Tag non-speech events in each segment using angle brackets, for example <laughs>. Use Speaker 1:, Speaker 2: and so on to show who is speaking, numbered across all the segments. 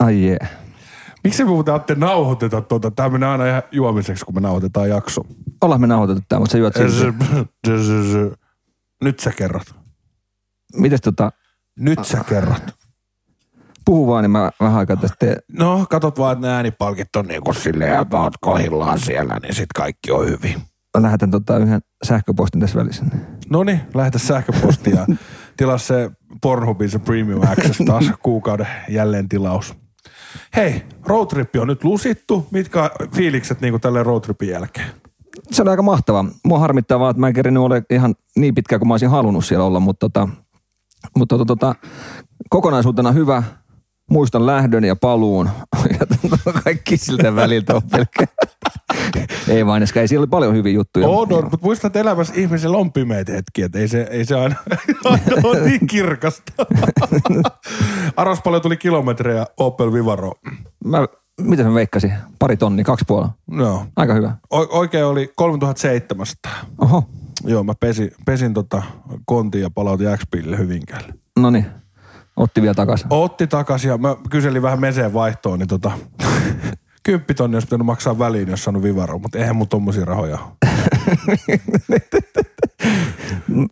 Speaker 1: Ai jee. Yeah.
Speaker 2: Miksi me puhutaan, nauhoiteta tuota? Tämä menee aina ihan juomiseksi, kun me nauhoitetaan jakso.
Speaker 1: Ollaan me nauhoitettu tää, mutta sä juot silti.
Speaker 2: Nyt sä kerrot.
Speaker 1: Mites tota,
Speaker 2: Nyt sä kerrot.
Speaker 1: puhu vaan, niin mä vähän aikaa tästä teen.
Speaker 2: No, katot vaan, että ne äänipalkit on niinku silleen, ja mä oot kohillaan siellä, niin sit kaikki on hyvin.
Speaker 1: Mä lähetän tota yhden sähköpostin tässä välissä.
Speaker 2: No niin, lähetä sähköpostia. ja tilaa se Pornhubin se Premium Access taas kuukauden jälleen tilaus. Hei, roadtrippi on nyt lusittu. Mitkä fiilikset niinku tälle roadtripin jälkeen?
Speaker 1: Se oli aika mahtavaa. Mua harmittaa vaan, että mä en kerinyt ole ihan niin pitkään kuin mä olisin halunnut siellä olla, mutta, tota, mutta tota, tota, kokonaisuutena hyvä. Muistan lähdön ja paluun. <laughs> Ja tota, kaikki siltä väliltä on pelkkää. <laughs> ei vaan, ei siellä oli paljon hyviä juttuja.
Speaker 2: On, on, mutta muista, no, että elämässä ihmisellä on pimeitä hetkiä, että ei se, ei se aina, <laughs> aina ole niin <laughs> kirkasta. Arvas paljon tuli kilometrejä Opel Vivaro.
Speaker 1: Mä, mitä mä veikkasin? Pari tonni, kaksi puolella.
Speaker 2: No.
Speaker 1: Aika hyvä.
Speaker 2: O- oikein oli 3700.
Speaker 1: Oho,
Speaker 2: Joo, mä pesin, pesin tota kontin ja palautin x Hyvinkäälle.
Speaker 1: no niin. Otti vielä takaisin.
Speaker 2: Otti takaisin ja mä kyselin vähän meseen vaihtoon, niin tota, <laughs> kymppitonni olisi pitänyt maksaa väliin, jos saanut vivaroa, mutta eihän mun tommosia rahoja <laughs> ole.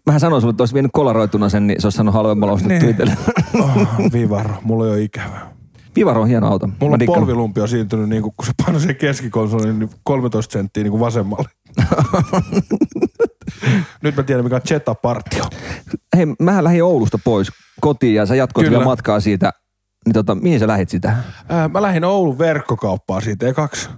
Speaker 1: Mähän sanoin sulle, että olisi vienyt kolaroituna sen, niin se olisi saanut halvemmalla ostettu
Speaker 2: Niin.
Speaker 1: itselle.
Speaker 2: Oh, vivaro, mulla ei ole ikävä.
Speaker 1: Vivaro on hieno auto.
Speaker 2: Mulla
Speaker 1: Mä
Speaker 2: on
Speaker 1: dikkaan.
Speaker 2: polvilumpio siirtynyt, niin kun se painoi sen keskikonsolin, niin 13 senttiä niin kuin
Speaker 1: <laughs>
Speaker 2: vasemmalle. Nyt mä tiedän, mikä on Zeta-partio.
Speaker 1: Hei, mähän lähdin Oulusta pois kotiin ja sä jatkoit
Speaker 2: Kyllä.
Speaker 1: vielä matkaa siitä. Niin tota, mihin sä lähit sitä?
Speaker 2: Ää, Mä lähdin Oulun verkkokauppaan siitä ekaksi.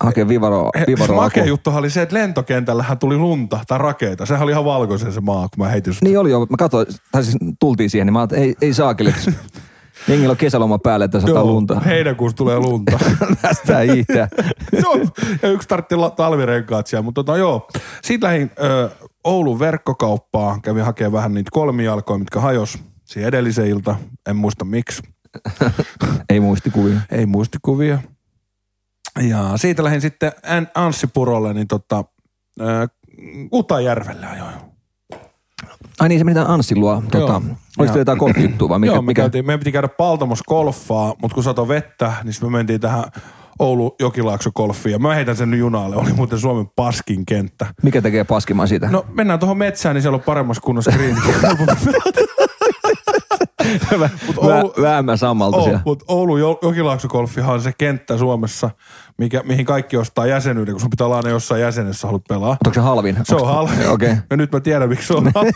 Speaker 1: Hakee Vivaro, Vivaro
Speaker 2: Makea juttuhan oli se, että lentokentällähän tuli lunta tai rakeita. Sehän oli ihan valkoisen se maa, kun mä heitin sut.
Speaker 1: Niin oli jo. Mä katsoin, tai siis tultiin siihen, niin mä ajattelin, että ei, ei saakeli.
Speaker 2: <laughs>
Speaker 1: Jengillä on kesäloma päällä, että sataa lunta.
Speaker 2: Heinäkuussa tulee lunta.
Speaker 1: <laughs> Tästä
Speaker 2: <laughs>
Speaker 1: hiihtää.
Speaker 2: Joo, ja yksi tartti la- talvirenkaat siellä, mutta tota joo. Sitten lähdin ö, Oulun verkkokauppaan, kävin hakemaan vähän niitä kolmijalkoja, mitkä hajos siihen edelliseen ilta. En muista miksi.
Speaker 1: Ei muistikuvia.
Speaker 2: Ei muistikuvia. Ja siitä lähdin sitten An- Anssi Purolle, niin tota, ö, Utajärvelle ajoin.
Speaker 1: Ai niin, se meni tämän Anssin luo. Tota,
Speaker 2: Joo.
Speaker 1: oliko teillä jotain golfjuttua vai mikä?
Speaker 2: Joo, me
Speaker 1: mikä?
Speaker 2: Käytiin, meidän piti käydä Paltamos golfaa, mutta kun sato vettä, niin sitten me mentiin tähän Oulu Jokilaakso golfiin. Ja mä heitän sen nyt junalle, oli muuten Suomen paskin kenttä.
Speaker 1: mikä tekee paskimaan siitä?
Speaker 2: No mennään tuohon metsään, niin siellä on paremmassa kunnossa green.
Speaker 1: <laughs>
Speaker 2: Mut Oulu-
Speaker 1: Vä, väämä sammalta
Speaker 2: Oh,
Speaker 1: siellä.
Speaker 2: mutta Oulu Jo- Jokilaaksokolfihan on se kenttä Suomessa, mikä, mihin kaikki ostaa jäsenyyden, kun sun pitää olla aina jossain jäsenessä, haluat pelaa.
Speaker 1: Onko se halvin?
Speaker 2: Se on
Speaker 1: Onks- <laughs>
Speaker 2: halvin.
Speaker 1: Okei. Okay.
Speaker 2: Ja nyt mä tiedän, miksi se on halvin.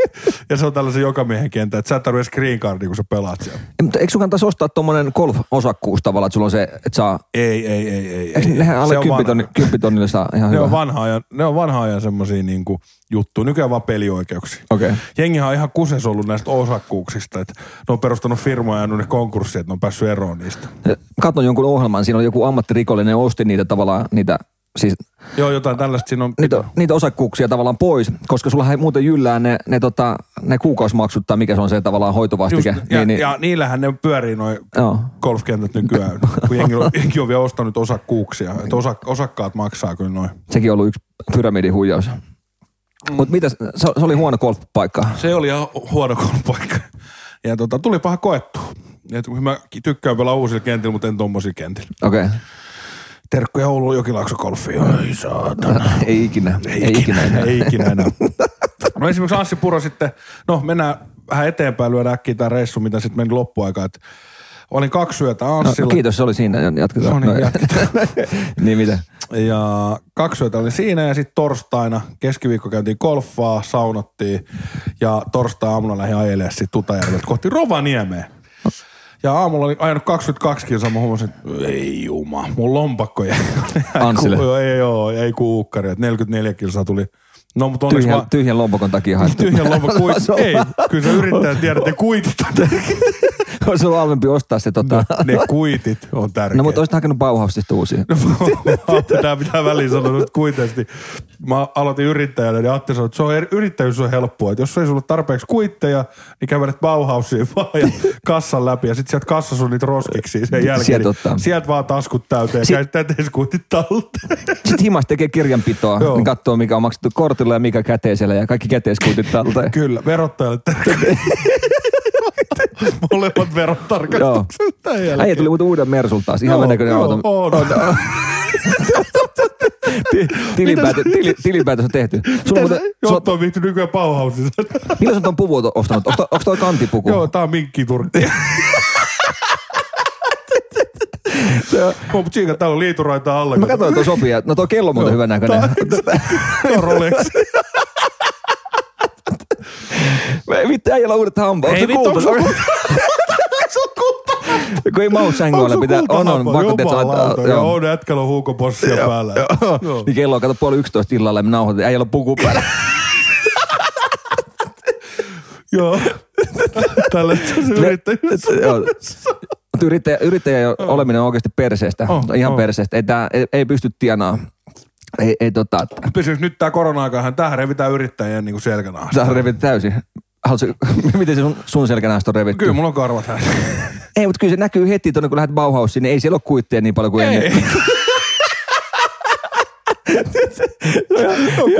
Speaker 2: <laughs> ja se on tällaisen jokamiehen kenttä, että sä et tarvitse green cardia, kun sä pelaat siellä.
Speaker 1: Mutta eikö sun kannattaisi ostaa tuommoinen golf-osakkuus tavallaan, että sulla on se, että saa...
Speaker 2: Ei, ei, ei, ei.
Speaker 1: Eikö
Speaker 2: ei.
Speaker 1: nehän alle
Speaker 2: Se on
Speaker 1: 10
Speaker 2: vanha-
Speaker 1: tonni, 10 tonnille saa ihan
Speaker 2: Ne
Speaker 1: hyvä?
Speaker 2: on vanha ajan, ne on vanha ajan semmosia niinku juttuja. Nykyään vaan pelioikeuksia.
Speaker 1: Okei.
Speaker 2: Jengihän on ihan kuses ollut näistä osakkuuksista, että ne on perustanut firmoja ja ne konkurssi, että ne on päässyt eroon niistä.
Speaker 1: Katon jonkun ohjelman, siinä oli joku ammattirikollinen, osti niitä tavallaan, niitä, siis,
Speaker 2: Joo, jotain tällaista siinä on.
Speaker 1: niitä, niitä osakkuuksia tavallaan pois, koska sulla ei muuten jyllää ne, ne, tota, ne kuukausimaksut tai mikä se on se tavallaan hoitovastike.
Speaker 2: ja, niin, ja niillähän ne pyörii noin
Speaker 1: Joo. <laughs>
Speaker 2: golfkentät nykyään, kun jengi on, jengi on vielä ostanut osakkuuksia.
Speaker 1: Niin.
Speaker 2: Että osa, osakkaat maksaa kyllä noin.
Speaker 1: Sekin on ollut yksi pyramidin huijaus. Mm. Mutta mitä, se, se oli huono golfpaikka.
Speaker 2: Se oli ihan huono paikka. Ja tota, tuli paha koettu. Et mä tykkään pelaa uusilla kentillä, mutta en tommosilla kentillä.
Speaker 1: Okei. Okay.
Speaker 2: Terkkuja Oulun jokilaaksokolfiin. Ai saatana.
Speaker 1: <laughs> Ei ikinä. Ei, ei ikinä. enää.
Speaker 2: No. Ei ikinä enää. No esimerkiksi Anssi Puro sitten, no mennään vähän eteenpäin, lyödään äkkiä tämä reissu, mitä sitten meni loppuaika. Et olin kaksi yötä
Speaker 1: No,
Speaker 2: Anssilla.
Speaker 1: kiitos, se oli siinä. Jatketaan.
Speaker 2: No niin, jatketaan.
Speaker 1: <laughs> niin mitä?
Speaker 2: Ja kaksi yötä oli siinä ja sitten torstaina keskiviikko käytiin golfaa, saunottiin ja torstai aamuna lähdin ajelemaan sitten Tutajärveltä kohti Rovaniemeä. Ja aamulla oli ajanut 22 kilsaa, mä huomasin, että ei juma, mun lompakko jäi.
Speaker 1: Anssille.
Speaker 2: Joo, ei, joo, ei ku uukkari, että 44 kilsaa tuli. No, mutta onneksi
Speaker 1: Tyhjän,
Speaker 2: mä...
Speaker 1: tyhjän lompakon takia haettu.
Speaker 2: Niin, Tyhjän lompa kuitti.
Speaker 1: <laughs> Olisi
Speaker 2: Ei,
Speaker 1: ollut-
Speaker 2: kyllä se yrittää tiedä, että ne kuitit on tärkeitä.
Speaker 1: Olisi ollut halvempi ostaa se tota.
Speaker 2: Ne kuitit on tärkeitä.
Speaker 1: No mutta olisit hakenut Bauhausista uusia.
Speaker 2: No. Tämä pitää väliin sanoa nyt kuitenkin. Mä aloitin yrittäjänä, niin Atte sanoi, että se on, eri- yrittäjyys on helppoa. Että jos ei sulla ole tarpeeksi kuitteja, niin kävelet Bauhausiin vaan ja kassan läpi. Ja sitten sieltä kassassa on niitä roskiksi sen jälkeen.
Speaker 1: Sieltä
Speaker 2: niin
Speaker 1: ottaa.
Speaker 2: sieltä vaan taskut täyteen
Speaker 1: Si-
Speaker 2: ja käytetään edes kuitit talteen.
Speaker 1: Sitten himas tekee kirjanpitoa,
Speaker 2: Joo.
Speaker 1: niin katsoo mikä on maksettu kortilla ja mikä käteisellä ja kaikki käteiskuitit talteen. <laughs>
Speaker 2: Kyllä, verottajalle tärkeä. Molemmat verotarkastukset tämän jälkeen.
Speaker 1: Äijä tuli muuten uuden Mersulta taas. Ihan
Speaker 2: Joo,
Speaker 1: mennäköinen
Speaker 2: joo,
Speaker 1: auto.
Speaker 2: on.
Speaker 1: Ti- tilinpäätö-
Speaker 2: Mitä sä-
Speaker 1: tili- Tilinpäätös on tehty. Sulla
Speaker 2: Mitä
Speaker 1: muuten,
Speaker 2: sä-
Speaker 1: sulla,
Speaker 2: Jotto on viihtynyt nykyään Bauhausissa.
Speaker 1: milloin sä ton puvun oot ostanut? Onko, onko toi kantipuku?
Speaker 2: Joo, tää on minkkiturkki. Mä mut siinä täällä on liituraita alla.
Speaker 1: Mä katsoin, että toi sopii. ja- No toi kello on muuten hyvän näköinen.
Speaker 2: Se on Rolex.
Speaker 1: <laughs> Vittu, äijällä on uudet hampaat.
Speaker 2: Ei
Speaker 1: Onko
Speaker 2: vittu, onko
Speaker 1: kulta?
Speaker 2: se kulta? Se on kulta.
Speaker 1: <laughs> Kun ei maus
Speaker 2: Onko
Speaker 1: sängyllä
Speaker 2: se
Speaker 1: pitää.
Speaker 2: kulta?
Speaker 1: On, on. Pakko teet sä laittaa.
Speaker 2: Jumalauta. Joo,
Speaker 1: Joo.
Speaker 2: on jätkällä on huukopossia päällä. Joo.
Speaker 1: Niin kello on kato puoli yksitoista illalla ja me nauhoitetaan. Äijällä on puku
Speaker 2: <laughs>
Speaker 1: päällä.
Speaker 2: <laughs> Joo. Tällä se
Speaker 1: <laughs>
Speaker 2: yrittäjyys.
Speaker 1: Joo. Mut Yrittäjä, yrittäjä jo oleminen on oikeasti perseestä.
Speaker 2: On,
Speaker 1: Se on Ihan
Speaker 2: on.
Speaker 1: perseestä. Ei, tää, ei, ei pysty tienaa. Ei, ei tota,
Speaker 2: Esimerkiksi nyt tää korona-aikahan, tähän revitään yrittäjien niinku selkänahasta.
Speaker 1: sä revit täysin. Haluatko, <laughs> miten se sun, sun selkänahasta on revitty?
Speaker 2: Kyllä mulla on karvat hässä.
Speaker 1: Ei, mutta kyllä se näkyy heti tuonne, kun lähdet Bauhausiin, niin ei siellä ole kuitteja niin paljon kuin ennen.
Speaker 2: <laughs> No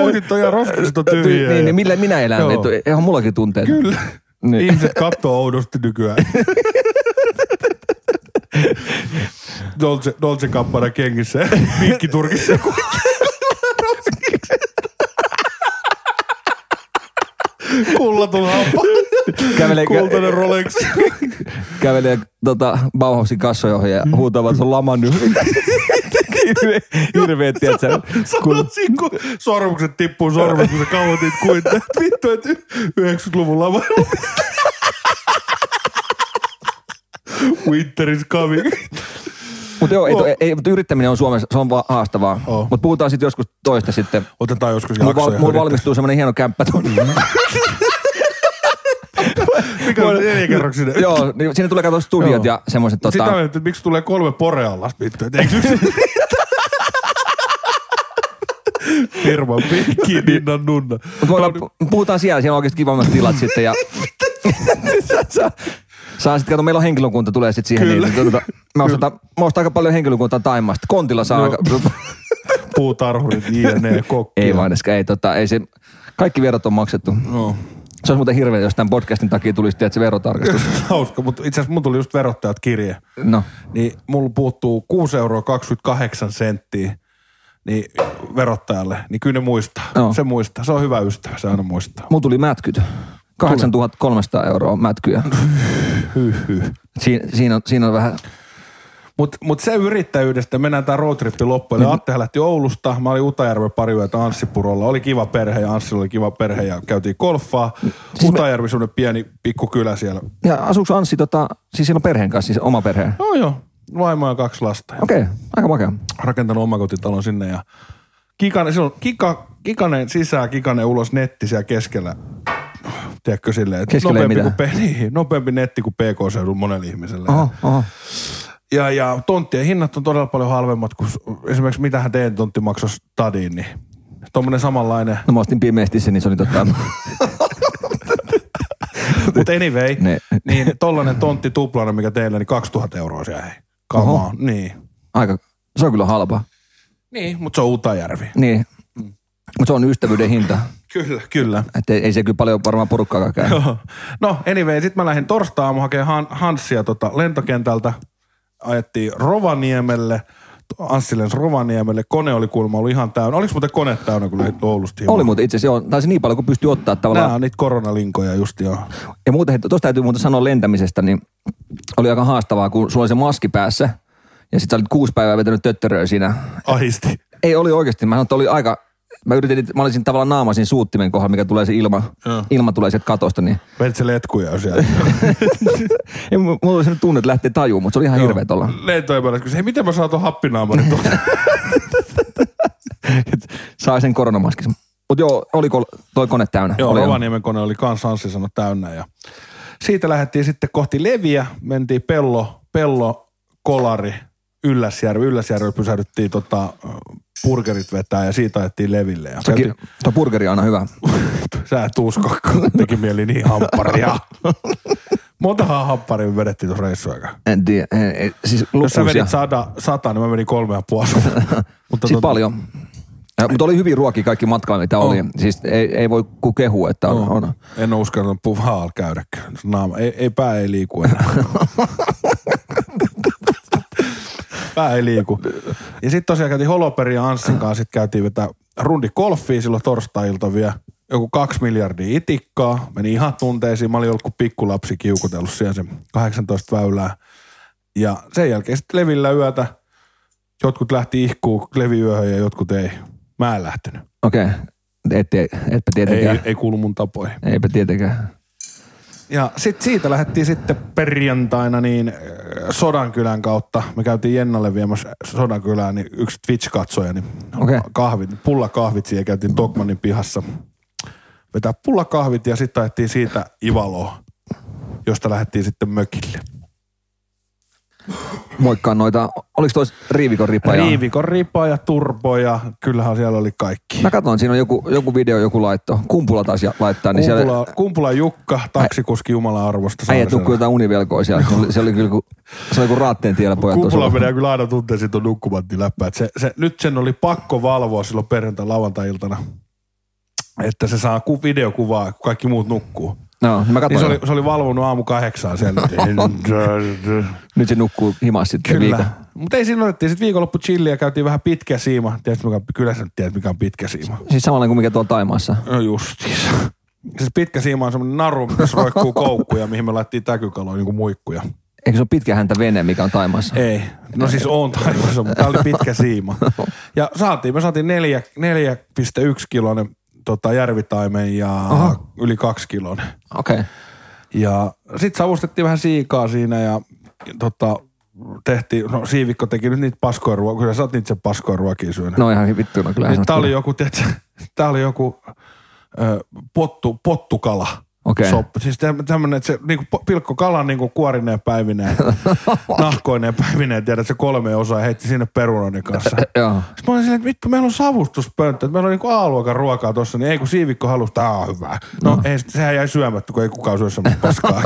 Speaker 2: kuitit on ihan roskaiset on tyhjiä.
Speaker 1: Niin, niin millä minä elän?
Speaker 2: Joo.
Speaker 1: Että, eihän mullakin tunteita.
Speaker 2: Kyllä.
Speaker 1: Niin.
Speaker 2: Ihmiset katsoo oudosti nykyään. <laughs> Dolce, Dolce kappana kengissä, mikki turkissa. Kullatun hampa,
Speaker 1: Kävelee,
Speaker 2: kultainen Rolex.
Speaker 1: kävelee tota, Bauhausin kassojohon
Speaker 2: Mm.
Speaker 1: ja huutaa vaan, että se on laman
Speaker 2: <laughs>
Speaker 1: nyt. Hirveä, hirveä, tiedätkö?
Speaker 2: Sanoit siinä, kun sormukset tippuu sormet, kun sä kauhotit kuitteja. että Vittu, että 90-luvun lama. Winter is coming.
Speaker 1: Mutta joo, ei, to- ei, mut yrittäminen on Suomessa, se on vaan haastavaa.
Speaker 2: Oo.
Speaker 1: Mutta puhutaan sitten joskus toista sitten.
Speaker 2: Otetaan joskus
Speaker 1: Mulla val,
Speaker 2: jaksoja.
Speaker 1: mul valmistuu semmoinen hieno kämppä tuonne.
Speaker 2: Mm-hmm. Mikä on nelikerroksinen?
Speaker 1: <laughs> joo, niin sinne tulee katsoa studiot
Speaker 2: Joo.
Speaker 1: ja semmoiset
Speaker 2: Tota... Sitä
Speaker 1: tota...
Speaker 2: että miksi tulee kolme poreallasta vittu, et eikö yksi... Firman
Speaker 1: <laughs>
Speaker 2: pikki, ninnan nunna.
Speaker 1: Mut voidaan, pu- puhutaan siellä, siellä on oikeasti kivammat tilat sitten
Speaker 2: <laughs>
Speaker 1: ja... <laughs> Saa- saa- Saa sitten, kato, meillä on henkilökunta, tulee sitten siihen.
Speaker 2: Kyllä.
Speaker 1: Niin, tuota, mä, ostan, mä ostan aika paljon henkilökuntaa Taimasta. Kontilla saa no.
Speaker 2: No.
Speaker 1: aika...
Speaker 2: Puutarhurit, jne, kokki.
Speaker 1: ei vaan, ei, tota, ei se... Kaikki verot on maksettu.
Speaker 2: No.
Speaker 1: Se olisi muuten hirveä, jos tämän podcastin takia tulisi, tiedät, se verotarkastus.
Speaker 2: Hauska, mutta itse asiassa mun tuli just verottajat kirje.
Speaker 1: No.
Speaker 2: Niin mulla puuttuu 6 euroa 28 senttiä niin verottajalle, niin kyllä ne muistaa.
Speaker 1: Joo.
Speaker 2: Se muistaa. Se on hyvä ystävä, se aina muistaa.
Speaker 1: Mulla tuli mätkyt. 8300 euroa mätkyjä.
Speaker 2: Hyh, hyh.
Speaker 1: Siin, siinä, on, siinä on vähän...
Speaker 2: Mutta mut se yrittäjyydestä, mennään tämä roadtrippi loppuun.
Speaker 1: Mm-hmm.
Speaker 2: Eli Attehän lähti Oulusta, mä olin Utajärven pari yötä Anssi Purolla. Oli kiva perhe ja Anssilla oli kiva perhe ja käytiin golfaa. Siis Utajärvi, me... semmoinen pieni pikkukylä siellä.
Speaker 1: Ja asuuko Anssi, tota, siis siellä on perheen kanssa, siis oma perhe?
Speaker 2: Joo joo, vaimo ja kaksi lasta. Ja
Speaker 1: Okei, okay, aika makea.
Speaker 2: rakentanut omakotitalon sinne ja kikanen, silloin kika, kikanen sisään, kikanen ulos netti siellä keskellä. Tiedätkö silleen, että
Speaker 1: Keskellä ei
Speaker 2: nopeampi, kuin,
Speaker 1: mitään.
Speaker 2: pe- <laughs> niin, nopeampi netti kuin PK-seudulla monelle ihmiselle.
Speaker 1: Oho, oho.
Speaker 2: Ja, ja tonttien hinnat on todella paljon halvemmat kuin s- esimerkiksi mitähän teidän tontti maksoi stadiin, niin tuommoinen samanlainen.
Speaker 1: No mä ostin pimeästi sen, niin se oli tota... <laughs>
Speaker 2: Mutta anyway,
Speaker 1: Ne.
Speaker 2: niin tollainen tontti tuplana, mikä teillä, niin 2000 euroa se jäi. Kamaa, niin.
Speaker 1: aika... Se on kyllä halpa.
Speaker 2: Niin, mutta se on Utajärvi.
Speaker 1: Niin. Mutta se on ystävyyden hinta.
Speaker 2: Kyllä, kyllä.
Speaker 1: Että ei, ei se kyllä paljon varmaan porukkaakaan
Speaker 2: <laughs>
Speaker 1: käy.
Speaker 2: No anyway, sitten mä lähdin torstai-aamu hakemaan Han- Hansia tota lentokentältä. Ajettiin Rovaniemelle. Anssi lensi Rovaniemelle. Kone oli kuulemma ollut ihan täynnä. Oliko muuten kone täynnä, kun lähdit Oulusta? himaan?
Speaker 1: Oli muuten itse asiassa, joo, taisi niin paljon kuin pystyy ottaa tavallaan.
Speaker 2: Nämä on niitä koronalinkoja just joo.
Speaker 1: Ja muuten, hei, tuosta täytyy muuten sanoa lentämisestä, niin oli aika haastavaa, kun sulla oli se maski päässä. Ja sit sä olit kuusi päivää vetänyt töttöröä siinä
Speaker 2: Ahisti.
Speaker 1: Ei, oli oikeasti. Mä sanoin, että oli aika... Mä yritin, että mä olisin tavallaan naamasin suuttimen kohdalla, mikä tulee se ilma,
Speaker 2: Joo.
Speaker 1: ilma tulee sieltä katosta,
Speaker 2: <laughs>
Speaker 1: niin
Speaker 2: Vedit se letkuja jo siellä.
Speaker 1: ei, mu- mulla oli sellainen tunne, että lähtee tajuun, mutta se oli ihan hirveä olla.
Speaker 2: <laughs> Lentojen päälle kysyi, hei miten mä saan tuon happinaamarin <laughs> tuohon?
Speaker 1: Sai sen koronamaskin. Mutta joo, oli kol- toi kone täynnä.
Speaker 2: Joo,
Speaker 1: oli
Speaker 2: Rovaniemen kone oli kans Anssi sanoi täynnä. Ja siitä lähdettiin sitten kohti Leviä, mentiin pello, pello, kolari, Ylläsjärvi. Ylläsjärvi pysähdyttiin tota, burgerit vetää ja siitä ajettiin Leville. Ja
Speaker 1: Sekin,
Speaker 2: Säkin...
Speaker 1: toi burgeri on aina hyvä.
Speaker 2: Sä et usko, kun teki mieli niin <laughs> hampparia. Montahan hampparia me vedettiin tuossa reissuaikaan.
Speaker 1: En tiedä. En, en, siis
Speaker 2: Jos sä
Speaker 1: lukuisia.
Speaker 2: <laughs> vedit sada, sata, niin mä menin kolme ja puoli. Mutta
Speaker 1: Siis paljon. Ja, mutta oli hyvin ruokia kaikki matkalla, mitä oli. Siis ei, ei voi kuin kehua, että on. on.
Speaker 2: En ole uskaltanut puhalla käydä. Naama. Ei, ei, pää ei liiku enää. pää ei liiku. Ja sitten tosiaan käytiin Holoperi ja Anssin kanssa, sitten käytiin vetää rundi golfia silloin torstai-ilta vielä. Joku kaksi miljardia itikkaa. Meni ihan tunteisiin. Mä olin ollut kuin pikkulapsi kiukutellut siellä sen 18 väylää. Ja sen jälkeen sitten levillä yötä. Jotkut lähti ihkuu leviyöhön ja jotkut ei. Mä en lähtenyt.
Speaker 1: Okei, okay. Et, etpä
Speaker 2: Ei,
Speaker 1: tietenkään.
Speaker 2: ei kuulu mun tapoihin.
Speaker 1: Eipä tietenkään.
Speaker 2: Ja sit siitä lähdettiin sitten perjantaina niin äh, Sodankylän kautta. Me käytiin Jennalle viemässä Sodankylään niin yksi Twitch-katsoja, niin
Speaker 1: Okei.
Speaker 2: kahvit, pullakahvit siellä käytiin Tokmanin pihassa. Vetää pullakahvit ja sitten ajettiin siitä Ivaloon, josta lähdettiin sitten mökille.
Speaker 1: Moikkaan noita. Oliko tois Riivikon ripaja?
Speaker 2: Riivikon ripa ja turbo ja kyllähän siellä oli kaikki.
Speaker 1: Mä katson, siinä on joku, joku video, joku laitto. Kumpula taisi ja- laittaa, niin Kumpula. siellä
Speaker 2: Kumpula, Kumpula Jukka, taksikuski Jumala arvosta.
Speaker 1: äijät nukkuu jotain univelkoa siellä. Se oli, se oli kyllä kuin, se oli kuin raatteen tiellä pojat
Speaker 2: Kumpula
Speaker 1: tuossa.
Speaker 2: menee kyllä aina tunteen siitä nukkumantti läppä. Et Se, se, nyt sen oli pakko valvoa silloin perjantai lauantai-iltana, että se saa ku, videokuvaa, kun kaikki muut nukkuu.
Speaker 1: No, niin mä
Speaker 2: Niin
Speaker 1: katsoin.
Speaker 2: se, oli, se oli valvonut aamu kahdeksaan siellä.
Speaker 1: Nyt se nukkuu himas sitten se viikon.
Speaker 2: kyllä. Mutta ei siinä otettiin sitten viikonloppu chilliä, käytiin vähän pitkä siima. Tiedätkö, mikä, on- kyllä sä nyt tiedät, mikä on pitkä siima.
Speaker 1: Siis samalla kuin mikä tuolla Taimaassa.
Speaker 2: No justiis. Siis pitkä siima on semmoinen naru, missä roikkuu koukkuja, mihin me laittiin täkykaloja, niin kuin muikkuja.
Speaker 1: Eikö se ole pitkä häntä vene, mikä on Taimaassa?
Speaker 2: Ei. No siis on taivassa, mutta tämä oli pitkä <laughs> siima. Ja saatiin, me saatiin neljä- 4,1 kiloinen tota, järvitaimen ja Aha. yli kaksi kiloinen.
Speaker 1: Okei. Okay.
Speaker 2: Ja sit savustettiin vähän siikaa siinä ja tota, tehtiin, no siivikko teki nyt niitä paskoja ruokia, kyllä sä oot niitä sen paskoja ruokia syönyt.
Speaker 1: No ihan vittuna kyllä.
Speaker 2: Niin, tää oli joku, tiedätkö, <laughs> tää oli joku ö, pottu, pottukala.
Speaker 1: Okei.
Speaker 2: Soppa. Siis täm- tämmönen, että se niinku po- pilkko kalan niinku kuorineen
Speaker 1: <laughs>
Speaker 2: päivineen, nahkoineen päivineen, tiedät se kolme osaa ja heitti sinne perunoiden kanssa.
Speaker 1: Joo.
Speaker 2: Sitten mä olin silleen, että vittu, meillä on savustuspönttö, että meillä on niinku A-luokan ruokaa tossa, niin ei kun siivikko halusi, tää on hyvää. No, no. Ei, sit- sehän jäi syömättä, kun ei kukaan syö
Speaker 1: <laughs>
Speaker 2: semmoista paskaa.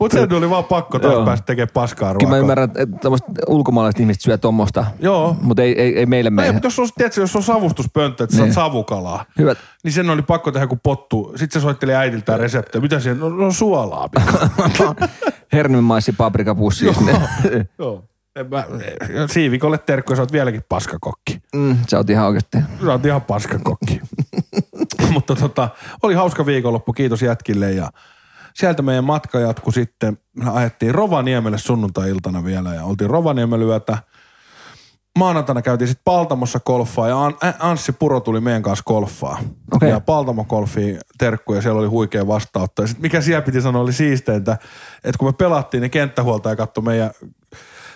Speaker 2: Mutta se oli vaan pakko taas
Speaker 1: Joo.
Speaker 2: päästä tekemään paskaa
Speaker 1: Kyllä
Speaker 2: ruokaa.
Speaker 1: mä ymmärrän, että tämmöiset ulkomaalaiset ihmiset syö tuommoista.
Speaker 2: Joo.
Speaker 1: Mutta ei, ei, ei meille
Speaker 2: No Ei,
Speaker 1: mene.
Speaker 2: mutta jos on, tiedätkö, jos on savustuspönttö, että niin. saat savukalaa,
Speaker 1: Hyvä.
Speaker 2: niin sen oli pakko tehdä kuin pottu. Sitten se soitteli äitiltään reseptiä. Mitä siihen? No, no suolaa. <laughs> pitää.
Speaker 1: <laughs> Hernimaissi paprikapussi.
Speaker 2: Joo. En mä, siivikolle terkkuja, sä oot vieläkin paskakokki.
Speaker 1: mm, <laughs> sä oot ihan oikeasti.
Speaker 2: Sä oot ihan paskakokki. <laughs> Mutta tota, oli hauska viikonloppu, kiitos jätkille ja sieltä meidän matka jatkui sitten. Me ajettiin Rovaniemelle sunnuntai-iltana vielä ja oltiin Rovaniemellä yötä. Maanantaina käytiin sitten Paltamossa golfaa ja An- Ä- Anssi Puro tuli meidän kanssa golfaa.
Speaker 1: Okei.
Speaker 2: Ja Paltamo golfi terkku ja siellä oli huikea vastaanotto. Ja sit mikä siellä piti sanoa oli siisteintä, että kun me pelattiin, niin kenttähuoltaja katsoi meidän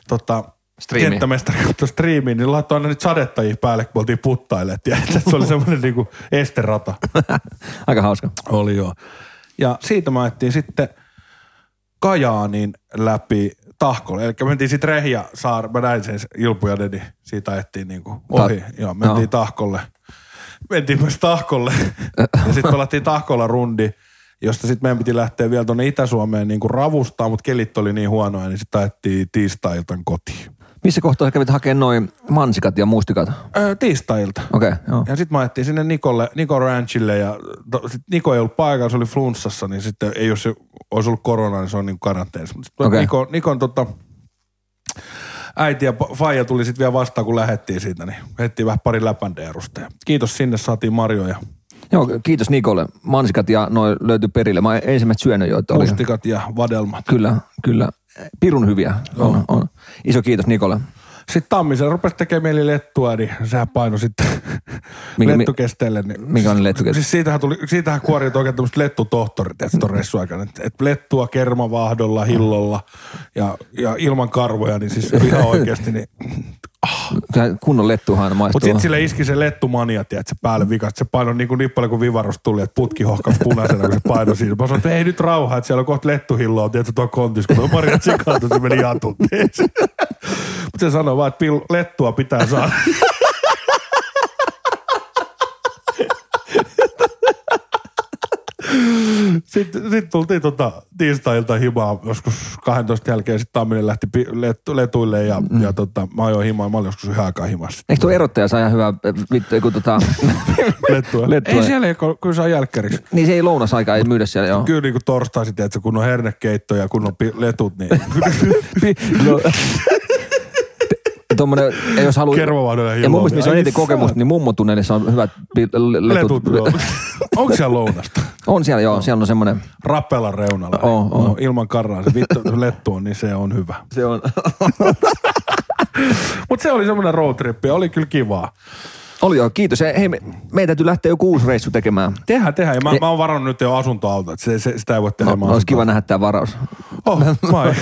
Speaker 2: tota,
Speaker 1: Striimi.
Speaker 2: kenttämestari katsoi striimiin, niin laittoi aina niitä sadettajia päälle, kun me oltiin puttailemaan. tiedätkö?
Speaker 1: <laughs>
Speaker 2: Se oli semmoinen niinku esterata.
Speaker 1: Aika hauska.
Speaker 2: Oli joo. Ja siitä me ajettiin sitten Kajaanin läpi Tahkolle. Eli mentiin sitten Rehja saar, mä näin sen Ilpu ja Dedi. Siitä ajettiin niinku ohi.
Speaker 1: Ta-
Speaker 2: joo, mentiin
Speaker 1: joo.
Speaker 2: Tahkolle. Mentiin
Speaker 1: <laughs>
Speaker 2: myös Tahkolle. ja sitten pelattiin Tahkolla rundi, josta sitten meidän piti lähteä vielä tuonne Itä-Suomeen niinku ravustaa, mutta kelit oli niin huonoja, niin sitten ajettiin tiistai-iltan kotiin.
Speaker 1: Missä kohtaa sä kävit hakemaan noin mansikat ja mustikat?
Speaker 2: Öö, tiistai-ilta.
Speaker 1: Okei, okay, joo.
Speaker 2: Ja sitten mä ajettiin sinne Nikolle, Niko Ranchille ja to, sit Niko ei ollut paikalla, se oli flunssassa, niin sitten ei jos se olisi ollut korona, niin se on niin karanteenissa. Mutta okay.
Speaker 1: Okei.
Speaker 2: Niko, Nikon tota, äiti ja pa- faija tuli sitten vielä vastaan, kun lähettiin siitä, niin heti vähän pari läpändeerusta. Ja kiitos sinne, saatiin marjoja,
Speaker 1: Joo, kiitos Nikolle. Mansikat ja noin löytyi perille. Mä oon ensimmäiset syönyt joita oli.
Speaker 2: mustikat ja vadelmat.
Speaker 1: Kyllä, kyllä. Pirun hyviä on, on. Iso kiitos Nikolle.
Speaker 2: Sitten Tammisen rupesi tekemään mieli lettua, niin sehän painoi sitten
Speaker 1: Minkä-
Speaker 2: lettukesteelle. Niin
Speaker 1: minkä on lettukeste?
Speaker 2: Siis siitähän, tuli, siitähän kuorit oikein tämmöiset lettutohtorit, että on reissu aikana. Et, et lettua kermavaahdolla, hillolla ja, ja ilman karvoja, niin siis ihan oikeasti. Niin.
Speaker 1: Kyllä Kunnon lettuhan maistuu.
Speaker 2: Mutta sitten sille iski se lettumania, tiedätkö, päälle vika. että Se painoi niin, kuin niin paljon kuin vivarus tuli, että putki hohkas punaisena, kun se painoi siinä. Mä sanoin, että ei nyt rauhaa, että siellä on kohta lettuhilloa, tiedätkö, tuo kontis, kun tuo Maria sekaantui, se meni jatun. Mutta se sanoi vaan, että pil- lettua pitää saada. Sitten, sitten tultiin tota, tiistailta himaa joskus 12 jälkeen. Sitten Tamminen lähti pi- let- letuille ja, mm. ja tota, mä ajoin himaa. Mä olin joskus yhä aikaa himassa.
Speaker 1: Eikö tuo erottaja saa ihan hyvää äh, vittu, kun tota...
Speaker 2: <laughs> Lettua.
Speaker 1: Lettua.
Speaker 2: Ei siellä, ei ole- kyllä saa jälkkäriksi.
Speaker 1: niin se ei lounasaika, ei myydä siellä, joo.
Speaker 2: Kyllä niin kuin torstaisin, että kun on hernekeitto ja kun on pi- letut, niin
Speaker 1: Pi- no. <laughs> Tommonen, jos haluaa...
Speaker 2: Kermavaahdolle
Speaker 1: Ja mun
Speaker 2: hilloa.
Speaker 1: mielestä, missä on
Speaker 2: Ai
Speaker 1: eniten
Speaker 2: saa.
Speaker 1: kokemusta, niin mummotunneissa on hyvät pi- l-
Speaker 2: letut.
Speaker 1: letut.
Speaker 2: Onko siellä lounasta?
Speaker 1: <laughs> On siellä, joo. Siellä on semmoinen...
Speaker 2: Rappelan reunalla.
Speaker 1: On, on.
Speaker 2: No, ilman karraa se vittu lettu on, niin se on hyvä.
Speaker 1: Se on.
Speaker 2: Mutta se oli semmoinen roadtrippi ja oli kyllä kivaa.
Speaker 1: <laughs> Oli joo, kiitos. Ja Hei, me, meidän täytyy lähteä joku uusi reissu tekemään.
Speaker 2: Tehdään, tehdään. Ja mä, mä oon varannut nyt jo asuntoauto, että se, se, sitä ei voi tehdä.
Speaker 1: No,
Speaker 2: ilman
Speaker 1: olisi
Speaker 2: asuntoautoa.
Speaker 1: kiva nähdä tämä varaus.
Speaker 2: Oh, mä, oon-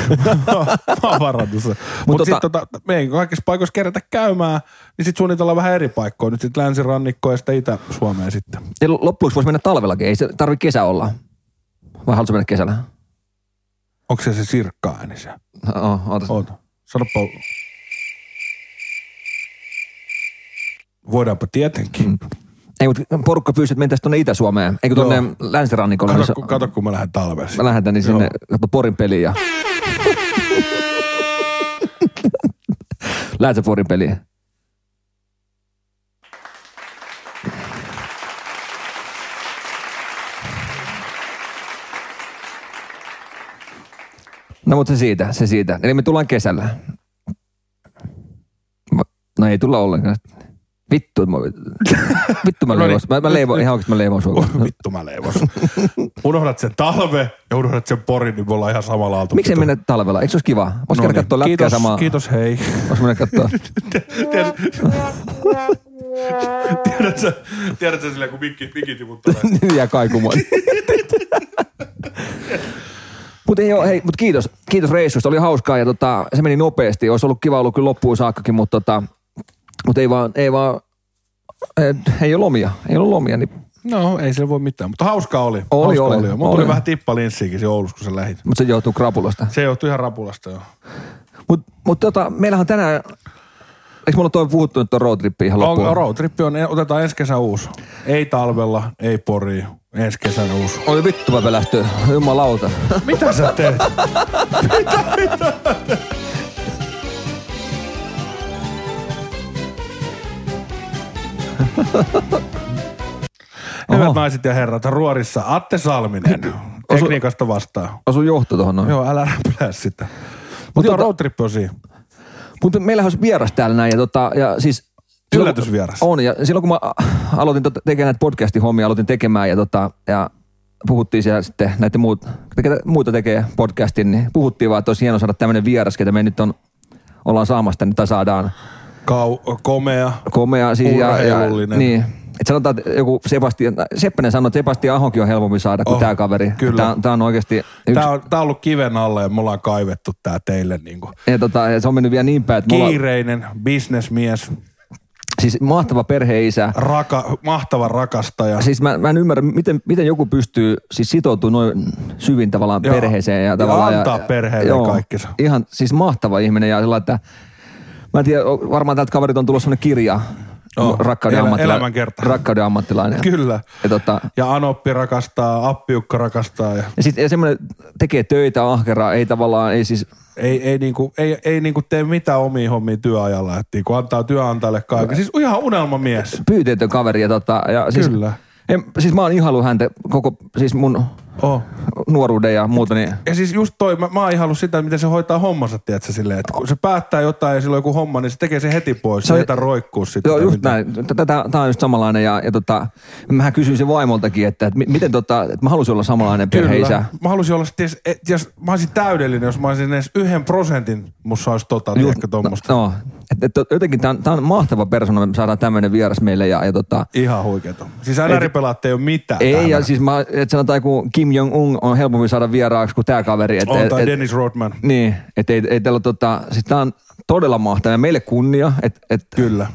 Speaker 2: <laughs> mä oon varannut sen. Mutta
Speaker 1: tota-
Speaker 2: sitten tota, me ei kaikissa paikoissa kerätä käymään, niin sitten suunnitellaan vähän eri paikkoja. Nyt sitten länsirannikkoa ja sitten Itä-Suomeen sitten.
Speaker 1: Ja l- loppuksi voisi mennä talvellakin, ei se tarvi kesä olla. Vai haluatko mennä kesällä?
Speaker 2: Onko se se sirkka ääni se?
Speaker 1: Oh, ootas.
Speaker 2: Oota. Sanoppa. Voidaanpa tietenkin. Mm.
Speaker 1: Ei, mutta porukka pyysi, että mentäisiin tuonne Itä-Suomeen, eikö tuonne länsirannikolle.
Speaker 2: Kato,
Speaker 1: missä-
Speaker 2: kun, kato, kun mä lähden talveen.
Speaker 1: Mä lähetän niin sinne, kato Porin peliin ja... Lähetä Porin peliin. No mutta se siitä, se siitä. Eli me tullaan kesällä. Va- No ei tulla ollenkaan. Vittu, mä, <laughs> vittu mä
Speaker 2: No niin. Oh,
Speaker 1: leivon. Mä, mä leivon, ihan oikeesti mä leivon sua. kohta.
Speaker 2: <laughs> Vittu mä
Speaker 1: <laughs>
Speaker 2: leivos. unohdat sen talve ja unohdat sen porin, niin me ollaan ihan samalla aalto. No niin.
Speaker 1: Miksei mennä talvella? Eikö se olisi kiva? Voisi käydä katsoa lätkää
Speaker 2: kiitos,
Speaker 1: samaa.
Speaker 2: Kiitos,
Speaker 1: <laughs>
Speaker 2: hei.
Speaker 1: Voisi mennä katsoa.
Speaker 2: Tiedätkö, tiedätkö silleen, kun mikki, mikki tiputtaa?
Speaker 1: ja kaikumaan. Mutta joo, hei, mut kiitos. Kiitos reissusta. Oli hauskaa ja tota, se meni nopeasti. Olisi ollut kiva ollut kyllä loppuun saakkakin, mutta tota, mut ei vaan, ei vaan, ei, ei ole lomia. Ei ole lomia, niin
Speaker 2: <laughs> No, ei sillä voi mitään, mutta hauskaa oli.
Speaker 1: Oli,
Speaker 2: hauskaa
Speaker 1: oli.
Speaker 2: Mulla tuli
Speaker 1: Oli.
Speaker 2: vähän tippalinssiäkin se Oulussa, kun sä lähit.
Speaker 1: mutta se joutuu krapulasta.
Speaker 2: Se johtui ihan rapulasta jo.
Speaker 1: Mutta mut tota, meillähän tänään, eikö mulla toi puhuttu nyt toi roadtrippi ihan loppuun?
Speaker 2: On, roadtrippi on, eh, otetaan ensi kesä uusi. Ei talvella, ei pori, ensi kesän uusi.
Speaker 1: Oi vittu mä pelästyn, jumalauta.
Speaker 2: <laughs> Mitä sä <laughs> teet? <laughs> Hyvät
Speaker 1: Oho.
Speaker 2: naiset ja herrat, ruorissa Atte Salminen. Tekniikasta vastaa.
Speaker 1: Osun johto tohon noin.
Speaker 2: Joo, älä räplää sitä. Mutta joo,
Speaker 1: tota-
Speaker 2: roadtrip on siinä.
Speaker 1: Mutta meillähän olisi vieras täällä näin ja, tota, ja siis... silloin-
Speaker 2: Yllätysvieras.
Speaker 1: On ja silloin kun mä a- aloitin tota, tekemään näitä podcast-hommia, aloitin tekemään ja, tota, ja puhuttiin siellä sitten näitä muut, ketä muita tekee podcastin, niin puhuttiin vaan, että olisi hieno saada tämmöinen vieras, ketä me nyt on, ollaan saamassa tänne, tai saadaan
Speaker 2: Kau- komea.
Speaker 1: komea. Siis, ja, ja,
Speaker 2: Urheilullinen.
Speaker 1: niin. Et sanotaan, että joku Sebastian, Seppänen sanoi, että Sebastian Ahonkin on helpompi saada kuin
Speaker 2: Oh,
Speaker 1: tämä kaveri.
Speaker 2: kyllä.
Speaker 1: Tämä, on oikeasti yksi.
Speaker 2: Tää on, tää on ollut kiven alla ja me ollaan kaivettu tää teille niinku.
Speaker 1: Ja, tota, ja se on mennyt vielä niin päin, että me ollaan,
Speaker 2: Kiireinen, bisnesmies,
Speaker 1: siis mahtava perheisä.
Speaker 2: raka, mahtava rakastaja.
Speaker 1: Siis mä, mä en ymmärrä, miten, miten joku pystyy siis sitoutumaan noin syvin tavallaan
Speaker 2: Joo.
Speaker 1: joo. perheeseen.
Speaker 2: Ja
Speaker 1: Ja, tavallaan,
Speaker 2: antaa perheelle kaikkensa.
Speaker 1: Ihan siis mahtava ihminen ja sillä että mä en tiedä, o- varmaan täältä kaverit on tullut sellainen kirja,
Speaker 2: Joo.
Speaker 1: oh, rakkauden,
Speaker 2: Elä-
Speaker 1: ammattilainen,
Speaker 2: elämänkerta.
Speaker 1: rakkauden ammattilainen.
Speaker 2: Kyllä.
Speaker 1: Ja, tota,
Speaker 2: Ja Anoppi rakastaa, Appiukka rakastaa. Ja
Speaker 1: ja sitten semmoinen tekee töitä ahkeraa, ei tavallaan, ei siis,
Speaker 2: ei, ei, niinku, ei, ei niinku tee mitään omia hommia työajalla. Että niinku antaa työnantajalle kaiken. Siis ihan unelmamies.
Speaker 1: pyyteetön kaveri. Ja tota, ja siis,
Speaker 2: Kyllä.
Speaker 1: En, siis mä oon ihailu häntä koko, siis mun
Speaker 2: Oh.
Speaker 1: nuoruuden ja muuta, niin
Speaker 2: Ja siis just toi, mä, mä oon ihaillut sitä, miten se hoitaa hommansa, tiedätkö, silleen, että kun se päättää jotain ja sillä on joku homma, niin se tekee se heti pois. Se,
Speaker 1: Se
Speaker 2: se
Speaker 1: oli-
Speaker 2: ei jätä roikkuu sitä.
Speaker 1: Joo,
Speaker 2: tai
Speaker 1: just
Speaker 2: mitään.
Speaker 1: näin. Tätä, tämä on just samanlainen ja, ja tota, mähän kysyin sen vaimoltakin, että, että mi- miten tota, että mä halusin olla samanlainen perheisä.
Speaker 2: Mä halusin olla, ties, et, jos, mä olisin täydellinen, jos mä olisin edes yhden prosentin, musta olisi tota, tiedätkö, tuommoista.
Speaker 1: No, et, et, jotenkin tämä on, tää on mahtava persona, me saadaan tämmöinen vieras meille ja, ja tota,
Speaker 2: Ihan huikeeta. Siis NR-pelaat ei ole mitään.
Speaker 1: ei,
Speaker 2: täällä.
Speaker 1: ja siis mä, et sanotaan, kun Kim Jong-un on helpompi saada vieraaksi kuin tämä kaveri. Et,
Speaker 2: on,
Speaker 1: et,
Speaker 2: tai
Speaker 1: et,
Speaker 2: Dennis Rodman.
Speaker 1: niin, et ei, ei teillä ole tota, siis tää on todella mahtava ja meille kunnia, että et,
Speaker 2: Kyllä.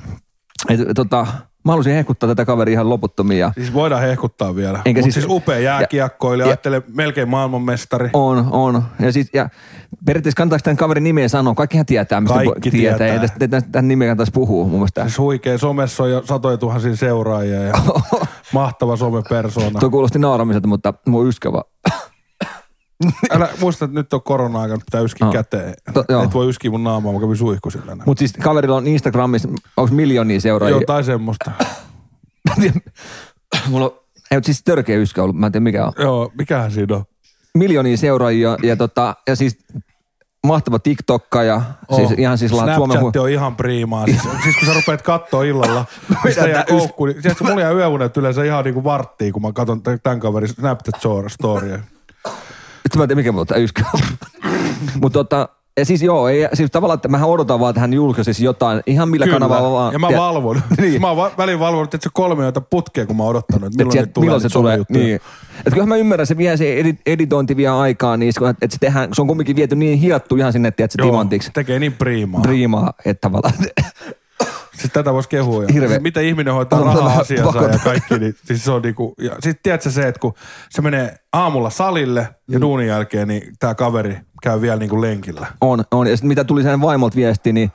Speaker 1: et, et, tota, mä halusin hehkuttaa tätä kaveria ihan loputtomia. Ja,
Speaker 2: Siis voidaan hehkuttaa vielä.
Speaker 1: Enkä
Speaker 2: Enkä siis,
Speaker 1: siis-
Speaker 2: siis upea jääkiekkoilija,
Speaker 1: ja-
Speaker 2: ajattelee melkein maailmanmestari.
Speaker 1: On, on. Ja, siis, ja periaatteessa kannattaako tämän kaverin nimeä sanoa? Kaikkihan tietää, mistä
Speaker 2: Kaikki
Speaker 1: po- tietää.
Speaker 2: tietää.
Speaker 1: Ei tästä, tästä, tämän nimeä kannattaisi puhua mun mielestä.
Speaker 2: Siis huikea somessa on jo
Speaker 1: <laughs>
Speaker 2: satoja tuhansia seuraajia ja mahtava somepersona.
Speaker 1: Tuo kuulosti nauramiselta, mutta mun yskävä.
Speaker 2: Älä muista, että nyt on korona-aika, nyt pitää yskiä
Speaker 1: Joo.
Speaker 2: käteen.
Speaker 1: No. To- joo.
Speaker 2: Et voi yskiä mun naamaa, mä kävin suihku sillä näin.
Speaker 1: Mutta siis kaverilla on Instagramissa, onko miljoonia seuraajia?
Speaker 2: Jotain semmoista.
Speaker 1: <laughs> Mä en tiedä. Mulla on, ei, mut siis törkeä yskä ollut, mä en tiedä mikä on.
Speaker 2: Joo, mikähän siinä on?
Speaker 1: Miljoonia seuraajia ja, tota, ja siis mahtava TikTokka ja oh. siis ihan siis laat Suomen
Speaker 2: Snapchat
Speaker 1: hu-
Speaker 2: on ihan priimaa. Siis, siis kun sä rupeat kattoo
Speaker 1: <laughs>
Speaker 2: illalla, mistä
Speaker 1: Vedän
Speaker 2: jää
Speaker 1: tää
Speaker 2: koukku, niin tiedätkö, mulla jää yöunet yleensä ihan niinku varttiin, kun mä katson t- tämän kaverin Snapchat-storia.
Speaker 1: Vittu, Mä en tiedä mikä mulla on tää yskä <laughs> Mutta tota, ja siis joo, ei, siis tavallaan, että mähän odotan vaan, että hän julkaisisi jotain, ihan millä kanavalla vaan.
Speaker 2: Ja mä
Speaker 1: Tiedät- <laughs>
Speaker 2: valvon.
Speaker 1: Niin.
Speaker 2: niin. Mä oon va- välin valvonut, että se kolme joita putkea, kun mä oon odottanut, että
Speaker 1: Et
Speaker 2: milloin,
Speaker 1: sieltä,
Speaker 2: sieltä, tulee,
Speaker 1: milloin se
Speaker 2: niitä
Speaker 1: tulee.
Speaker 2: somejuttuja.
Speaker 1: Niin. Et kyllähän mä ymmärrän, se vie se edit, editointi vie aikaa, niin kun- että se, tehdään, se on kumminkin viety niin hiattu ihan sinne, että se
Speaker 2: Joo,
Speaker 1: timantiksi
Speaker 2: tekee niin priimaa.
Speaker 1: priimaa, että tavallaan <laughs>
Speaker 2: Siis tätä voisi kehua. Ja.
Speaker 1: Hirveä.
Speaker 2: Siis miten ihminen hoitaa
Speaker 1: On vähän
Speaker 2: raha-asiansa
Speaker 1: pakota.
Speaker 2: ja kaikki. Niin, siis se on niinku, ja sit tiedätkö se, että kun se menee aamulla salille
Speaker 1: Mm.
Speaker 2: ja duunin jälkeen, niin tää kaveri käy vielä niinku lenkillä.
Speaker 1: On, on. Ja sit mitä tuli sen vaimolta viesti, niin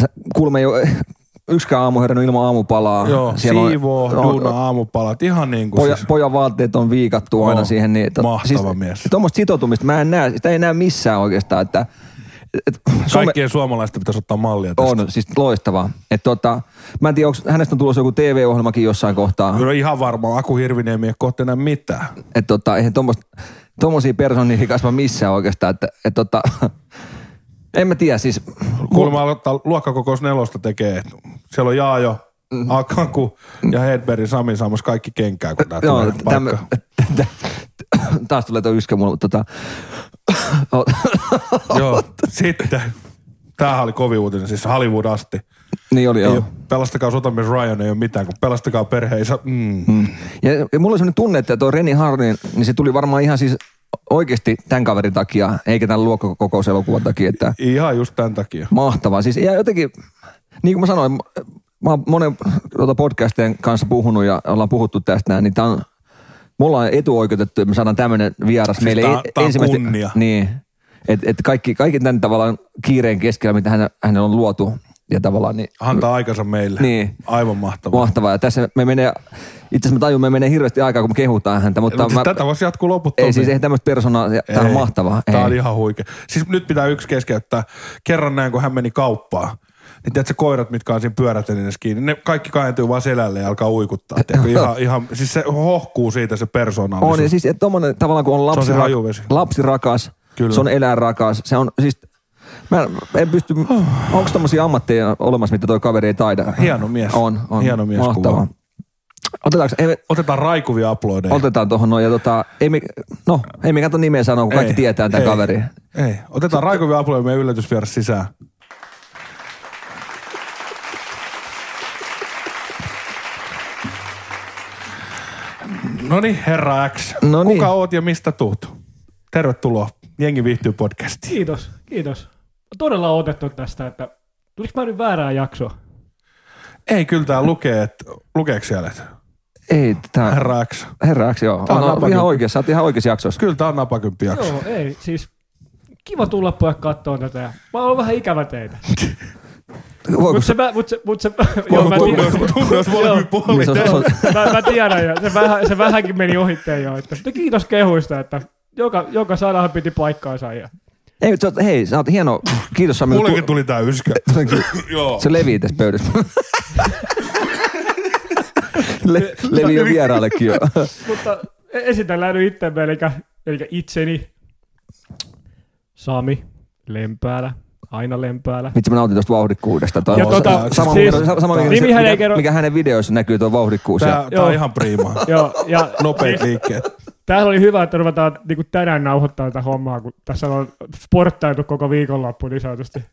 Speaker 1: sä- kuulemma ei ole <laughs> yksikään aamu herännyt ilman aamupalaa.
Speaker 2: Joo,
Speaker 1: on-
Speaker 2: siivoo, on, duuna, aamupalat, ihan niin kuin
Speaker 1: Poja,
Speaker 2: siis.
Speaker 1: pojan vaatteet on viikattu aina
Speaker 2: Joo,
Speaker 1: siihen. Niin,
Speaker 2: mahtava mies.
Speaker 1: Tuommoista sitoutumista mä en näe, sitä ei näe missään oikeastaan. Että, et, some-
Speaker 2: Kaikkien suomalaisten pitäisi ottaa mallia tästä.
Speaker 1: on siis loistavaa. Et tota, mä en tiedä, onko hänestä on tulossa joku TV-ohjelmakin jossain kohtaa.
Speaker 2: Kyllä ihan varmaan, Aku Hirviniemi ei ole kohta enää mitään.
Speaker 1: Että tota, eihän tuommoista, tuommoisia persoonia ei kasva missään oikeastaan. Että, et tota, en mä tiedä siis.
Speaker 2: Kuulemma aloittaa luokkakokous nelosta tekee. Siellä on Jaajo,
Speaker 1: Mm.
Speaker 2: Akanku ja Hedberg Sami saamassa kaikki kenkää, kun tää tulee
Speaker 1: täm, <laughs>
Speaker 2: paikka.
Speaker 1: taas tulee tuo yskä mulle, mutta tota, o-
Speaker 2: Joo, sitten. Tämähän oli kovin uutinen, siis Hollywood asti.
Speaker 1: niin oli
Speaker 2: Ei,
Speaker 1: joo.
Speaker 2: oo- pelastakaa sotamies Ryan, ei ole mitään, kun pelastakaa perheensä. Mm. Mm.
Speaker 1: Ja, ja mulla oli sellainen tunne, että tuo Reni Harlin, niin se tuli varmaan ihan siis oikeasti tämän kaverin takia, eikä tämän luokkakokouselokuvan takia, että
Speaker 2: Ihan just tämän takia.
Speaker 1: mahtavaa. Siis, ja jotenkin, niin kuin mä sanoin, mä oon monen tuota podcastien kanssa puhunut ja ollaan puhuttu tästä näin, niin tää on, me ollaan etuoikeutettu, että me saadaan tämmöinen vieras siis meille
Speaker 2: tää-
Speaker 1: e-
Speaker 2: tää on
Speaker 1: ensimmäistä-
Speaker 2: kunnia.
Speaker 1: Niin, että et kaikki, kaiken tämän tavallaan kiireen keskellä, mitä hän, hänellä on luotu ja tavallaan niin
Speaker 2: Antaa aikansa meille.
Speaker 1: Niin.
Speaker 2: Aivan mahtavaa.
Speaker 1: mahtavaa. Ja tässä me menee, itse asiassa mä tajun, me menee hirveästi aikaa, kun me kehutaan häntä, mutta,
Speaker 2: Mutta siis
Speaker 1: mä,
Speaker 2: tätä voisi jatkuu loputtomiin.
Speaker 1: ei siis ei tämmöistä persoonaa, tämä on
Speaker 2: Ei.
Speaker 1: mahtavaa.
Speaker 2: Tää
Speaker 1: ei.
Speaker 2: oli ihan huikea. Siis nyt pitää yksi keskeyttää. Kerran näin, kun hän meni kauppaan. Niin tiedätkö, koirat, mitkä on siinä pyörätelineessä kiinni, ne kaikki kaentuu vaan selälle ja alkaa uikuttaa. Tiedätkö, ihan, ihan, siis se hohkuu siitä se persoonallisuus.
Speaker 1: On, ja siis että tommonen, tavallaan kun on
Speaker 2: on
Speaker 1: lapsi,
Speaker 2: se
Speaker 1: on
Speaker 2: hajuvesi.
Speaker 1: lapsi rakas, Kyllä.
Speaker 2: Kyllä.
Speaker 1: se on eläinrakas, se on siis, mä en- en pysty, onko tommosia ammatteja olemassa, mitä toi kaveri ei taida?
Speaker 2: Hieno mies.
Speaker 1: On, on.
Speaker 2: Hieno mies
Speaker 1: Mahtavaa.
Speaker 2: kuva.
Speaker 1: Otetaanko, ei, me-
Speaker 2: Otetaan raikuvia uploadeja.
Speaker 1: otetaan tuohon noin ja tota, ei me, no, ei me kato nimeä sanoa, kun kaikki
Speaker 2: Ei,
Speaker 1: tietää tämän
Speaker 2: ei,
Speaker 1: kaverin.
Speaker 2: Ei, otetaan raikuvia uploadeja meidän yllätysvieras sisään. No niin, herra X.
Speaker 1: No niin.
Speaker 2: Kuka oot ja mistä tuut? Tervetuloa Jengi viihtyy podcastiin.
Speaker 3: Kiitos, kiitos. Todella on otettu tästä, että tuliko mä nyt väärää jaksoa?
Speaker 2: Ei, kyllä tää lukee, että lukeeko siellä, että
Speaker 1: Ei, tää,
Speaker 2: herra X.
Speaker 1: herra, joo.
Speaker 2: Tää
Speaker 1: On,
Speaker 2: on
Speaker 1: on,
Speaker 2: napakymppi.
Speaker 1: ihan oikeassa, sä oot ihan oikeassa jaksossa.
Speaker 2: Kyllä tää on napakymppi jakso.
Speaker 3: Joo, ei, siis kiva tulla pojat kattoon tätä. ja Mä oon vähän ikävä teitä.
Speaker 1: Voiko
Speaker 3: Mut
Speaker 1: se,
Speaker 3: se mä, mut se, mut se, joo, mä,
Speaker 2: Voiko
Speaker 3: tiedän,
Speaker 2: tunne- tunne- jos molemmin
Speaker 1: niin se,
Speaker 2: puolin?
Speaker 1: on- se, on-
Speaker 3: mä, mä tiedän jo, se, vähän, se vähänkin meni ohitteen jo. Että, mutta kiitos kehuista, että joka, joka sanahan piti paikkaansa. Ja,
Speaker 1: ei, se, on- hei, sä oot hieno, kiitos Sami. kun-
Speaker 2: Mullekin tuli tää yskä. Joo.
Speaker 1: Se levii tässä pöydässä. Le- levi on vieraallekin jo.
Speaker 3: mutta e- esitellään nyt itsemme, eli, eli itseni. Sami Lempäälä, aina Lempäälä.
Speaker 1: Vitsi mä nautin tuosta vauhdikkuudesta. Toi
Speaker 3: Ja
Speaker 1: on
Speaker 3: tota,
Speaker 1: sa- sama,
Speaker 3: siis-
Speaker 1: mikä, sama mikä,
Speaker 3: Nimihän
Speaker 1: mikä,
Speaker 3: ei kerro-
Speaker 1: mikä, hänen videoissa näkyy tuo vauhdikkuus.
Speaker 2: Tää,
Speaker 1: Ja,
Speaker 2: tää
Speaker 3: Joo.
Speaker 2: on ihan priimaa.
Speaker 3: Joo, ja
Speaker 2: Nopeet liikkeet.
Speaker 3: Tämähän oli hyvä, että ruvetaan niin kuin tänään nauhoittaa tätä hommaa, kun tässä on sporttaitu koko viikonloppu niin sanotusti.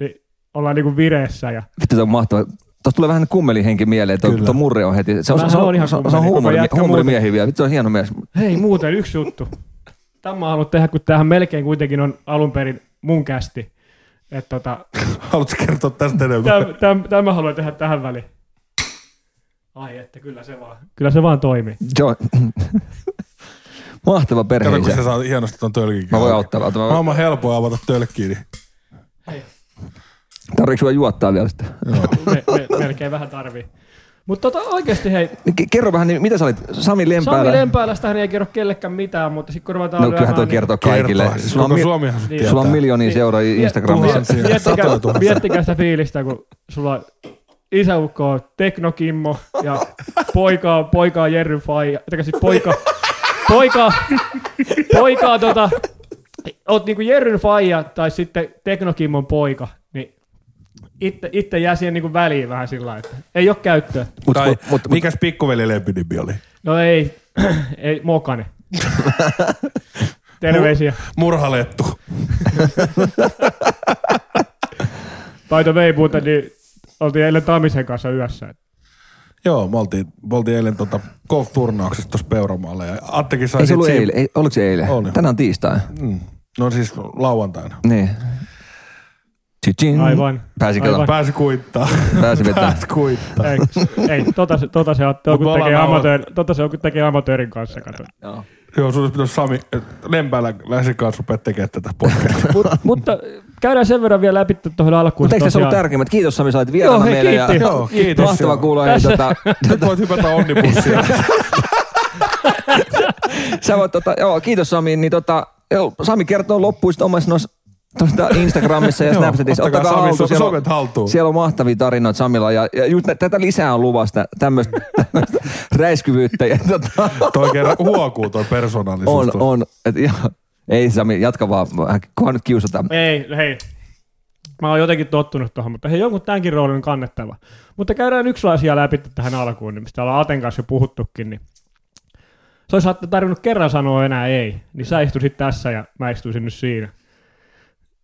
Speaker 3: Niin ollaan niin kuin vireessä. Ja
Speaker 1: vittu se on mahtava. Tuossa tulee vähän kummelin mieleen, tuo,
Speaker 2: Kyllä.
Speaker 1: tuo murre on heti. Se on,
Speaker 3: Vähän
Speaker 1: se on,
Speaker 3: on ihan
Speaker 1: se on, se on
Speaker 3: kummeli, koko
Speaker 1: huumori,
Speaker 3: jätkä
Speaker 1: huumorimiehi vielä. Vittu se on hieno mies.
Speaker 3: hei muuten yksi juttu. Tämä mä haluan tehdä, kun tämähän melkein kuitenkin on alun perin mun kästi. Että tota,
Speaker 2: Haluatko kertoa tästä enemmän?
Speaker 3: tämän, tämän, tämän mä haluan tehdä tähän väliin. Ai että kyllä se vaan, kyllä se vaan toimii.
Speaker 1: Se on <laughs> mahtava
Speaker 2: Kato, kun sä
Speaker 1: perheisä.
Speaker 2: saa hienosti ton tölkin.
Speaker 1: Mä voin auttaa. Mä, mä,
Speaker 2: Maailman helpoa avata tölkkiä. Niin.
Speaker 3: Hei,
Speaker 1: tarvitsetko sua juottaa vielä sitä?
Speaker 3: me, me, melkein vähän tarvii. Mutta tota, oikeasti hei,
Speaker 1: Niin ke- Kerro vähän, niin mitä sä olit? Sami Lempäälä?
Speaker 3: Sami niin Lempäälästä hän ei kerro kellekään mitään, mutta sitten kun ruvetaan
Speaker 1: No kyllähän toi kertoo kaikille.
Speaker 2: Siis
Speaker 1: Sulla on,
Speaker 2: koko
Speaker 1: mi-
Speaker 2: Suomihan sut
Speaker 3: Niin.
Speaker 2: tietää.
Speaker 1: sulla on miljonia
Speaker 3: Niin.
Speaker 1: seuraajia Instagramissa.
Speaker 2: Tuhansia.
Speaker 3: Miettikää,
Speaker 2: Satoja tuhansia.
Speaker 3: miettikää sitä fiilistä, kun sulla isäukko on teknokimmo ja poika on, poika on Jerry Faija. Tai siis poika, poika, poika on tota, oot niinku Jerryn faija tai sitten teknokimmon poika, niin itse, itse jää siihen niinku väliin vähän sillä lailla, että ei ole käyttöä.
Speaker 1: Mut,
Speaker 2: tai
Speaker 1: mut, mut, mut,
Speaker 2: mikäs pikkuveli lempinimi oli?
Speaker 3: No ei, <clears throat> ei mokane. Terveisiä.
Speaker 2: Murhalettu.
Speaker 4: By the way, muuten niin oltiin eilen Tamisen kanssa yössä.
Speaker 2: Joo, me oltiin, me oltiin eilen tota golf-turnauksessa tuossa Peuramaalla ja Attekin sai
Speaker 1: ei se
Speaker 2: sit
Speaker 1: ollut
Speaker 2: siinä-
Speaker 1: eilen. Ei, oliko se eilen?
Speaker 2: Oli.
Speaker 1: Tänään on tiistai.
Speaker 2: Mm. No siis lauantaina.
Speaker 1: Niin. Tsi-tsin.
Speaker 4: Aivan.
Speaker 1: Pääsi,
Speaker 4: Aivan.
Speaker 1: Aivan.
Speaker 2: Pääsi kuittaa.
Speaker 1: pääsi vetää.
Speaker 2: Pääsi kuittaa.
Speaker 4: Ei, ei tota, se- tota, se, on,
Speaker 2: Mut me
Speaker 4: kun tekee
Speaker 2: ollaan
Speaker 4: amatööri, tota se on, kun tekee amatöörin kanssa.
Speaker 1: <laughs>
Speaker 4: Kato.
Speaker 2: Joo, sun olisi pitänyt Sami Lempäällä läsin kanssa rupea tekemään tätä podcastia.
Speaker 1: <laughs>
Speaker 3: Mut, mutta käydään sen verran vielä läpi tuohon alkuun.
Speaker 1: Mutta eikö tässä ollut
Speaker 3: tosiaan.
Speaker 1: tärkeimmät? Kiitos Sami, sait vieraana
Speaker 3: Joo, hei,
Speaker 1: meille. Ja,
Speaker 3: kiitti.
Speaker 2: Joo, kiitos.
Speaker 1: Mahtava
Speaker 2: Joo.
Speaker 1: kuulla. Ja,
Speaker 3: Tässä-
Speaker 1: tota,
Speaker 2: Nyt voit hypätä onnibussiin.
Speaker 1: sä voit, tota, joo, kiitos Sami. Niin, tota, joo, Sami kertoo loppuista omassa noissa tuosta Instagramissa ja
Speaker 2: Joo,
Speaker 1: Snapchatissa.
Speaker 2: ottakaa Sami
Speaker 1: haltuun,
Speaker 2: so-
Speaker 1: siellä on-
Speaker 2: somet haltuun.
Speaker 1: Siellä on mahtavia tarinoita Samilla ja, ja just nä, tätä lisää on luvasta, tämmöistä räiskyvyyttä. Ja, tota,
Speaker 2: Toi kerran huokuu toi persoonallisuus.
Speaker 1: on,
Speaker 2: tuossa.
Speaker 1: on. Et, ja, ei Sami, jatka vaan, vähän- kunhan nyt kiusataan.
Speaker 3: Ei, hei. Mä oon jotenkin tottunut tuohon, mutta hei, jonkun tämänkin roolin on kannettava. Mutta käydään yksi asia läpi tähän alkuun, niin mistä ollaan Aten kanssa jo puhuttukin. Niin se olisi tarvinnut kerran sanoa enää ei, niin sä istuisit tässä ja mä istuisin nyt siinä.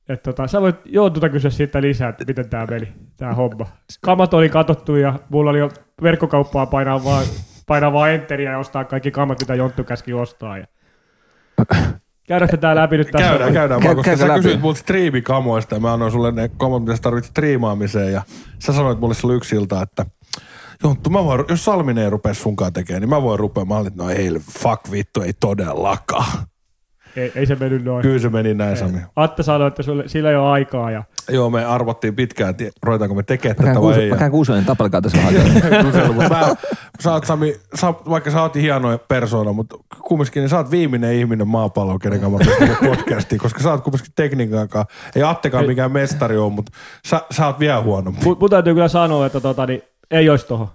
Speaker 3: Et tota, sä voit joututa kysyä siitä lisää, että miten tämä meni, tämä homma. Kamat oli katottu ja mulla oli jo verkkokauppaa painaa vaan, painaa vaan enteriä ja ostaa kaikki kamat, mitä Jonttu käski ostaa. Ja... Käydäänkö tämä läpi nyt tässä?
Speaker 2: Käydään, käydään vaan,
Speaker 1: Käy-
Speaker 2: koska
Speaker 1: käykö
Speaker 2: sä
Speaker 1: läpi?
Speaker 2: kysyit multa striimikamoista ja mä annoin sulle ne kamot, mitä sä tarvitset striimaamiseen ja sä sanoit mulle silloin yksi ilta, että Jonttu, mä voin, jos Salminen ei rupea sunkaan tekemään, niin mä voin rupea. Mä olin, että no ei, fuck vittu, ei todellakaan.
Speaker 4: Ei, ei se mennyt noin.
Speaker 2: Kyllä se meni näin, Sami.
Speaker 4: Atte sanoi, että sulle, sillä ei ole aikaa. Ja
Speaker 2: Joo, me arvottiin pitkään, että ruvetaanko me tekemään
Speaker 1: Mä
Speaker 2: tätä
Speaker 1: käyn
Speaker 2: vai
Speaker 1: kuuso-
Speaker 2: ei.
Speaker 1: mä käyn kuusojen tapelkaa tässä vähän. aikaa.
Speaker 2: Kysely, mutta mä, sä oot Sami, sä, vaikka sä oot hienoja persoona, mutta kumminkin niin sä oot viimeinen ihminen maapallolla, kenen kanssa mä pystyn
Speaker 3: <laughs>
Speaker 2: tekemään podcastia, koska sä oot kumminkin tekniikan kanssa. Ei Attekaan mikään mestari ole, mutta sä, sä oot vielä huonompi.
Speaker 3: Mut, mut täytyy kyllä sanoa, että tota, niin, ei olisi tohon.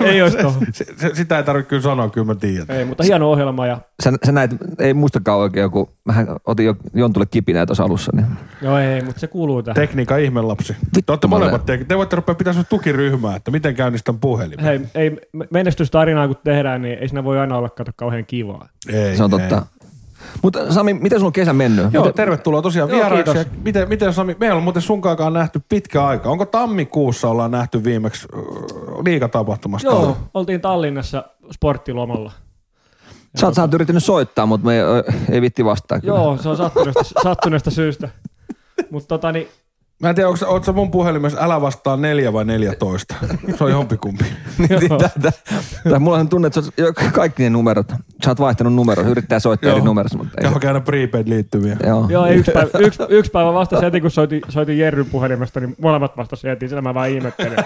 Speaker 3: ei olisi tohon.
Speaker 2: Se, se, sitä ei tarvitse kyllä sanoa, kyllä mä tiedän.
Speaker 3: Ei, mutta hieno ohjelma ja...
Speaker 1: Sä, sä näet, ei muistakaan oikein joku, mähän otin jo Jontulle kipinää tuossa alussa. Niin.
Speaker 3: No ei, mutta se kuuluu tähän.
Speaker 2: Tekniikka ihmelapsi. Te olette
Speaker 1: mulle.
Speaker 2: molemmat tek- Te voitte rupea pitää sun tukiryhmää, että miten käynnistän puhelimen.
Speaker 3: Hei, ei, me- menestystarinaa kun tehdään, niin ei siinä voi aina olla kato kauhean kivaa.
Speaker 2: Ei,
Speaker 1: Se on
Speaker 2: ei.
Speaker 1: totta. Mutta Sami, miten sulla on kesä mennyt?
Speaker 2: Joo,
Speaker 1: Miten-
Speaker 2: tervetuloa tosiaan
Speaker 3: Joo,
Speaker 2: vieraaksi.
Speaker 3: kiitos.
Speaker 2: Ja Miten, miten Sami, me ei ole muuten sunkaakaan nähty pitkä aika. Onko tammikuussa ollaan nähty viimeksi äh, liigatapahtumasta?
Speaker 3: Joo, oltiin Tallinnassa sporttilomalla.
Speaker 1: Sä, oot- sä oot yrittänyt soittaa, mutta me ei, ei vitti vastaa. Kyllä.
Speaker 3: Joo, se on sattuneesta, sattuneesta syystä. Mutta tota, niin,
Speaker 2: Mä en tiedä, onko, ootko sä mun puhelimessa älä vastaa neljä vai neljätoista? Se on <laughs> jompikumpi.
Speaker 1: <laughs> Niin, tää- tää- tää- Mulla on tunne, että sä oot- jo kaikki ne numerot. Sä oot vaihtanut numero, yrittää soittaa
Speaker 2: Joo.
Speaker 1: eri numerossa, mutta ei.
Speaker 2: Joo, käydä prepaid-liittymiä.
Speaker 1: Joo.
Speaker 3: joo, ei, yksi, päivä, yksi, yksi päivä vastasi heti, kun soitin, soitin Jerryn puhelimesta, niin molemmat vastasi heti, sillä mä vähän ihmettelin.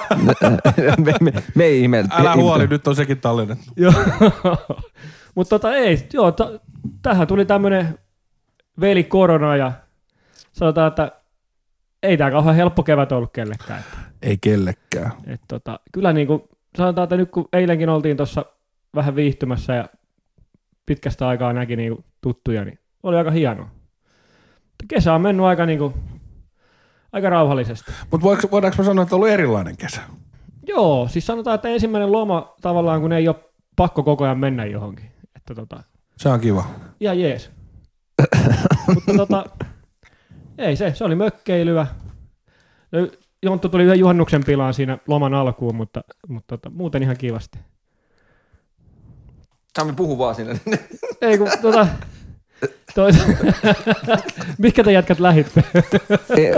Speaker 1: <laughs> me, me, me ei ihme.
Speaker 2: Älä huoli, nyt on sekin tallennettu.
Speaker 3: Joo. <laughs> Mutta tota ei, joo, ta, tähän tuli tämmönen veli korona ja sanotaan, että ei tämä kauhean helppo kevät ollut kellekään. Et,
Speaker 2: Ei kellekään.
Speaker 3: et, tota, kyllä niin kuin, sanotaan, että nyt kun eilenkin oltiin tuossa vähän viihtymässä ja pitkästä aikaa näki niin kuin, tuttuja, niin oli aika hienoa. Mutta Kesä on mennyt aika, niin kuin, aika rauhallisesti.
Speaker 2: Mutta voidaanko mä sanoa, että on ollut erilainen kesä?
Speaker 3: Joo, siis sanotaan, että ensimmäinen loma tavallaan, kun ei ole pakko koko ajan mennä johonkin. Että tota,
Speaker 2: Se on kiva.
Speaker 3: ihan jees. Mutta tota, ei se, se oli mökkeilyä. No, Jonttu tuli yhden juhannuksen pilaan siinä loman alkuun, mutta, mutta tota, muuten ihan kivasti.
Speaker 1: Sami, puhu vaan sinne.
Speaker 3: Ei kun tota, toi, <laughs> mikä te jätkät lähitte?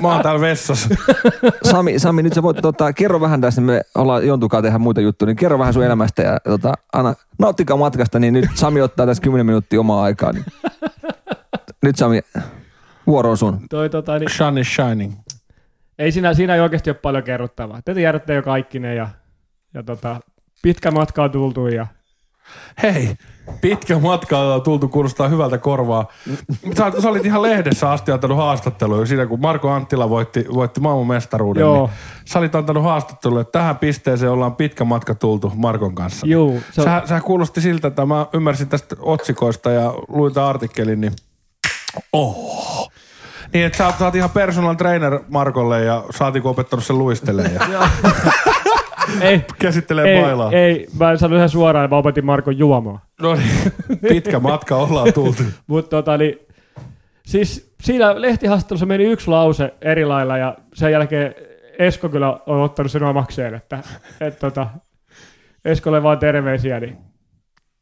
Speaker 2: Mä oon täällä vessassa.
Speaker 1: Sami, Sami, nyt sä voit tota, kerro vähän tästä, me ollaan jontukaa tehdä muita juttuja, niin kerro vähän sun elämästä ja tota, anna, nauttikaa matkasta, niin nyt Sami ottaa tässä 10 minuuttia omaa aikaa. Niin. Nyt Sami, vuoro on sun.
Speaker 3: Toi, tota, niin,
Speaker 2: Sun is shining.
Speaker 3: ei siinä, siinä ei oikeasti ole paljon kerrottavaa. Te tiedätte jo kaikki ne ja ja tota, pitkä matka on tultu ja
Speaker 2: Hei, pitkä matka on tultu kuulostaa hyvältä korvaa. Sä, sä olit ihan lehdessä asti antanut haastatteluja siinä, kun Marko Anttila voitti, voitti maailmanmestaruuden.
Speaker 3: Joo.
Speaker 2: Niin sä olit antanut haastatteluja, että tähän pisteeseen ollaan pitkä matka tultu Markon kanssa.
Speaker 3: juu, se on,
Speaker 2: Sä, sä kuulosti siltä, että mä ymmärsin tästä otsikoista ja luin tämän artikkelin, niin oh. Niin, että sä, oot- sä oot ihan personal trainer Markolle ja saatiko opettanut sen luistelee ja
Speaker 3: ei,
Speaker 2: käsittelee
Speaker 3: ei,
Speaker 2: bailaa.
Speaker 3: ei, mä sanoin ihan suoraan, mä opetin Markon juomaan.
Speaker 2: No niin, pitkä matka ollaan tultu.
Speaker 3: Mutta tota, niin, siis siinä lehtihaastattelussa meni yksi lause eri lailla ja sen jälkeen Esko kyllä on ottanut sen omakseen, että et, tota, Eskolle vaan terveisiä. Niin.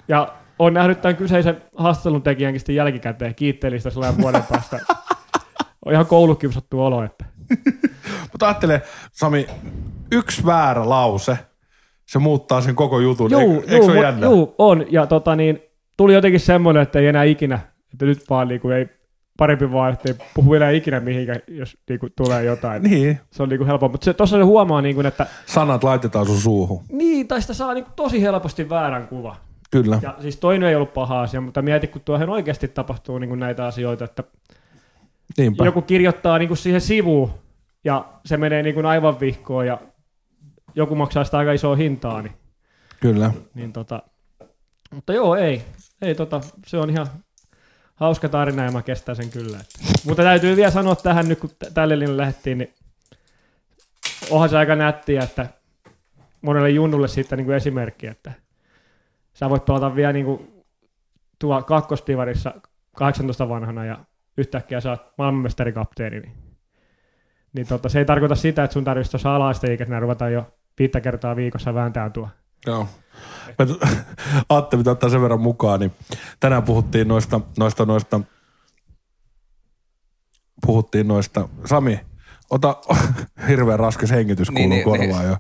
Speaker 3: Ja on nähnyt tämän kyseisen haastattelun tekijänkin sitten jälkikäteen kiitteellistä sellainen vuoden
Speaker 2: <laughs>
Speaker 3: päästä. On ihan koulukiusattu olo, että
Speaker 2: Mutta ajattele, Sami, yksi väärä lause, se muuttaa sen koko jutun. Juu,
Speaker 3: Juu,
Speaker 2: eikö, eikö se ole
Speaker 3: mut-
Speaker 2: jännä?
Speaker 3: juu, on. Ja tota niin, tuli jotenkin semmoinen, että ei enää ikinä, että nyt vaan niinku ei parempi vaan, että ei puhu enää ikinä mihinkään, jos niinku tulee jotain.
Speaker 2: Niin,
Speaker 3: Se on niinku helpompaa. Mutta tuossa se huomaa, niinku, että
Speaker 2: sanat laitetaan sun suuhun.
Speaker 3: niin, tai sitä saa niinku tosi helposti väärän kuva.
Speaker 2: Kyllä.
Speaker 3: Ja siis toinen ei ollut paha asia, mutta mieti, kun tuohon oikeasti tapahtuu niinku näitä asioita, että
Speaker 2: Niinpä.
Speaker 3: joku kirjoittaa niinku siihen sivuun ja se menee niinku aivan vihkoon ja joku maksaa sitä aika isoa hintaa, niin
Speaker 2: Kyllä.
Speaker 3: niin tota, mutta joo, ei. ei tota, se on ihan hauska tarina ja mä kestän sen kyllä. Että. Mutta täytyy vielä sanoa tähän nyt, kun tä- tälle linjalle lähdettiin, niin onhan se aika nättiä, että monelle junnulle siitä niin kuin esimerkki, että sä voit pelata vielä niin kuin tuo kakkostivarissa 18 vanhana ja yhtäkkiä sä oot maailmanmestarikapteeni. Niin, niin tota, se ei tarkoita sitä, että sun tarvitsisi tuossa ala-asteikäisenä ruveta jo viittä kertaa viikossa vääntää tuo.
Speaker 2: Joo. Mä t- <laughs> ajattelin, että ottaa sen verran mukaan, niin tänään puhuttiin noista, noista, noista, puhuttiin noista, Sami, ota <laughs> hirveän raskas hengitys kuuluu
Speaker 1: Niin,
Speaker 2: niin,
Speaker 1: niin,
Speaker 2: korvaan niin. jo.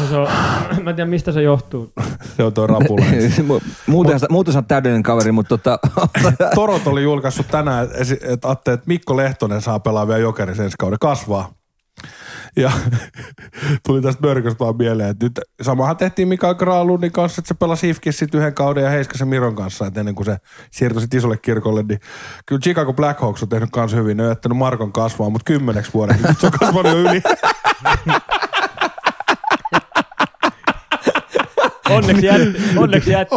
Speaker 3: No Se on, <clears throat> mä en tiedä mistä se johtuu.
Speaker 2: Se on tuo <laughs> rapula.
Speaker 1: muuten, sä, muuten sä oot täydellinen kaveri, mutta tota,
Speaker 2: Torot oli julkaissut tänään, että et, ajatte, että Mikko Lehtonen saa pelaa vielä Jokeris ensi kauden kasvaa. Ja <laughs> tuli tästä mörköstä vaan mieleen, että nyt samahan tehtiin Mika Graalundin kanssa, että se pelasi Hifkissä sitten yhden kauden ja Heiskasen Miron kanssa, että ennen kuin se siirtyi sitten isolle kirkolle, niin kyllä Chicago Blackhawks on tehnyt kanssa hyvin, ne on jättänyt Markon kasvaa, mutta kymmeneksi vuodeksi, nyt <laughs> se on kasvanut jo yli.
Speaker 3: Onneksi jätti. Onneksi jätti.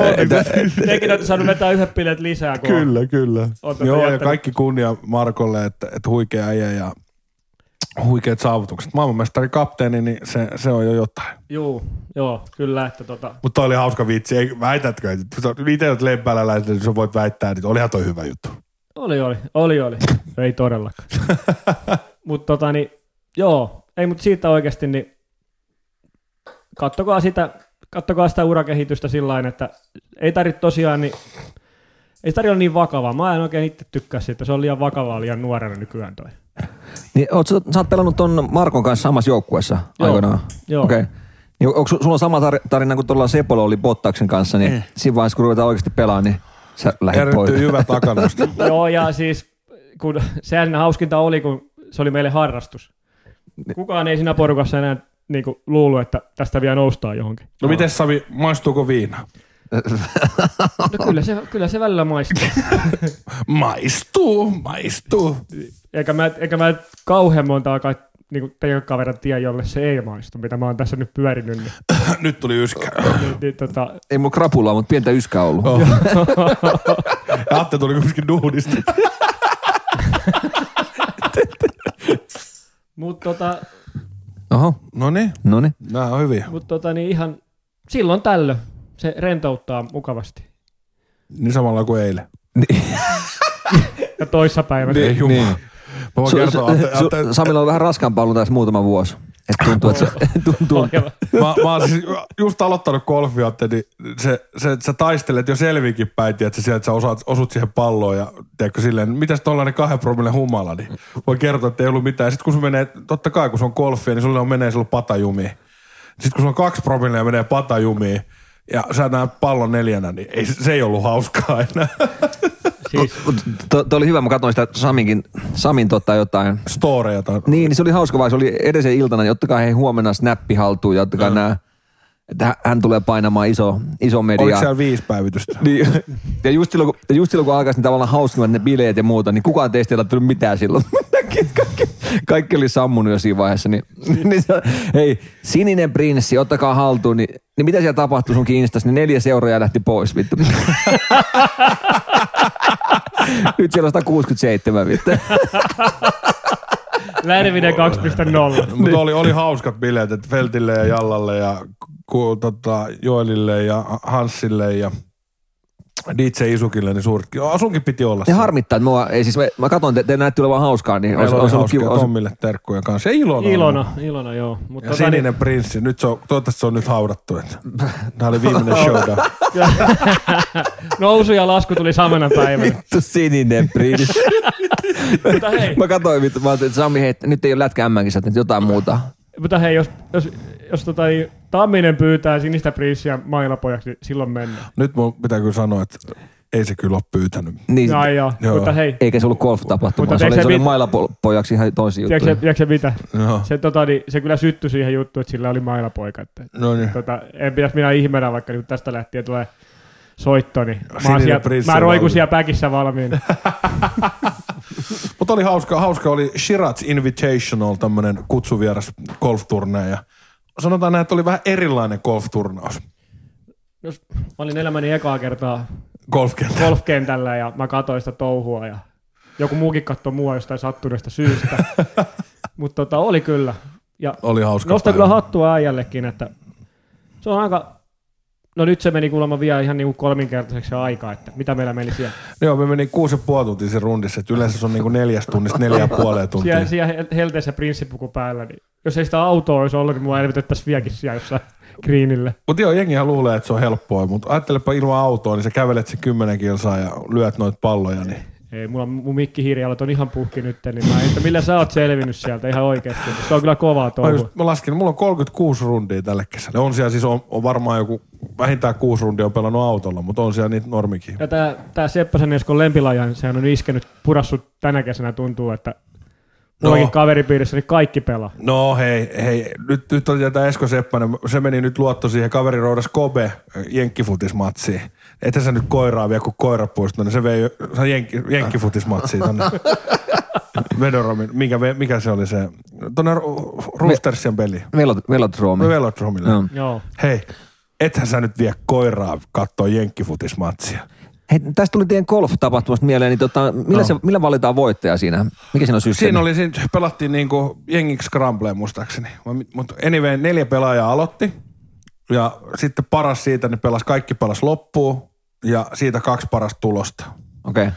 Speaker 3: <laughs> Tekin olette saanut vetää yhdet bileet lisää. Kun on.
Speaker 2: Kyllä, kyllä.
Speaker 3: Oot tätä
Speaker 2: Joo, ja
Speaker 3: jättänyt.
Speaker 2: kaikki kunnia Markolle, että, että huikea äijä ja huikeat saavutukset. Maailmanmestari kapteeni, niin se, se on jo jotain.
Speaker 3: Juu, joo, kyllä. Että tota,
Speaker 2: Mutta toi oli hauska vitsi. Ei, väitätkö? että- sä- Miten olet lempäläläinen, niin sä voit väittää, että olihan toi hyvä juttu.
Speaker 3: oli, oli, oli, oli. Ei todellakaan. mutta tota niin, joo, ei mutta siitä oikeasti niin kattokaa sitä, kattokaa sitä urakehitystä sillä lailla, että ei tarvitse tosiaan niin ei se tarvitse olla niin vakavaa. Mä en oikein itse tykkää siitä. Se on liian vakavaa liian nuorena nykyään toi.
Speaker 1: niin oot, sä sä oot pelannut ton Markon kanssa samassa joukkueessa
Speaker 3: Joo.
Speaker 1: aikoinaan.
Speaker 3: Joo.
Speaker 1: Okei. Okay. Niin onko su- sulla on sama tar- tarina kuin tuolla Sepolla oli Bottaksen kanssa, niin
Speaker 3: Eh.
Speaker 1: siinä vaiheessa kun ruvetaan oikeasti pelaamaan, niin sä lähdet pois.
Speaker 2: Järjettyy hyvä takannosta.
Speaker 3: Joo, ja siis kun, sehän hauskinta oli, kun se oli meille harrastus.
Speaker 2: Niin.
Speaker 3: Kukaan ei siinä porukassa enää niin kuin, luullut, että tästä vielä noustaan johonkin.
Speaker 2: No miten Savi, maistuuko viina?
Speaker 3: No kyllä se, kyllä se välillä maistuu.
Speaker 2: Maistuu, maistuu.
Speaker 3: Eikä mä, eikä mä kauhean montaa kai niin kuin teidän kaverat tiedä, jolle se ei maistu, mitä mä oon tässä nyt pyörinyt. Niin,
Speaker 2: Nyt tuli yskä.
Speaker 3: niin, niin tota,
Speaker 1: <laughs> Ei mulla krapulaa, mutta pientä yskää ollut.
Speaker 2: Oh. Ja <laughs> Atte tuli myöskin duunista.
Speaker 3: mut, tota,
Speaker 1: Oho,
Speaker 2: No niin,
Speaker 1: no niin.
Speaker 2: nämä on hyviä.
Speaker 3: mut, tota, niin ihan silloin tällöin se rentouttaa mukavasti.
Speaker 2: Niin samalla kuin eilen.
Speaker 3: Niin. Ja toissapäivänä.
Speaker 2: Ei jumala. Niin. Mä voin
Speaker 1: Su-
Speaker 2: kertoa, Atte,
Speaker 1: su-
Speaker 2: Atte,
Speaker 1: su- Samilla on vähän raskaampi ollut tässä muutama vuosi. Et tuntuu, että se, tuntuu.
Speaker 3: Ohjelma.
Speaker 2: Mä, mä oon siis just aloittanut golfia, että niin se, se, että sä taistelet jo selvinkin päin, että sieltä sä osaat, osut siihen palloon ja tiedätkö silleen, mitäs tollainen kahden promille humala, niin voi kertoa, että ei ollut mitään. Sitten kun se menee, totta kai kun se on golfia, niin sulle on menee silloin patajumiin. Sitten kun se on kaksi promille ja menee patajumiin, ja sä näet pallon neljänä, niin ei, se ei ollut hauskaa enää.
Speaker 3: Siis,
Speaker 1: Tuo oli hyvä, mä katsoin sitä Saminkin, Samin tota jotain.
Speaker 2: Storeja tai...
Speaker 1: Niin, niin se oli hauska vai se oli edellisen iltana, niin ottakaa hei huomenna snappi haltuun ja ottakaa mm. nämä, että hän- hän tulee painamaan iso, iso media.
Speaker 2: Oliko siellä viisi päivitystä?
Speaker 1: Niin, <laughs> ja just silloin, kun, ja just silloin, kun alkaisi niin tavallaan hauskimmat ne bileet ja muuta, niin kukaan teistä ei laittanut mitään silloin. <laughs> kaikki, kaikki oli sammunut jo siinä vaiheessa. Niin, <laughs> niin se, hei, sininen prinssi, ottakaa haltuun. Niin, niin mitä siellä tapahtui sunkin instassa? Niin neljä seuraajaa lähti pois, vittu. <laughs> Nyt siellä on 167, vittu. <laughs>
Speaker 3: Lärvinen 2.0.
Speaker 1: Niin.
Speaker 2: Mutta oli, oli hauskat bileet, että Feltille ja Jallalle ja ku, tota, Joelille ja Hansille ja DJ Isukille, niin suuret. Asunkin piti olla.
Speaker 1: Ne
Speaker 2: siellä.
Speaker 1: harmittaa, että mua, ei siis mä, mä katson, te, te näytte olevan hauskaa, niin
Speaker 2: Meillä
Speaker 1: olisi
Speaker 2: oli
Speaker 1: olisi ollut
Speaker 2: hauskia
Speaker 1: kiva. olisi-
Speaker 2: Tommille terkkuja kanssa. Ja Ilona.
Speaker 3: Ilona, Ilona, joo. Mut
Speaker 2: Ja
Speaker 3: tota
Speaker 2: sininen
Speaker 3: niin-
Speaker 2: prinssi. Nyt se on, toivottavasti se on nyt
Speaker 1: <laughs>
Speaker 2: haudattu. Että. Tämä oli viimeinen showdown.
Speaker 3: Nousu ja lasku tuli
Speaker 2: <laughs>
Speaker 3: samana päivänä.
Speaker 1: Vittu sininen prinssi.
Speaker 3: mutta, hei,
Speaker 1: Mä katsoin, vittu, mä ajattelin, että Sami, hei, nyt ei ole lätkä MM-kisat, nyt jotain muuta.
Speaker 3: mutta hei, jos, jos, jos tota, niin Tamminen pyytää sinistä prinssiä mailapojaksi, niin silloin mennään.
Speaker 2: Nyt mun pitää kyllä sanoa, että ei se kyllä ole pyytänyt.
Speaker 1: Niin,
Speaker 3: Ja, ja,
Speaker 2: Joo.
Speaker 3: mutta hei,
Speaker 1: Eikä se ollut golf-tapahtuma,
Speaker 3: Mutta
Speaker 1: se oli,
Speaker 3: tiedätkö
Speaker 1: se oli
Speaker 3: mit-
Speaker 1: mailapojaksi ihan toisi juttu.
Speaker 3: tiedätkö, se- tiedätkö se mitä?
Speaker 2: No,
Speaker 3: Se, tota, niin, se kyllä syttyi siihen juttuun, että sillä oli mailapoika. Että,
Speaker 2: no niin.
Speaker 3: tota, en pidä minä ihmeenä, vaikka niin tästä lähtien tulee soitto, niin mä,
Speaker 2: Sininen
Speaker 3: oon siellä,
Speaker 2: prinssi
Speaker 3: mä
Speaker 2: on
Speaker 3: roikun
Speaker 2: valmis.
Speaker 3: siellä
Speaker 2: <laughs>
Speaker 3: päkissä valmiina.
Speaker 2: Mutta oli hauska, hauska oli Shiraz Invitational, tämmöinen kutsuvieras golfturne. Ja sanotaan näin, että oli vähän erilainen golfturnaus.
Speaker 3: Jos mä olin elämäni ekaa kertaa
Speaker 2: Golfkenttä.
Speaker 3: golfkentällä ja mä katsoin sitä touhua ja joku muukin katsoi mua jostain sattuneesta syystä. Mutta tota, oli kyllä. Ja
Speaker 2: Oli hauska.
Speaker 3: nostan
Speaker 2: päivä.
Speaker 3: kyllä hattua äijällekin, että se on aika... No nyt se meni kuulemma vielä ihan niinku kolminkertaiseksi se aika, että mitä meillä meni siellä.
Speaker 2: Joo, me meni kuusi ja puoli tuntia siinä rundissa, että yleensä se on niinku neljästä tunnista neljä ja puoleen tuntia.
Speaker 3: Siellä, siellä hel- helteessä prinssipuku päällä, niin jos ei sitä autoa olisi ollut, niin mua elvytettäisiin vieläkin siellä jossain kriinille.
Speaker 2: Mutta joo, jengihän luulee, että se on helppoa, mutta ajattelepa ilman autoa, niin sä kävelet se kymmenen kilsaa ja lyöt noita palloja, niin
Speaker 3: Ei, mulla mun mikkihiirialat on ihan puhki nyt, niin mä en, että millä sä oot selvinnyt sieltä ihan oikeasti. Se on kyllä kovaa
Speaker 2: Mä,
Speaker 3: touhua.
Speaker 2: just, mä laskin, mulla on 36 rundia tälle kesällä. On siellä siis, on, on varmaan joku, vähintään kuusi rundia on pelannut autolla, mutta on siellä niitä normikin.
Speaker 3: Ja tää, tää Seppäsen Eskon lempilajan, sehän on iskenyt, purassut tänä kesänä tuntuu, että mullakin
Speaker 2: No.
Speaker 3: kaveripiirissä niin kaikki pelaa.
Speaker 2: No hei, hei, nyt, nyt on tämä Esko Seppänen, se meni nyt luotto siihen kaveriroudas Kobe jenkkifutismatsiin. Että sä nyt koiraa vie kuin koirapuisto, niin se vei se jenki, jenkkifutismatsiin tonne. Vedoromin, mikä, ve- mikä se oli se, tonne Ru- Roostersien peli.
Speaker 1: Velot, velotroomi.
Speaker 2: Velodromille.
Speaker 1: Joo.
Speaker 3: Joo.
Speaker 2: Hei, ethän sä nyt vie koiraa katsoa jenkkifutismatsia.
Speaker 1: Hei, tästä tuli teidän golf-tapahtumasta mieleen, niin tota, millä, no. se, millä valitaan voittaja siinä? Mikä siinä on systeemi?
Speaker 2: Siinä oli, siinä pelattiin niinku jengiksi scrambleja muistaakseni. Mutta anyway, neljä pelaajaa aloitti. Ja sitten paras siitä, ne pelas, kaikki pelas loppuun. Ja siitä kaksi parasta tulosta.
Speaker 1: Okei. Okay.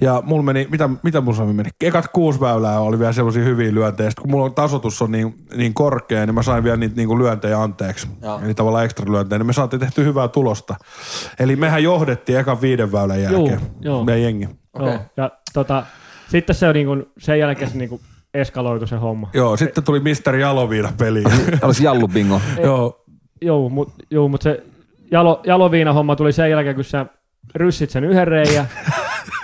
Speaker 2: Ja mulla meni, mitä, mitä mulla Sami meni? Ekat kuusi väylää oli vielä sellaisia hyviä lyöntejä. Sitten kun mulla on tasotus on niin, niin korkea, niin mä sain vielä niitä niin lyöntejä anteeksi.
Speaker 1: Joo.
Speaker 2: Eli tavallaan ekstra lyöntejä. Niin me saatiin tehty hyvää tulosta. Eli mehän johdettiin ekan viiden väylän jälkeen.
Speaker 3: joo.
Speaker 2: Meidän jengi.
Speaker 1: Okei.
Speaker 3: Joo. Ja tota, sitten se on niin kuin, sen jälkeen se niin kuin eskaloitu se homma.
Speaker 2: Joo, sitten tuli Misteri Jaloviina peliin.
Speaker 1: Olisi jallubingo.
Speaker 2: joo,
Speaker 3: Joo, mutta joo, mut se jalo, jaloviina homma tuli sen jälkeen, kun sä ryssit sen
Speaker 2: <laughs>
Speaker 3: yhden reijän.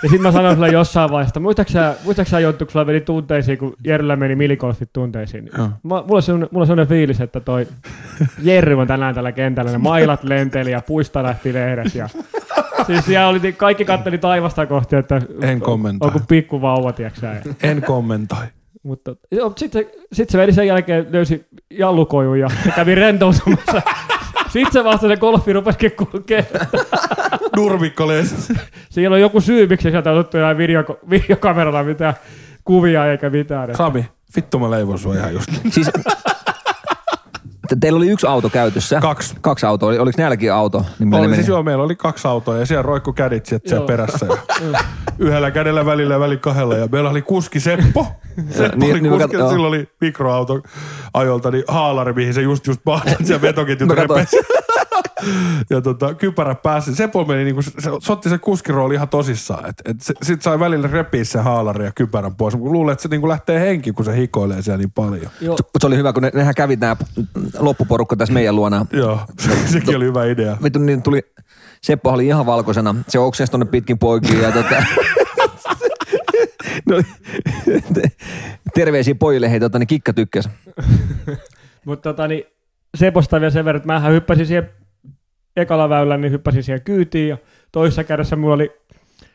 Speaker 3: ja sitten mä sanoin sulle jossain vaiheessa, että muistaaks sä, muistaaks sä Jonttu, kun sulla meni tunteisiin, kun Jerryllä meni milikolfit tunteisiin. Niin
Speaker 2: Joo.
Speaker 3: Mä, mulla, on sellainen, mulla on sellainen fiilis, että toi Jerry on tänään tällä kentällä, ne mailat lenteli ja puista lähti lehdet.
Speaker 2: <laughs>
Speaker 3: Ja, siis siellä oli, kaikki katteli taivasta kohti, että
Speaker 2: En kommentoi.
Speaker 3: on kuin pikku vauva, tiedätkö sä.
Speaker 2: en kommentoi.
Speaker 3: Mutta joo, sitten sit se meni sen jälkeen, löysi jallukojuja ja kävi rentoutumassa. <laughs> sitten se vasta se golfi rupesikin kulkee.
Speaker 2: Nurmikko
Speaker 3: Siellä on joku syy, miksi sieltä on otettu jotain video, videokameralla mitään kuvia eikä mitään.
Speaker 2: Sami, vittu mä leivon sua ihan just.
Speaker 1: Siis, te- teillä oli yksi auto käytössä.
Speaker 2: Kaksi.
Speaker 1: Kaksi autoa. Oli- Oliko näilläkin auto? Niin millä ne
Speaker 2: Oli siis
Speaker 1: meni?
Speaker 2: joo, meillä oli kaksi autoa ja siellä roikku kädit sieltä siellä
Speaker 3: Joo.
Speaker 2: perässä. Ja yhdellä kädellä välillä ja väli kahdella. Ja meillä oli kuski Seppo. Seppo
Speaker 1: niin-
Speaker 2: oli
Speaker 1: niin mä
Speaker 2: kuski,
Speaker 1: kat- joo.
Speaker 2: ja sillä oli
Speaker 1: <laughs> No
Speaker 2: mikroauto ajolta, niin haalari, mihin se just just mahti. Ja vetoketjut
Speaker 1: Mä katsoin,
Speaker 2: repesi. ja tota, kypärä pääsi. Seppo meni niinku, se, se otti se kuskirooli ihan tosissaan. Et, et se, sit sai välillä repiä se haalari ja kypärän pois. Mä luulen, että se niinku lähtee henki, kun se hikoilee siellä niin paljon.
Speaker 1: Se, se oli hyvä, kun ne, nehän kävi nämä loppuporukka tässä meidän luona.
Speaker 2: Joo, No. se, <laughs> sekin oli hyvä idea.
Speaker 1: Vittu, niin tuli, Seppo oli ihan valkoisena. Se oksesi tonne pitkin poikia ja tota...
Speaker 2: <laughs>
Speaker 1: no, te- terveisiä pojille, hei tota, niin kikka tykkäs.
Speaker 3: Mutta tota, niin Seposta vielä sen verran, että mähän hyppäsin siihen ekalla väylällä, niin hyppäsin siihen kyytiin ja toisessa kädessä mulla oli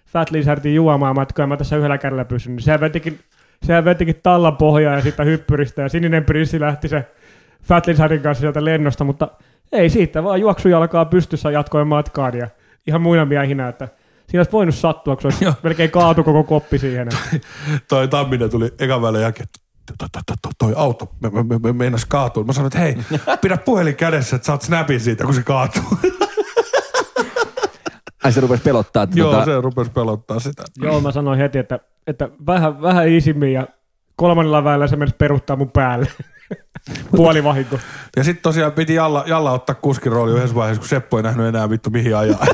Speaker 3: Fat Lizardin juomaa matkaa ja mä tässä yhdellä kädellä pysyn. Niin sehän vetikin, sehän vetikin tallan pohjaa ja siitä hyppyristä ja sininen prinssi lähti se Fat Lizardin kanssa sieltä lennosta, mutta ei siitä, vaan juoksujalkaa pystyssä jatkoin matkaan ja ihan muina miehinä, että siinä olisi voinut sattua, kun se olisi melkein kaatu koko koppi siihen.
Speaker 2: Toi Tamminen tuli ekan välillä jälkeen, että to- to- to- to- toi auto me, me, me, me meinas kaatua. Mä sanoin, että <laughs> hei, pidä puhelin kädessä, että saat snapin siitä, kun se kaatuu.
Speaker 1: Ai se rupesi pelottaa. Että,
Speaker 2: <laughs> Joo,
Speaker 1: tota,
Speaker 2: se rupesi pelottaa sitä.
Speaker 3: Joo, mä sanoin heti, että, että vähän, vähän isimmin ja kolmannella väellä se meni peruuttaa mun
Speaker 1: <laughs>
Speaker 3: päälle. Puoli vahinko.
Speaker 2: Ja sitten tosiaan piti Jalla, Jalla ottaa kuskin rooli yhdessä vaiheessa, kun Seppo ei nähnyt enää vittu
Speaker 1: <laughs>
Speaker 2: mihin ajaa.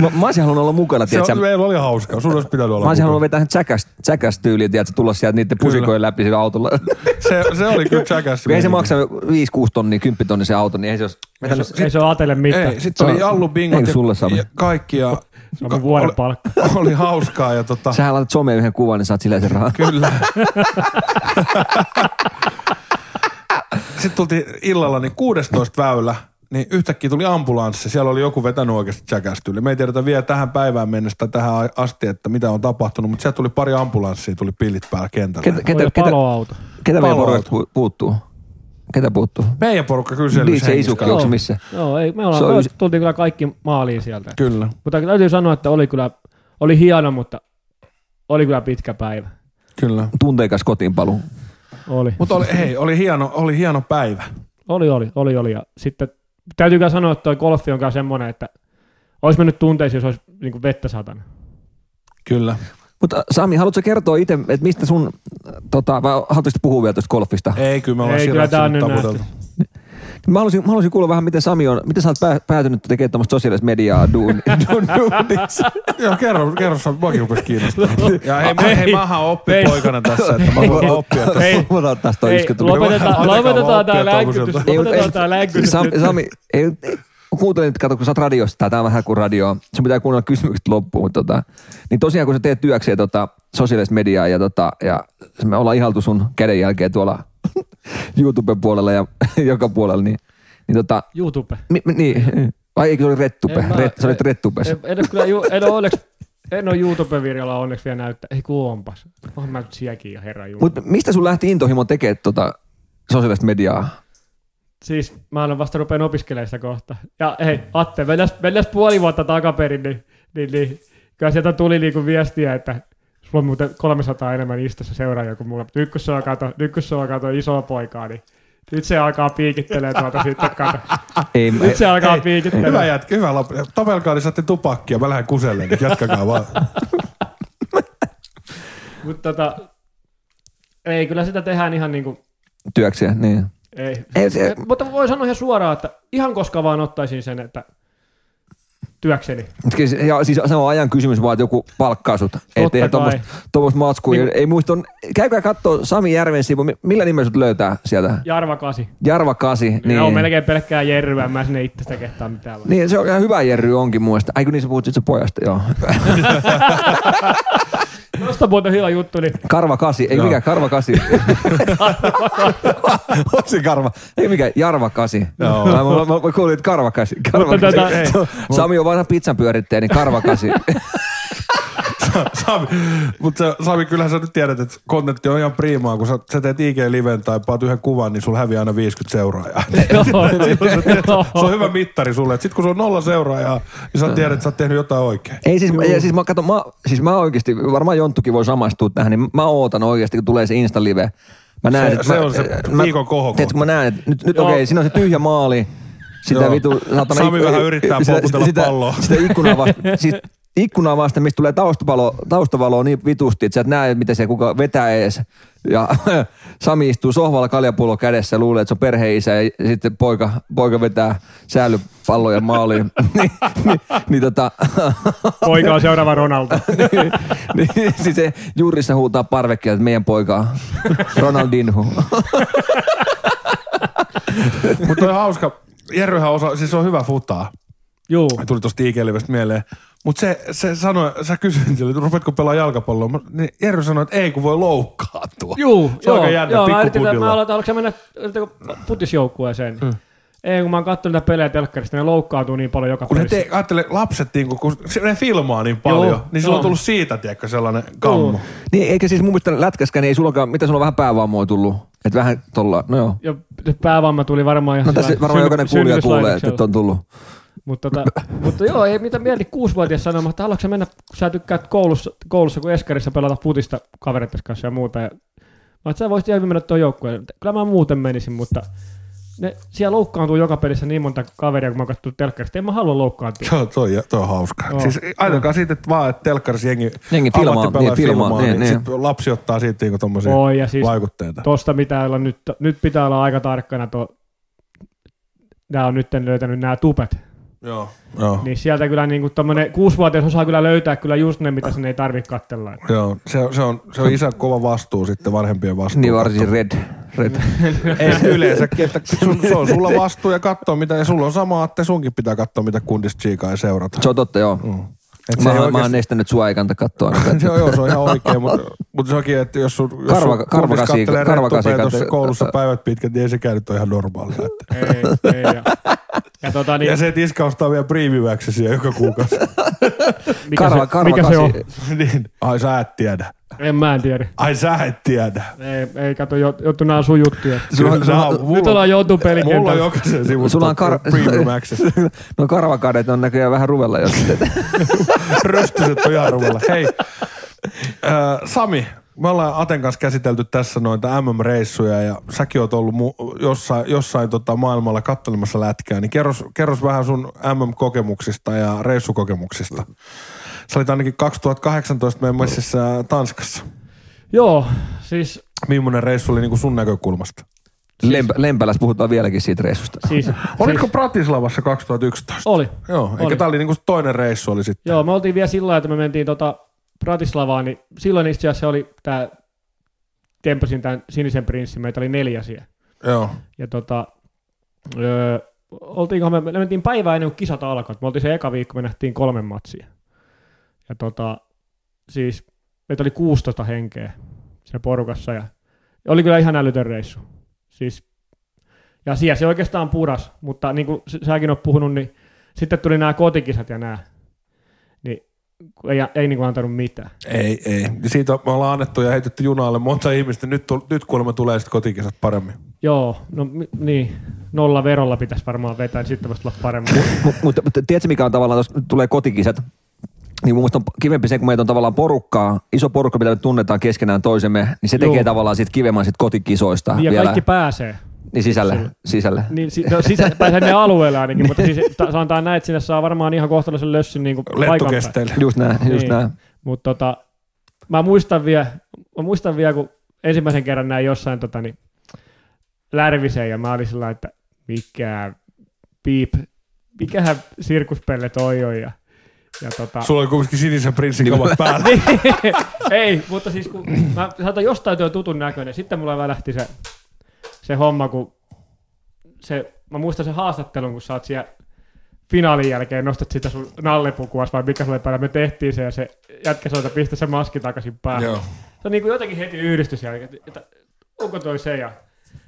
Speaker 1: mä, mä olisin halunnut olla mukana,
Speaker 2: se
Speaker 1: tiedätkö?
Speaker 2: on, meillä oli hauskaa, sun olisi pitänyt
Speaker 1: Mä
Speaker 2: olla
Speaker 1: olisin
Speaker 2: mukana.
Speaker 1: halunnut vetää sen tsäkäs, tsäkäs tyyliin, tiedätkö, tulla sieltä niiden pusikojen läpi sillä
Speaker 2: <laughs>
Speaker 1: autolla.
Speaker 2: Se, se oli kyllä jackass.
Speaker 1: Kun ei se maksa 5-6 tonnia, 10 tonnia se auto, niin ei se olisi...
Speaker 3: Ei se, ei se ole Atelle mitään.
Speaker 2: Ei,
Speaker 3: Ei,
Speaker 2: sitten oli
Speaker 1: Se on-
Speaker 2: Jallu bingot
Speaker 1: eikö sulle
Speaker 2: ja,
Speaker 1: Sami?
Speaker 2: ja kaikki ja
Speaker 3: se on mun vuoden
Speaker 2: oli-
Speaker 3: palkka.
Speaker 2: oli hauskaa ja tota,
Speaker 1: Sähän laitat someen yhden kuvan, niin saat sillä sen rahaa.
Speaker 2: kyllä. <laughs> sitten tultiin illalla, niin 16 väylä, niin yhtäkkiä tuli ambulanssi. Siellä oli joku vetänyt oikeasti jackass-tyyli. Me ei tiedetä vielä tähän päivään mennessä tai tähän a- asti, että mitä on tapahtunut, mutta sieltä tuli pari ambulanssia, tuli pillit päällä
Speaker 1: Ketä,
Speaker 2: kentälle.
Speaker 1: ketä, ketä,
Speaker 3: paloauto.
Speaker 1: ketä meidän
Speaker 2: Paloauto.
Speaker 1: porukasta pu- puuttuu? Ketä puuttuu?
Speaker 2: Meidän porukka kyllä selvisi
Speaker 1: DJ
Speaker 2: hengissä.
Speaker 1: Isukki, onko Niin, se missä?
Speaker 3: Joo, ei, me
Speaker 1: Se
Speaker 3: ollaan,
Speaker 1: on
Speaker 3: me
Speaker 1: yksi-
Speaker 3: tultiin kyllä kaikki maaliin sieltä.
Speaker 2: Kyllä.
Speaker 3: Mutta täytyy sanoa, että oli kyllä, oli hieno, mutta oli kyllä pitkä päivä.
Speaker 2: Kyllä.
Speaker 1: Tunteikas kotiinpaluu.
Speaker 3: Oli,
Speaker 2: Mutta oli, hei, oli hieno, oli hieno päivä.
Speaker 3: oli, oli, oli, oli. Ja sitten täytyy kyllä sanoa, että toi golfi on kyllä semmoinen, että olisi mennyt tunteisiin, jos olisi niin kuin vettä satana.
Speaker 2: Kyllä.
Speaker 1: Mutta Sami, haluatko kertoa itse, että mistä sun, äh, tota, vai haluaisitko puhua vielä tuosta golfista?
Speaker 2: Ei, kyllä me ollaan
Speaker 3: Ei, kyllä
Speaker 2: siellä
Speaker 3: tää on
Speaker 2: sinne
Speaker 3: nyt
Speaker 2: taputeltu.
Speaker 3: nähty.
Speaker 1: Mä haluaisin, mä haluaisin kuulla vähän, miten Sami on, miten sä oot pää- päätynyt tekemään tuommoista sosiaalista mediaa duun, duun, duunissa.
Speaker 2: Joo, kerro, kerro, sä mäkin rupes kiinnostaa.
Speaker 3: <laughs>
Speaker 2: Ja hei, mä, hei, mä oon oppipoikana tässä, että mä voin oppia tässä.
Speaker 3: Ei.
Speaker 1: Mä otan taas toi
Speaker 3: Ei,
Speaker 1: 90
Speaker 3: lopetetaan,
Speaker 2: Antakaa vaan
Speaker 3: lopetetaan
Speaker 2: oppia
Speaker 3: tämä lääkkytys.
Speaker 2: tommoselta.
Speaker 1: Ei,
Speaker 3: Lopetetaan
Speaker 1: ei,
Speaker 3: tämä lääkkytys.
Speaker 1: Sami, Sami ei, ei, kun kuuntelin, että kato, kun sä oot radiosta, tämä on vähän kuin radio, sun pitää kuunnella kysymykset loppuun, mutta tota, niin tosiaan kun sä teet työkseen tota, sosiaalista mediaa ja, tota, ja me ollaan ihaltu sun kädenjälkeen tuolla <laughs> YouTuben puolella ja <laughs> joka puolella, niin, niin tota,
Speaker 3: YouTube.
Speaker 1: mi, mi, niin, vai eikö se oli Rettupe,
Speaker 3: En mä-
Speaker 1: Ret, sä olit Rettupes.
Speaker 3: En, en, ole kyllä, ju- en, ole onneksi, en ole YouTube-virjalla onneksi vielä näyttää. Ei kun onpas. Onhan mä nyt sielläkin ja herra Jumala.
Speaker 1: Mutta mistä sun lähti intohimo tekemään tota sosiaalista mediaa?
Speaker 3: Siis mä olen vasta rupean opiskelemaan sitä kohta. Ja hei, Atte, mennäs, mennäs puoli vuotta takaperin, niin, niin, niin kyllä sieltä tuli niinku viestiä, että sulla on muuten 300 enemmän istossa seuraajia kuin mulla. Mutta nyt kun se alkaa, to, nyt kun se alkaa toi isoa poikaa, niin nyt se alkaa piikittelee tuolta sitten. Kato.
Speaker 1: Ei, mä-
Speaker 3: Nyt se alkaa
Speaker 2: Hyvä
Speaker 3: piikittelee.
Speaker 2: jätkä, hyvä loppu. Tapelkaa, niin saatte tupakkia. Mä lähden kuselleen, niin jatkakaa vaan.
Speaker 3: Mutta tota, ei, kyllä sitä tehdään ihan niinku,
Speaker 1: työkseen, niin.
Speaker 3: ei,
Speaker 1: Ei, se,
Speaker 3: Eh, Mutta voi sanoa ihan suoraan, että ihan koska vaan ottaisin sen, että työkseni.
Speaker 1: Kyllä se- Ja siis se on ajan kysymys vaan, että joku palkkaa sut. Ei
Speaker 3: Totta
Speaker 1: tehdä
Speaker 3: kai.
Speaker 1: tuommoista tommoista matskua.
Speaker 3: Niin
Speaker 1: Niin. Ei muista, on- käykää katsoa Sami Järven sivu. Mi- Millä nimellä sut löytää sieltä?
Speaker 3: Jarva 8.
Speaker 1: Jarva 8. Niin.
Speaker 3: Niin. on melkein pelkkää jerryä, mä sinne itse sitä kehtaa mitään. Niin.
Speaker 1: niin, se on ihan hyvä Jerry onkin mun mielestä. Ai kun niin sä puhut sit sun pojasta, joo.
Speaker 3: Tuosta puolta hyvä juttu, niin
Speaker 1: Karva 8, ei
Speaker 2: Joo.
Speaker 1: mikä karva 8.
Speaker 3: <laughs>
Speaker 1: on se karva? Ei mikä, Jarva 8.
Speaker 2: Joo.
Speaker 1: Mä, mä, mä, mä kuulin, että karva 8. Karva
Speaker 3: Mutta
Speaker 1: 8.
Speaker 3: tätä-
Speaker 2: Ei.
Speaker 1: Sami on vanha pizzan pyörittäjä, niin karva
Speaker 2: <laughs>
Speaker 1: 8.
Speaker 2: Sami, mutta Sami, kyllähän sä nyt tiedät, että kontentti on ihan priimaa. Kun sä, sä teet IG-liven tai paat yhden kuvan, niin sulla häviää aina 50 seuraajaa. <laughs>
Speaker 3: joo,
Speaker 2: Se on hyvä mittari sulle. että Sit kun sulla on nolla seuraajaa, niin sä tiedät, että sä oot tehnyt jotain oikein.
Speaker 1: Ei siis, ja siis mä katson, mä, siis mä oikeasti, varmaan Jonttukin voi samaistua tähän, niin mä ootan oikeasti, kun tulee se Insta-live. Mä näen,
Speaker 2: Se-
Speaker 1: että
Speaker 2: se
Speaker 1: mä,
Speaker 2: on se viikon kohokohta.
Speaker 1: Tiedätkö, kun mä näen, että nyt, nyt
Speaker 3: Joo.
Speaker 1: okei, okay, siinä on se tyhjä maali. Sitä
Speaker 2: Joo.
Speaker 1: vitu, saatana,
Speaker 2: Sami
Speaker 1: ikku-
Speaker 2: vähän yrittää
Speaker 1: sitä-
Speaker 2: poputella
Speaker 1: sitä,
Speaker 2: palloa.
Speaker 1: Sitä, ikkunaa vasta, siis ikkunaa vasten, mistä tulee taustavalo, taustavaloa niin vitusti, että sä et näe, miten se kuka vetää ees. Ja <laughs> Sami istuu sohvalla kaljapullo kädessä ja luulee, että se on perheisä ja sitten poika, poika vetää säilypalloja maaliin. <laughs> niin, niin, niin, tota,
Speaker 3: Poika on seuraava Ronaldo.
Speaker 1: niin, niin, siis se juurissa huutaa parvekkeelta, että meidän poika on Ronaldinho.
Speaker 2: Mutta on hauska. Jerryhän osa, siis se on hyvä futaa.
Speaker 3: Juu.
Speaker 2: Tuli tuosta Iikelivestä mieleen. Mutta se, se sanoi, sä kysyit sille, että rupeatko pelaa jalkapalloa? Mä- Niin Jerry sanoi, että ei kun voi loukkaantua.
Speaker 3: Juu,
Speaker 2: Se on aika jännä,
Speaker 3: joo, mä yritin,
Speaker 2: pikkupudilla.
Speaker 3: mä aloitan, oliko se mennä yritätkö futisjoukkueeseen. Mm. Ei, kun mä oon katsonut näitä pelejä telkkarista, ne loukkaantuu niin paljon joka
Speaker 2: Kun ne
Speaker 3: pelissä.
Speaker 2: te, ajattele, lapset, niin kun, kun se- ne filmaa niin paljon,
Speaker 3: Joo,
Speaker 2: niin sillä on
Speaker 3: joo.
Speaker 2: tullut siitä, tiedätkö, sellainen kammo.
Speaker 1: niin eikä siis mun mielestä lätkäskään, niin ei sullakaan, mitä sulla on vähän päävammoja tullut? Että vähän tuolla, no joo.
Speaker 3: Ja se päävamma tuli varmaan ihan
Speaker 1: No tässä
Speaker 3: sillä-
Speaker 1: varmaan jokainen kuulija kuulee,
Speaker 3: synnytyslaitoksella.
Speaker 1: että on tullut.
Speaker 3: Mutta, tota, <laughs> mutta joo, ei mitä mieli kuusivuotias sanomaan, että haluatko sä mennä, kun sä tykkäät koulussa, koulussa kun Eskarissa pelata futista kavereiden kanssa ja muuta. Ja, mä että sä voisit ihan hyvin mennä tuon joukkueen. Kyllä mä muuten menisin, mutta ne, siellä loukkaantuu joka pelissä niin monta kaveria, kun mä oon katsonut telkkarista. En mä
Speaker 2: <laughs>
Speaker 3: halua loukkaantua.
Speaker 2: Joo, toi, toi on hauska.
Speaker 3: Joo.
Speaker 2: Siis ainakaan siitä, että vaan, että telkkarissa jengi,
Speaker 1: Jengi filmaa,
Speaker 2: ammattipelaaja
Speaker 1: niin, filmaa, niin, niin.
Speaker 2: sit lapsi ottaa siitä niin tommosia
Speaker 3: Voi, ja siis
Speaker 2: vaikutteita.
Speaker 3: tosta pitää olla nyt, nyt pitää olla aika tarkkana tuo, nämä on nyt löytänyt nämä tupet.
Speaker 2: Joo. Joo.
Speaker 3: Niin sieltä kyllä niin kuin tommonen kuusivuotias osaa kyllä löytää kyllä just ne, mitä sen ei tarvitse katsella.
Speaker 2: Joo, se, on- se, on, se on isän kova vastuu sitten, vanhempien vastuu.
Speaker 1: Niin varsin red. red.
Speaker 2: Ei yleensäkin, että sun, se on sulla vastuu ja katsoo mitä, ja sulla on sama, että sunkin pitää katsoa mitä kundista chiikaa ja seurata.
Speaker 1: Se on totta, joo. Mm.
Speaker 2: Et se,
Speaker 1: Mä,
Speaker 2: ei
Speaker 1: oon- mä
Speaker 2: oikeasti,
Speaker 1: oon estänyt sua, ei kannata katsoa. niin
Speaker 2: <laughs> se, on, <laughs> joo, se on ihan oikein, mutta, mutta sekin, että jos sun, jos
Speaker 1: Karva-
Speaker 2: sun
Speaker 1: karvakasi-
Speaker 2: kundis kattelee
Speaker 1: karvakasi
Speaker 2: rettupeen tuossa
Speaker 1: katte-
Speaker 2: koulussa päivät pitkät, niin ei sekään nyt ole ihan normaalia.
Speaker 1: <laughs>
Speaker 2: Että.
Speaker 3: Ei, ei. Ja,
Speaker 2: <laughs>
Speaker 3: ja, tota, niin,
Speaker 2: Ja se, että iskä ostaa vielä priimiväksisiä joka kuukausi.
Speaker 1: <laughs>
Speaker 3: mikä,
Speaker 1: Karva,
Speaker 3: se,
Speaker 1: karva
Speaker 3: mikä se on?
Speaker 2: niin. Ai sä et tiedä.
Speaker 3: En mä en tiedä.
Speaker 2: Ai sä et tiedä.
Speaker 3: Ei, ei kato, jo- Jottu, nää on sun juttuja.
Speaker 2: Kyllä, sä,
Speaker 3: Nyt ollaan Jotun
Speaker 2: Mulla on
Speaker 3: pelikentällä.
Speaker 2: jokaisen sivuston
Speaker 1: Sulla on kar-
Speaker 2: Premium Access.
Speaker 1: <laughs> No karvakadet on näköjään vähän ruvella jos
Speaker 2: Röstyset on jarrulla. Hei, äh, Sami, me ollaan Aten kanssa käsitelty tässä noita MM-reissuja ja säkin oot ollut mu- jossain, jossain tota maailmalla kattelemassa lätkää, niin kerros, kerros vähän sun MM-kokemuksista ja reissukokemuksista. Sä olit ainakin 2018 meidän messissä Tanskassa.
Speaker 3: Joo, siis,
Speaker 2: Millainen reissu oli niin kuin sun näkökulmasta?
Speaker 1: Lempä, Lempälässä puhutaan vieläkin siitä reissusta.
Speaker 3: siis,
Speaker 2: Olitko
Speaker 3: siis
Speaker 2: Bratislavassa 2011?
Speaker 3: oli.
Speaker 2: Joo, eikä
Speaker 3: Oli.
Speaker 2: tää oli niinku toinen reissu oli sitten.
Speaker 3: Joo, me oltiin vielä sillä lailla, että me mentiin tota Bratislavaan, niin silloin itse asiassa oli tää, tempasin tämän sinisen prinssin, meitä oli neljä siellä.
Speaker 2: Joo.
Speaker 3: Ja tota, öö, oltiinkohan me, me mentiin päivää ennen kuin kisat alkoivat. Me oltiin se eka viikko, me nähtiin kolme matsia. Ja tota, siis meitä oli 16 henkeä siinä porukassa ja oli kyllä ihan älytön reissu. Siis, ja siellä se oikeastaan puras, mutta niin kuin s- säkin oot puhunut, niin sitten tuli nämä kotikisat ja nämä. Niin kun ei, ei niin kuin antanut mitään.
Speaker 2: Ei, ei. Ja Siitä me ollaan annettu ja heitetty junalle monta ihmistä. Nyt, tul- nyt kuulemma tulee sitten kotikisat paremmin.
Speaker 3: Joo, no mi- niin, nolla verolla pitäisi varmaan vetää, niin sitten voisi olla paremmin.
Speaker 1: Mutta mut, mut, tiedätkö mikä on tavallaan, jos tulee kotikisat, niin mun mielestä on kivempi se, kun meitä on tavallaan porukkaa, iso porukka, mitä me tunnetaan keskenään toisemme, niin se
Speaker 3: Joo.
Speaker 1: tekee tavallaan siitä kivemman siitä kotikisoista
Speaker 3: Niin Ja
Speaker 1: vielä
Speaker 3: kaikki pääsee.
Speaker 1: niin sisälle. sisälle.
Speaker 3: Niin, si- no, sisä, tai sinne alueelle ainakin, mutta siis, ta- sanotaan näin, että sinne saa varmaan ihan kohtalaisen lössin niin kuin paikan päälle.
Speaker 2: Lettukesteillä.
Speaker 1: Just näin, just
Speaker 3: Niin.
Speaker 1: näin.
Speaker 3: Mutta tota, mä muistan vielä, mä muistan vielä, kun ensimmäisen kerran näin jossain tota, niin, lärviseen ja mä olin sillä lailla, että mikä piip, mikähän sirkuspelle toi on ja, ja tota,
Speaker 2: Sulla oli kuitenkin sinisen prinssin kamat päällä.
Speaker 3: Niin. ei, mutta siis kun mä saatan jostain työn tutun näköinen, sitten mulla välähti se, se homma, kun se, mä muistan sen haastattelun, kun sä oot siellä finaalin jälkeen nostat sitä sun nallepukuas vai mikä sulle päällä, me tehtiin se ja se jätkä soita pistä se maski takaisin päähän.
Speaker 2: Joo.
Speaker 3: Se on niin kuin jotenkin heti yhdistys jälkeen, että onko toi se ja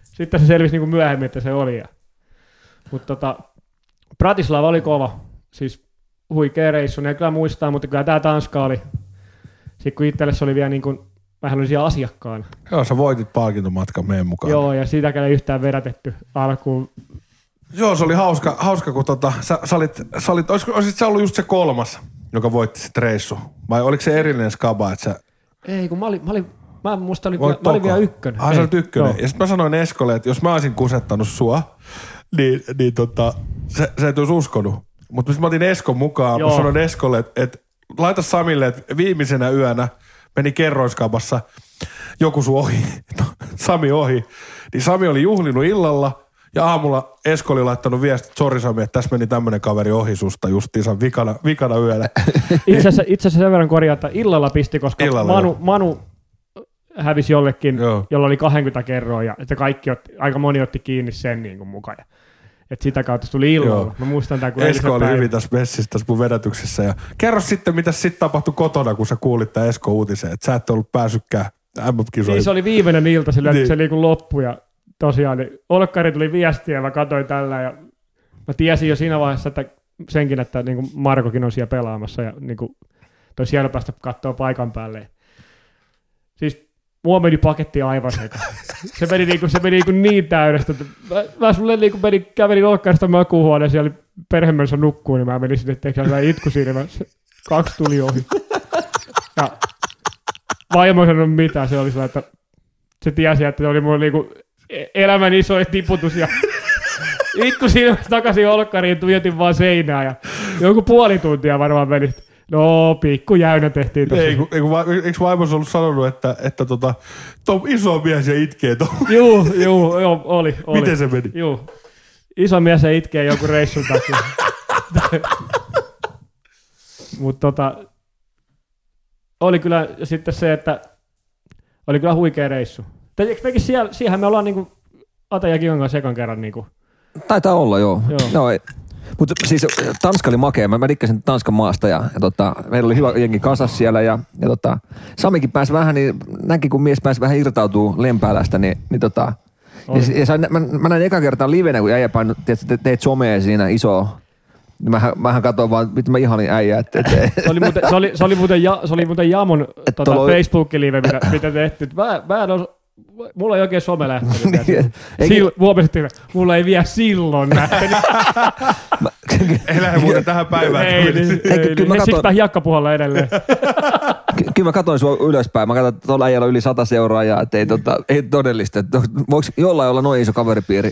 Speaker 3: sitten se selvisi niin kuin myöhemmin, että se oli. Ja. Mutta tota, Bratislava oli kova, siis huikea reissu, ne kyllä muistaa, mutta kyllä tämä Tanska oli, sitten kun itselle se oli vielä niin kuin, vähän oli siellä asiakkaana.
Speaker 2: Joo, sä voitit palkintomatkan meidän mukaan. Joo,
Speaker 3: Joo, ja siitäkään ei yhtään vedätetty alkuun.
Speaker 2: Joo se oli hauska, hauska kun tota, sä, sä olit, sä olit olisiko, olisit sä ollut just se kolmas, joka voitti sit reissu. Vai oliko se erillinen skaba, että sä
Speaker 3: Ei, kun mä olin, mä olin, mä musta oli,
Speaker 2: Voi
Speaker 3: mä olin
Speaker 2: toka.
Speaker 3: vielä ykkönen.
Speaker 2: Ai
Speaker 3: Ei,
Speaker 2: sä olet ykkönen.
Speaker 3: joo.
Speaker 2: Ja sitten mä sanoin Eskolle, että jos mä olisin kusettanut sua, niin, niin tota, sä, sä et olisi uskonut. Mutta sitten mä otin Eskon mukaan,
Speaker 3: Joo.
Speaker 2: mä sanoin Eskolle, että et, laita Samille, että viimeisenä yönä meni kerroiskaupassa joku sun ohi, <laughs> No, Sami ohi, niin Sami oli juhlinut illalla ja aamulla Esko oli laittanut viestit, sori Sami, että tässä meni tämmönen kaveri ohi susta justiinsa vikana, vikana yöllä.
Speaker 3: Itse asiassa, itse asiassa sen verran korjaa, että illalla pisti, koska
Speaker 2: Illalla,
Speaker 3: illalla, Manu, Manu hävisi jollekin,
Speaker 2: Joo.
Speaker 3: Joo. jolla oli 20 kerroa, ja että kaikki otti, aika moni otti kiinni sen niin kuin mukaan. Et sitä kautta se tuli illalla.
Speaker 2: Joo.
Speaker 3: Joo. Mä muistan tämän, kun
Speaker 2: Esko oli
Speaker 3: päivänä-
Speaker 2: hyvin tässä messissä tässä mun vedätyksessä. Ja kerro sitten, mitä sitten tapahtui kotona, kun sä kuulit tämän Esko uutisen, että sä et ollut päässytkään MM-kisoihin.
Speaker 3: Niin se oli viimeinen ilta, sillä
Speaker 2: Niin.
Speaker 3: niin. se oli kuin loppu ja tosiaan niin Olkkari tuli viestiä ja mä katsoin tällä ja mä tiesin jo siinä vaiheessa, että senkin, että niin kuin Markokin on siellä pelaamassa ja niin kuin toi siellä päästä katsoa paikan päälle. Siis mua meni paketti aivan sekaisin. Se meni niin, kuin, se meni niin, kuin niin täydestä. Että mä, mä sulle niin kuin menin, kävelin olkkarista makuuhuoneen, siellä perhemönsä nukkuu, niin mä menin sinne tekemään itkusilmässä. Kaksi tuli ohi. Ja vaimo ei sanonut mitään, se oli sellainen, että se tiesi, että se oli mun niinku elämän isoin tiputus ja itku silmästä takaisin olkkariin, tuijotin vaan seinää ja joku puoli tuntia varmaan meni. No, pikku jäynä tehtiin tossa.
Speaker 2: Ei, kun, ei, kun, va- eikö vaimos ollut sanonut, että, että tota, tuo iso mies ja itkee tuon?
Speaker 3: Juu, juu, joo, oli,
Speaker 2: <laughs>
Speaker 3: oli.
Speaker 2: Miten se meni?
Speaker 3: Juu. Iso mies ei itkee joku reissun takia. Mutta tota, oli kyllä sitten se, että oli kyllä huikea reissu. Tai eikö mekin siellä, siihen me ollaan niinku Ate ja Kion kanssa ekan kerran niinku.
Speaker 1: Taitaa olla, joo. joo.
Speaker 3: Joo.
Speaker 1: No, ei. Mutta siis Tanska oli makea. Mä, mä dikkasin Tanskan maasta ja, ja tota, meillä oli hyvä jengi kasas siellä ja, ja tota, Samikin pääsi vähän, niin näki kun mies pääsi vähän irtautuu lempäälästä, niin, niin tota, ja, s- ja sain, mä, mä, näin eka kertaa livenä, kun äijä painoi, tiedät, sä, te, teit somea siinä iso. Niin mähän, mähän katsoin vaan, vittu mä ihanin äijää. Että, että,
Speaker 3: Se oli muuten, se oli, se oli muuten, ja, se oli muuten Jamon tota,
Speaker 1: tuolla oli-
Speaker 3: Facebook-live, mitä, mitä tehtiin. Mä, mä en os, mulla ei oikein
Speaker 1: <laughs>
Speaker 3: some lähtenyt.
Speaker 1: Niin, eikä-
Speaker 3: Sil, huomasin, että mulla ei vielä
Speaker 1: <laughs>
Speaker 3: silloin lähtenyt.
Speaker 2: Ei lähde muuten tähän päivään.
Speaker 3: ei, niin,
Speaker 1: Eikä,
Speaker 3: ei,
Speaker 1: kyllä mä
Speaker 3: niin.
Speaker 1: katson-
Speaker 3: Siksi mä
Speaker 1: <laughs>
Speaker 3: jakkapuhalla edelleen.
Speaker 1: Ky- kyllä mä katsoin sua ylöspäin. Mä katsoin, että tuolla äijällä on yli sata seuraajaa, että ei, tota, ei todellista. Että voiko jollain olla noin iso kaveripiiri?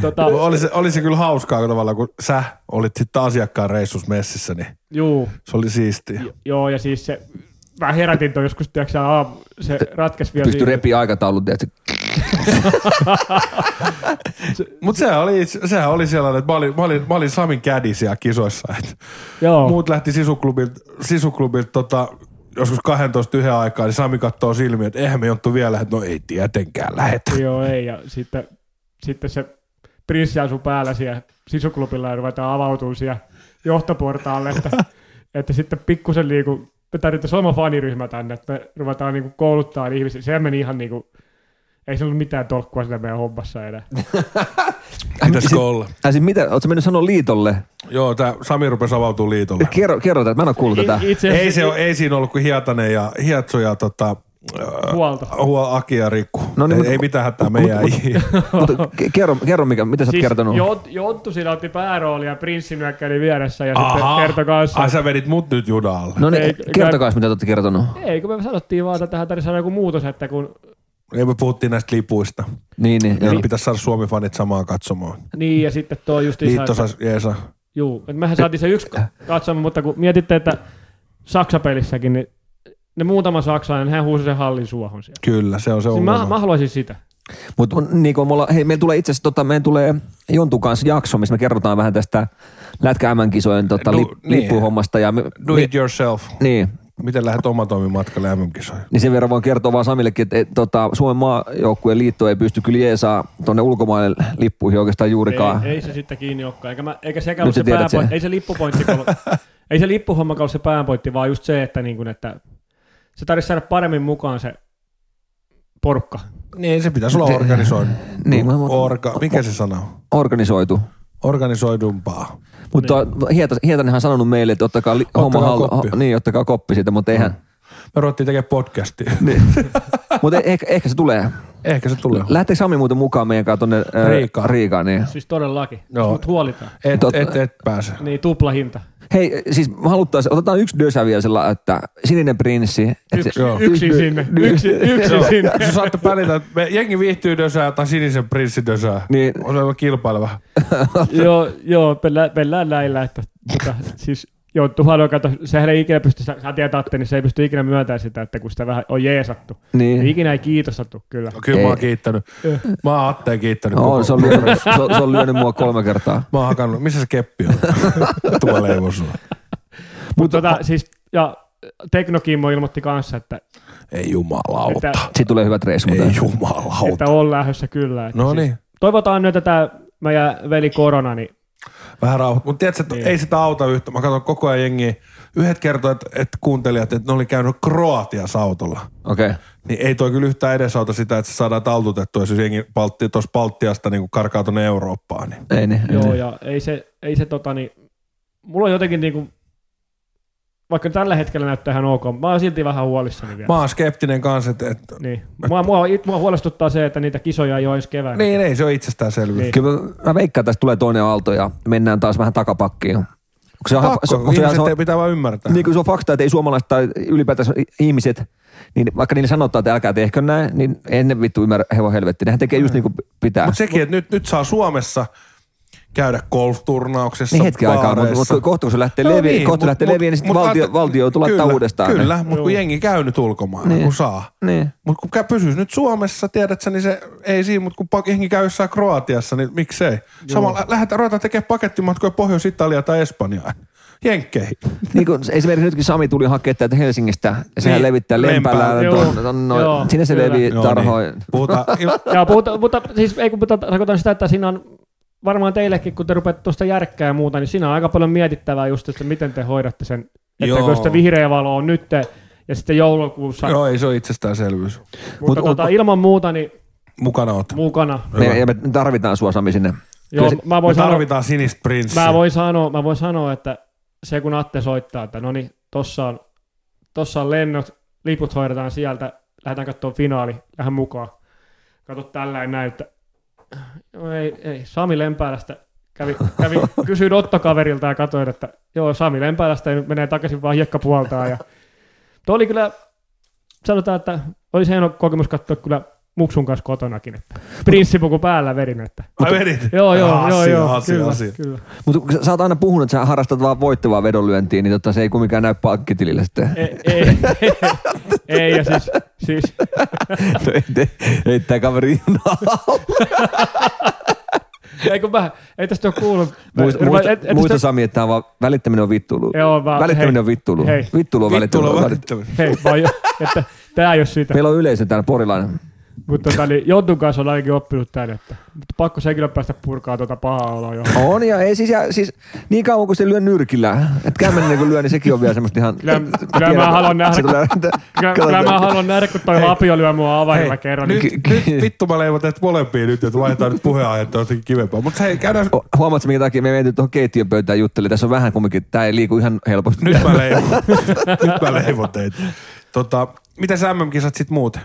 Speaker 3: Tota,
Speaker 2: Oli se, oli se kyllä hauskaa kun tavallaan, kun sä olit sitten asiakkaan reissus messissä, niin
Speaker 3: juu,
Speaker 2: se oli siistiä.
Speaker 3: joo, ja siis se, mä herätin toi joskus, tiedätkö, sä, aamu, se ratkesi vielä.
Speaker 1: Pysty
Speaker 3: siinä.
Speaker 1: repi aikataulun, tiedätkö?
Speaker 2: Mutta sehän oli, sehän oli sellainen, että mä olin, mä olin, mä olin Samin kädi siellä kisoissa. Että
Speaker 3: Joo,
Speaker 2: Muut lähti sisuklubilta, sisuklubilta tota, joskus 12 yhden aikaa, niin Sami kattoo silmiä, että eihän me jonttu vielä, että no ei tietenkään lähetä.
Speaker 3: joo, ei, ja sitten, sitten se prinssi asui päällä siellä sisuklubilla ja ruvetaan avautumaan siellä johtoportaalle, että, että sitten pikkusen niinku, me tarvitaan oma faniryhmä tänne, että me ruvetaan niinku kouluttaa ihmisiä. Se meni ihan niinku, ei se ollut mitään tolkkua sillä meidän hommassa enää.
Speaker 1: Ai,
Speaker 2: Pitäisikö
Speaker 1: si-
Speaker 2: olla?
Speaker 1: Ai siis mitä, ootko mennyt sanoa liitolle?
Speaker 2: Joo, tää Sami rupesi avautumaan liitolle.
Speaker 1: Kerro, kerro tätä, mä en oo kuullut
Speaker 3: <laughs>
Speaker 1: tätä.
Speaker 3: I- itse
Speaker 2: Ei, se, ole- ei siinä ollut kuin Hietanen ja Hiatso ja tota, äh,
Speaker 3: Huolto.
Speaker 2: Huo, Aki ja Rikku.
Speaker 1: No niin,
Speaker 2: ei,
Speaker 1: mutta-
Speaker 2: ei mitään hätää meidän
Speaker 3: <laughs>
Speaker 2: ei.
Speaker 1: Mutta ke- kerro, kerro mikä, mitä
Speaker 3: Siis
Speaker 1: sä oot kertonut.
Speaker 3: Jont, Jonttu siinä otti pääroolia, prinssi nyökkäili vieressä ja sitten
Speaker 2: Aha.
Speaker 3: kertoi kanssa.
Speaker 2: Ai sä vedit mut nyt junalle.
Speaker 1: No niin,
Speaker 3: Ei,
Speaker 1: kertokaa, mitä te olette kertonut.
Speaker 3: Ei, kun me sanottiin vaan, että tähän tarvitsisi saada joku muutos, että kun
Speaker 2: Ei me puhuttiin näistä lipuista.
Speaker 1: Niin, niin.
Speaker 2: Meidän
Speaker 1: joo.
Speaker 2: pitäisi saada Suomi-fanit samaan katsomaan.
Speaker 3: niin ja sitten tuo just
Speaker 2: Liitto saisi Jeesa.
Speaker 3: Juu, että mehän saatiin se yksi katsomaan, mutta kun mietitte, että Saksapelissäkin, niin ne muutama saksalainen, hän huusi sen hallin suohon siellä.
Speaker 2: Kyllä, se on se
Speaker 3: Siis
Speaker 2: ongelma.
Speaker 3: mä, mä, haluaisin sitä.
Speaker 1: Mutta niin kuin me ollaan, hei, meillä tulee itse asiassa, tota, meidän tulee Jontun kanssa jakso, missä me kerrotaan vähän tästä Lätkä M-kisojen tota,
Speaker 2: Du-
Speaker 1: lip,
Speaker 2: niin.
Speaker 1: lippuhommasta. Ja me,
Speaker 2: Do
Speaker 1: me-
Speaker 2: it yourself.
Speaker 1: Niin,
Speaker 2: Miten lähdet omatoimimatkalle MM-kisoihin?
Speaker 1: niin sen verran voin kertoa vaan Samillekin, että et, tota, Suomen maajoukkueen liitto ei pysty kyllä jeesaa tuonne ulkomaille lippuihin oikeastaan juurikaan.
Speaker 3: Ei, ei, se sitten kiinni olekaan. Eikä, mä, eikä sekään
Speaker 1: Nyt
Speaker 3: ollut
Speaker 1: sä
Speaker 3: se
Speaker 1: tiedät sen.
Speaker 3: pääpointti. Ei se lippupointti, ollut- ei se lippuhomma ollut se pääpointti, vaan just se, että, niin kun, että se tarvitsisi saada paremmin mukaan se porukka.
Speaker 2: Niin, se pitäisi olla organisoidu.
Speaker 1: <laughs> Niin, mä-
Speaker 2: Orga, mikä se sana on?
Speaker 1: Organisoitu.
Speaker 2: Organisoidumpaa.
Speaker 1: Mutta Hietanen- Hietanenhan on sanonut meille, että ottakaa, li- homma haltu-
Speaker 2: koppi.
Speaker 1: ho- niin, ottakaa koppi siitä, mutta eihän,
Speaker 2: Me ruvettiin tekemään podcastia.
Speaker 1: Niin. Mutta ehkä, e- ehkä se tulee.
Speaker 2: Ehkä se tulee.
Speaker 1: Lähteekö Sami muuten mukaan meidän kanssa tuonne
Speaker 2: Riikaan.
Speaker 1: Riikaan? Riikaan niin.
Speaker 3: Siis todellakin.
Speaker 2: Joo.
Speaker 3: Mut huolitaan.
Speaker 2: Et,
Speaker 1: Tot-
Speaker 2: et, et pääse.
Speaker 3: Niin, tuplahinta.
Speaker 1: Hei, siis haluttaisiin, otetaan yksi dösä vielä sillä, että sininen prinssi. Että
Speaker 4: Yksi, yksi sinne. Yksi, yksi sinne.
Speaker 2: Sä saatte pärjätä, että me- jengi viihtyy dösää tai sinisen prinssin dösää.
Speaker 1: Niin.
Speaker 2: On se aivan kilpaileva.
Speaker 3: joo, joo, pellään, pellään näillä, että tota, siis Joo, Tuhano, kato, sehän ei ikinä pysty, sä, sä tiedät, niin se ei pysty ikinä myöntämään sitä, että kun sitä vähän on jeesattu.
Speaker 1: Niin.
Speaker 3: Niin ikinä ei kiitosattu, kyllä.
Speaker 2: No, kyllä mä oon
Speaker 1: Ei.
Speaker 2: kiittänyt. Mä oon Atteen kiittänyt.
Speaker 1: on,
Speaker 2: koko-
Speaker 1: No, se, on lyönyt, se, on, se on lyönyt mua kolme kertaa.
Speaker 2: <laughs> Mä oon hakannut. Missä se
Speaker 1: <laughs>
Speaker 2: keppi on? Tuo leivo sulla.
Speaker 3: Mutta tota, siis, ja Teknokimmo ilmoitti kanssa, että,
Speaker 2: Ei jumalauta.
Speaker 3: että,
Speaker 1: Siitä tulee hyvät reissu.
Speaker 2: Ei
Speaker 1: muuten.
Speaker 2: jumalauta.
Speaker 3: että on lähdössä kyllä. Että
Speaker 2: No
Speaker 3: siis-
Speaker 2: niin.
Speaker 3: Toivotaan nyt tätä meidän veli korona, niin
Speaker 2: Vähän rauhoit. Mutta tiedätkö, että ei sitä auta yhtä. Mä katson koko ajan jengiä. Yhdet kertoi, että, että kuuntelijat, että ne oli käynyt Kroatiassa autolla.
Speaker 1: Okei. Okay.
Speaker 2: Niin ei toi kyllä yhtään edesauta sitä, että se saadaan taltutettua, jos jengi Balti, tuossa Baltiasta niin karkaa tuonne Eurooppaan. Niin.
Speaker 1: Ei niin. ei
Speaker 3: joo,
Speaker 1: niin.
Speaker 3: ja ei se, ei se tota niin, mulla on jotenkin niinku, vaikka tällä hetkellä näyttää ihan ok, mä oon silti vähän huolissani vielä.
Speaker 2: Mä oon skeptinen kanssa, että, että
Speaker 3: Niin. Mua, mua, mua, huolestuttaa se, että niitä kisoja ei ole ensi keväänä.
Speaker 2: niin ei, se on itsestäänselvyys.
Speaker 3: Niin.
Speaker 1: Kyllä mä- mä veikkaan, että tästä tulee toinen aalto ja mennään taas vähän takapakkiin. Onko se, on-
Speaker 2: Pakko,
Speaker 1: se, on- se, on- se,
Speaker 2: ihmiset
Speaker 1: on-
Speaker 2: ei pitää vaan ymmärtää.
Speaker 1: Niin kuin se on fakta, että ei suomalaiset tai ylipäätänsä ihmiset, niin vaikka niille sanotaan, että älkää tehkö näin, niin en ne vittu ymmärrä hevon helvetti. Nehän tekee
Speaker 2: Mm.
Speaker 1: just niin kuin pitää.
Speaker 2: Mutta sekin, että nyt, nyt saa Suomessa käydä golfturnauksessa,
Speaker 1: Niin hetki aikaa, mutta
Speaker 2: baareissa.
Speaker 1: mut kohta kun se lähtee leviin, kohta lähtee leviin, niin sitten
Speaker 2: No mut
Speaker 1: valtio,
Speaker 2: ajatte-
Speaker 1: valtio joutuu laittaa
Speaker 2: kyllä,
Speaker 1: uudestaan. ne.
Speaker 2: Kyllä, mutta kun jengi käy nyt ulkomaan,
Speaker 1: Niin.
Speaker 2: kun saa.
Speaker 1: Niin.
Speaker 2: Mutta kun kä- pysyis nyt Suomessa, tiedät sä, niin se ei siinä, mutta kun pak- jengi käy jossain Kroatiassa, niin miksei? Samalla lähdetään, ruvetaan tekemään pakettimatkoja Pohjois-Italia tai Espanjaan. Jenkkeihin.
Speaker 1: Niin kuin esimerkiksi nytkin Sami tuli hakemaan täältä Helsingistä, ja sehän
Speaker 2: Niin,
Speaker 1: levittää
Speaker 2: lempää.
Speaker 1: lempälään.
Speaker 3: Joo,
Speaker 1: ton- ton noin.
Speaker 3: joo,
Speaker 1: Sinne se
Speaker 3: kyllä.
Speaker 1: levii tarhoin.
Speaker 2: Niin. Puhutaan,
Speaker 1: <laughs>
Speaker 2: il-
Speaker 3: Ja puhuta, mutta siis ei kun puhuta, tarkoitan sitä, että siinä on varmaan teillekin, kun te rupeatte tuosta järkkää ja muuta, niin siinä on aika paljon mietittävää just, että miten te hoidatte sen. Että
Speaker 2: Joo.
Speaker 3: kun sitä vihreä valo on nyt ja sitten joulukuussa.
Speaker 2: joo, ei se ole itsestäänselvyys.
Speaker 3: Mutta
Speaker 1: Mut-
Speaker 3: tota, ilman muuta niin
Speaker 2: Mukana oot.
Speaker 3: mukana.
Speaker 2: Hyvä.
Speaker 1: Me, ja me tarvitaan sua Sami sinne.
Speaker 3: Joo,
Speaker 1: se-
Speaker 3: mä
Speaker 2: Me
Speaker 3: voin sanoa,
Speaker 2: tarvitaan sinistä prinssiä.
Speaker 3: Mä voin, sanoa, mä voin sanoa, että se kun Atte soittaa, että no niin, tossa on, tossa on lennot, liput hoidetaan sieltä, lähdetään katsomaan finaali, lähden mukaan. Kato tällainen näin, että no ei, ei, Sami Lempäälästä kävi, kävi
Speaker 2: <laughs>
Speaker 3: kysyin Otto-kaverilta ja katsoin, että joo, Sami Lempäälästä ja nyt menee takaisin vaan hiekkapuoltaan. Ja... Tuo oli kyllä, sanotaan, että olisi hieno kokemus katsoa kyllä Muksun kanssa kotonakin. Että
Speaker 2: <laughs>
Speaker 3: prinssipuku päällä vedin, että
Speaker 2: Ai vedit?
Speaker 3: joo, joo,
Speaker 2: Asia,
Speaker 3: joo, joo,
Speaker 2: asia,
Speaker 3: kyllä,
Speaker 2: asia.
Speaker 3: kyllä.
Speaker 1: Mutta sä oot aina puhunut, että sä harrastat vaan voittavaa vedonlyöntiä, niin totta se ei kumminkään näy pankkitilille sitten.
Speaker 3: ei, ei, ei, ja siis, siis
Speaker 1: No <laughs> ei, te, ei tää kaveri
Speaker 3: ei kun mä, ei tästä ole kuullut.
Speaker 1: Muista,
Speaker 3: Mä-
Speaker 1: muista,
Speaker 3: et- et-
Speaker 1: muista
Speaker 3: tästä-
Speaker 1: Sami, että tää on vaan, välittäminen on vittuilu.
Speaker 3: Joo, vaan-
Speaker 1: välittäminen
Speaker 3: hei,
Speaker 1: on vittuilu.
Speaker 3: hei.
Speaker 1: Vittuilu on välittäminen.
Speaker 2: Vittuilla
Speaker 1: Välit-
Speaker 2: välittäminen.
Speaker 3: Hei, mä oon jo, että tää ei ole sitä.
Speaker 1: Meillä on yleisö täällä porilainen.
Speaker 3: Mutta tota, niin Jontun kanssa on ainakin oppinut tän, että mutta pakko sen kyllä päästä purkaa tuota pahaa oloa jo.
Speaker 1: On ja ei siis, ja, siis niin kauan kuin se lyö nyrkillä. Et kämmenen kun lyö, niin sekin on vielä semmoista ihan...
Speaker 3: Kyllä-
Speaker 1: mä
Speaker 3: kyllä mä haluan nähdä-
Speaker 1: se tulee-
Speaker 3: Kyllä, kyllä
Speaker 1: Katsotaan.
Speaker 3: mä haluan nähdä, kun toi lapio lyö mua avaimella
Speaker 2: Hei,
Speaker 3: kerran.
Speaker 2: nyt,
Speaker 3: Niin,
Speaker 1: Ky-
Speaker 2: nyt vittu mä leivon teet molempiin nyt, että vaihdetaan nyt puheenaihetta jotenkin kivempaa. Mutta hei, käydään...
Speaker 1: O, Huomaatko, minkä takia me mentiin tuohon keittiöpöytään juttelemaan? Tässä on vähän kumminkin, tää ei liiku ihan helposti.
Speaker 2: Nyt
Speaker 1: <laughs>
Speaker 2: mä leivon. nyt mä leivon teitä. Tota, mitä sä MM-kisat sit muuten?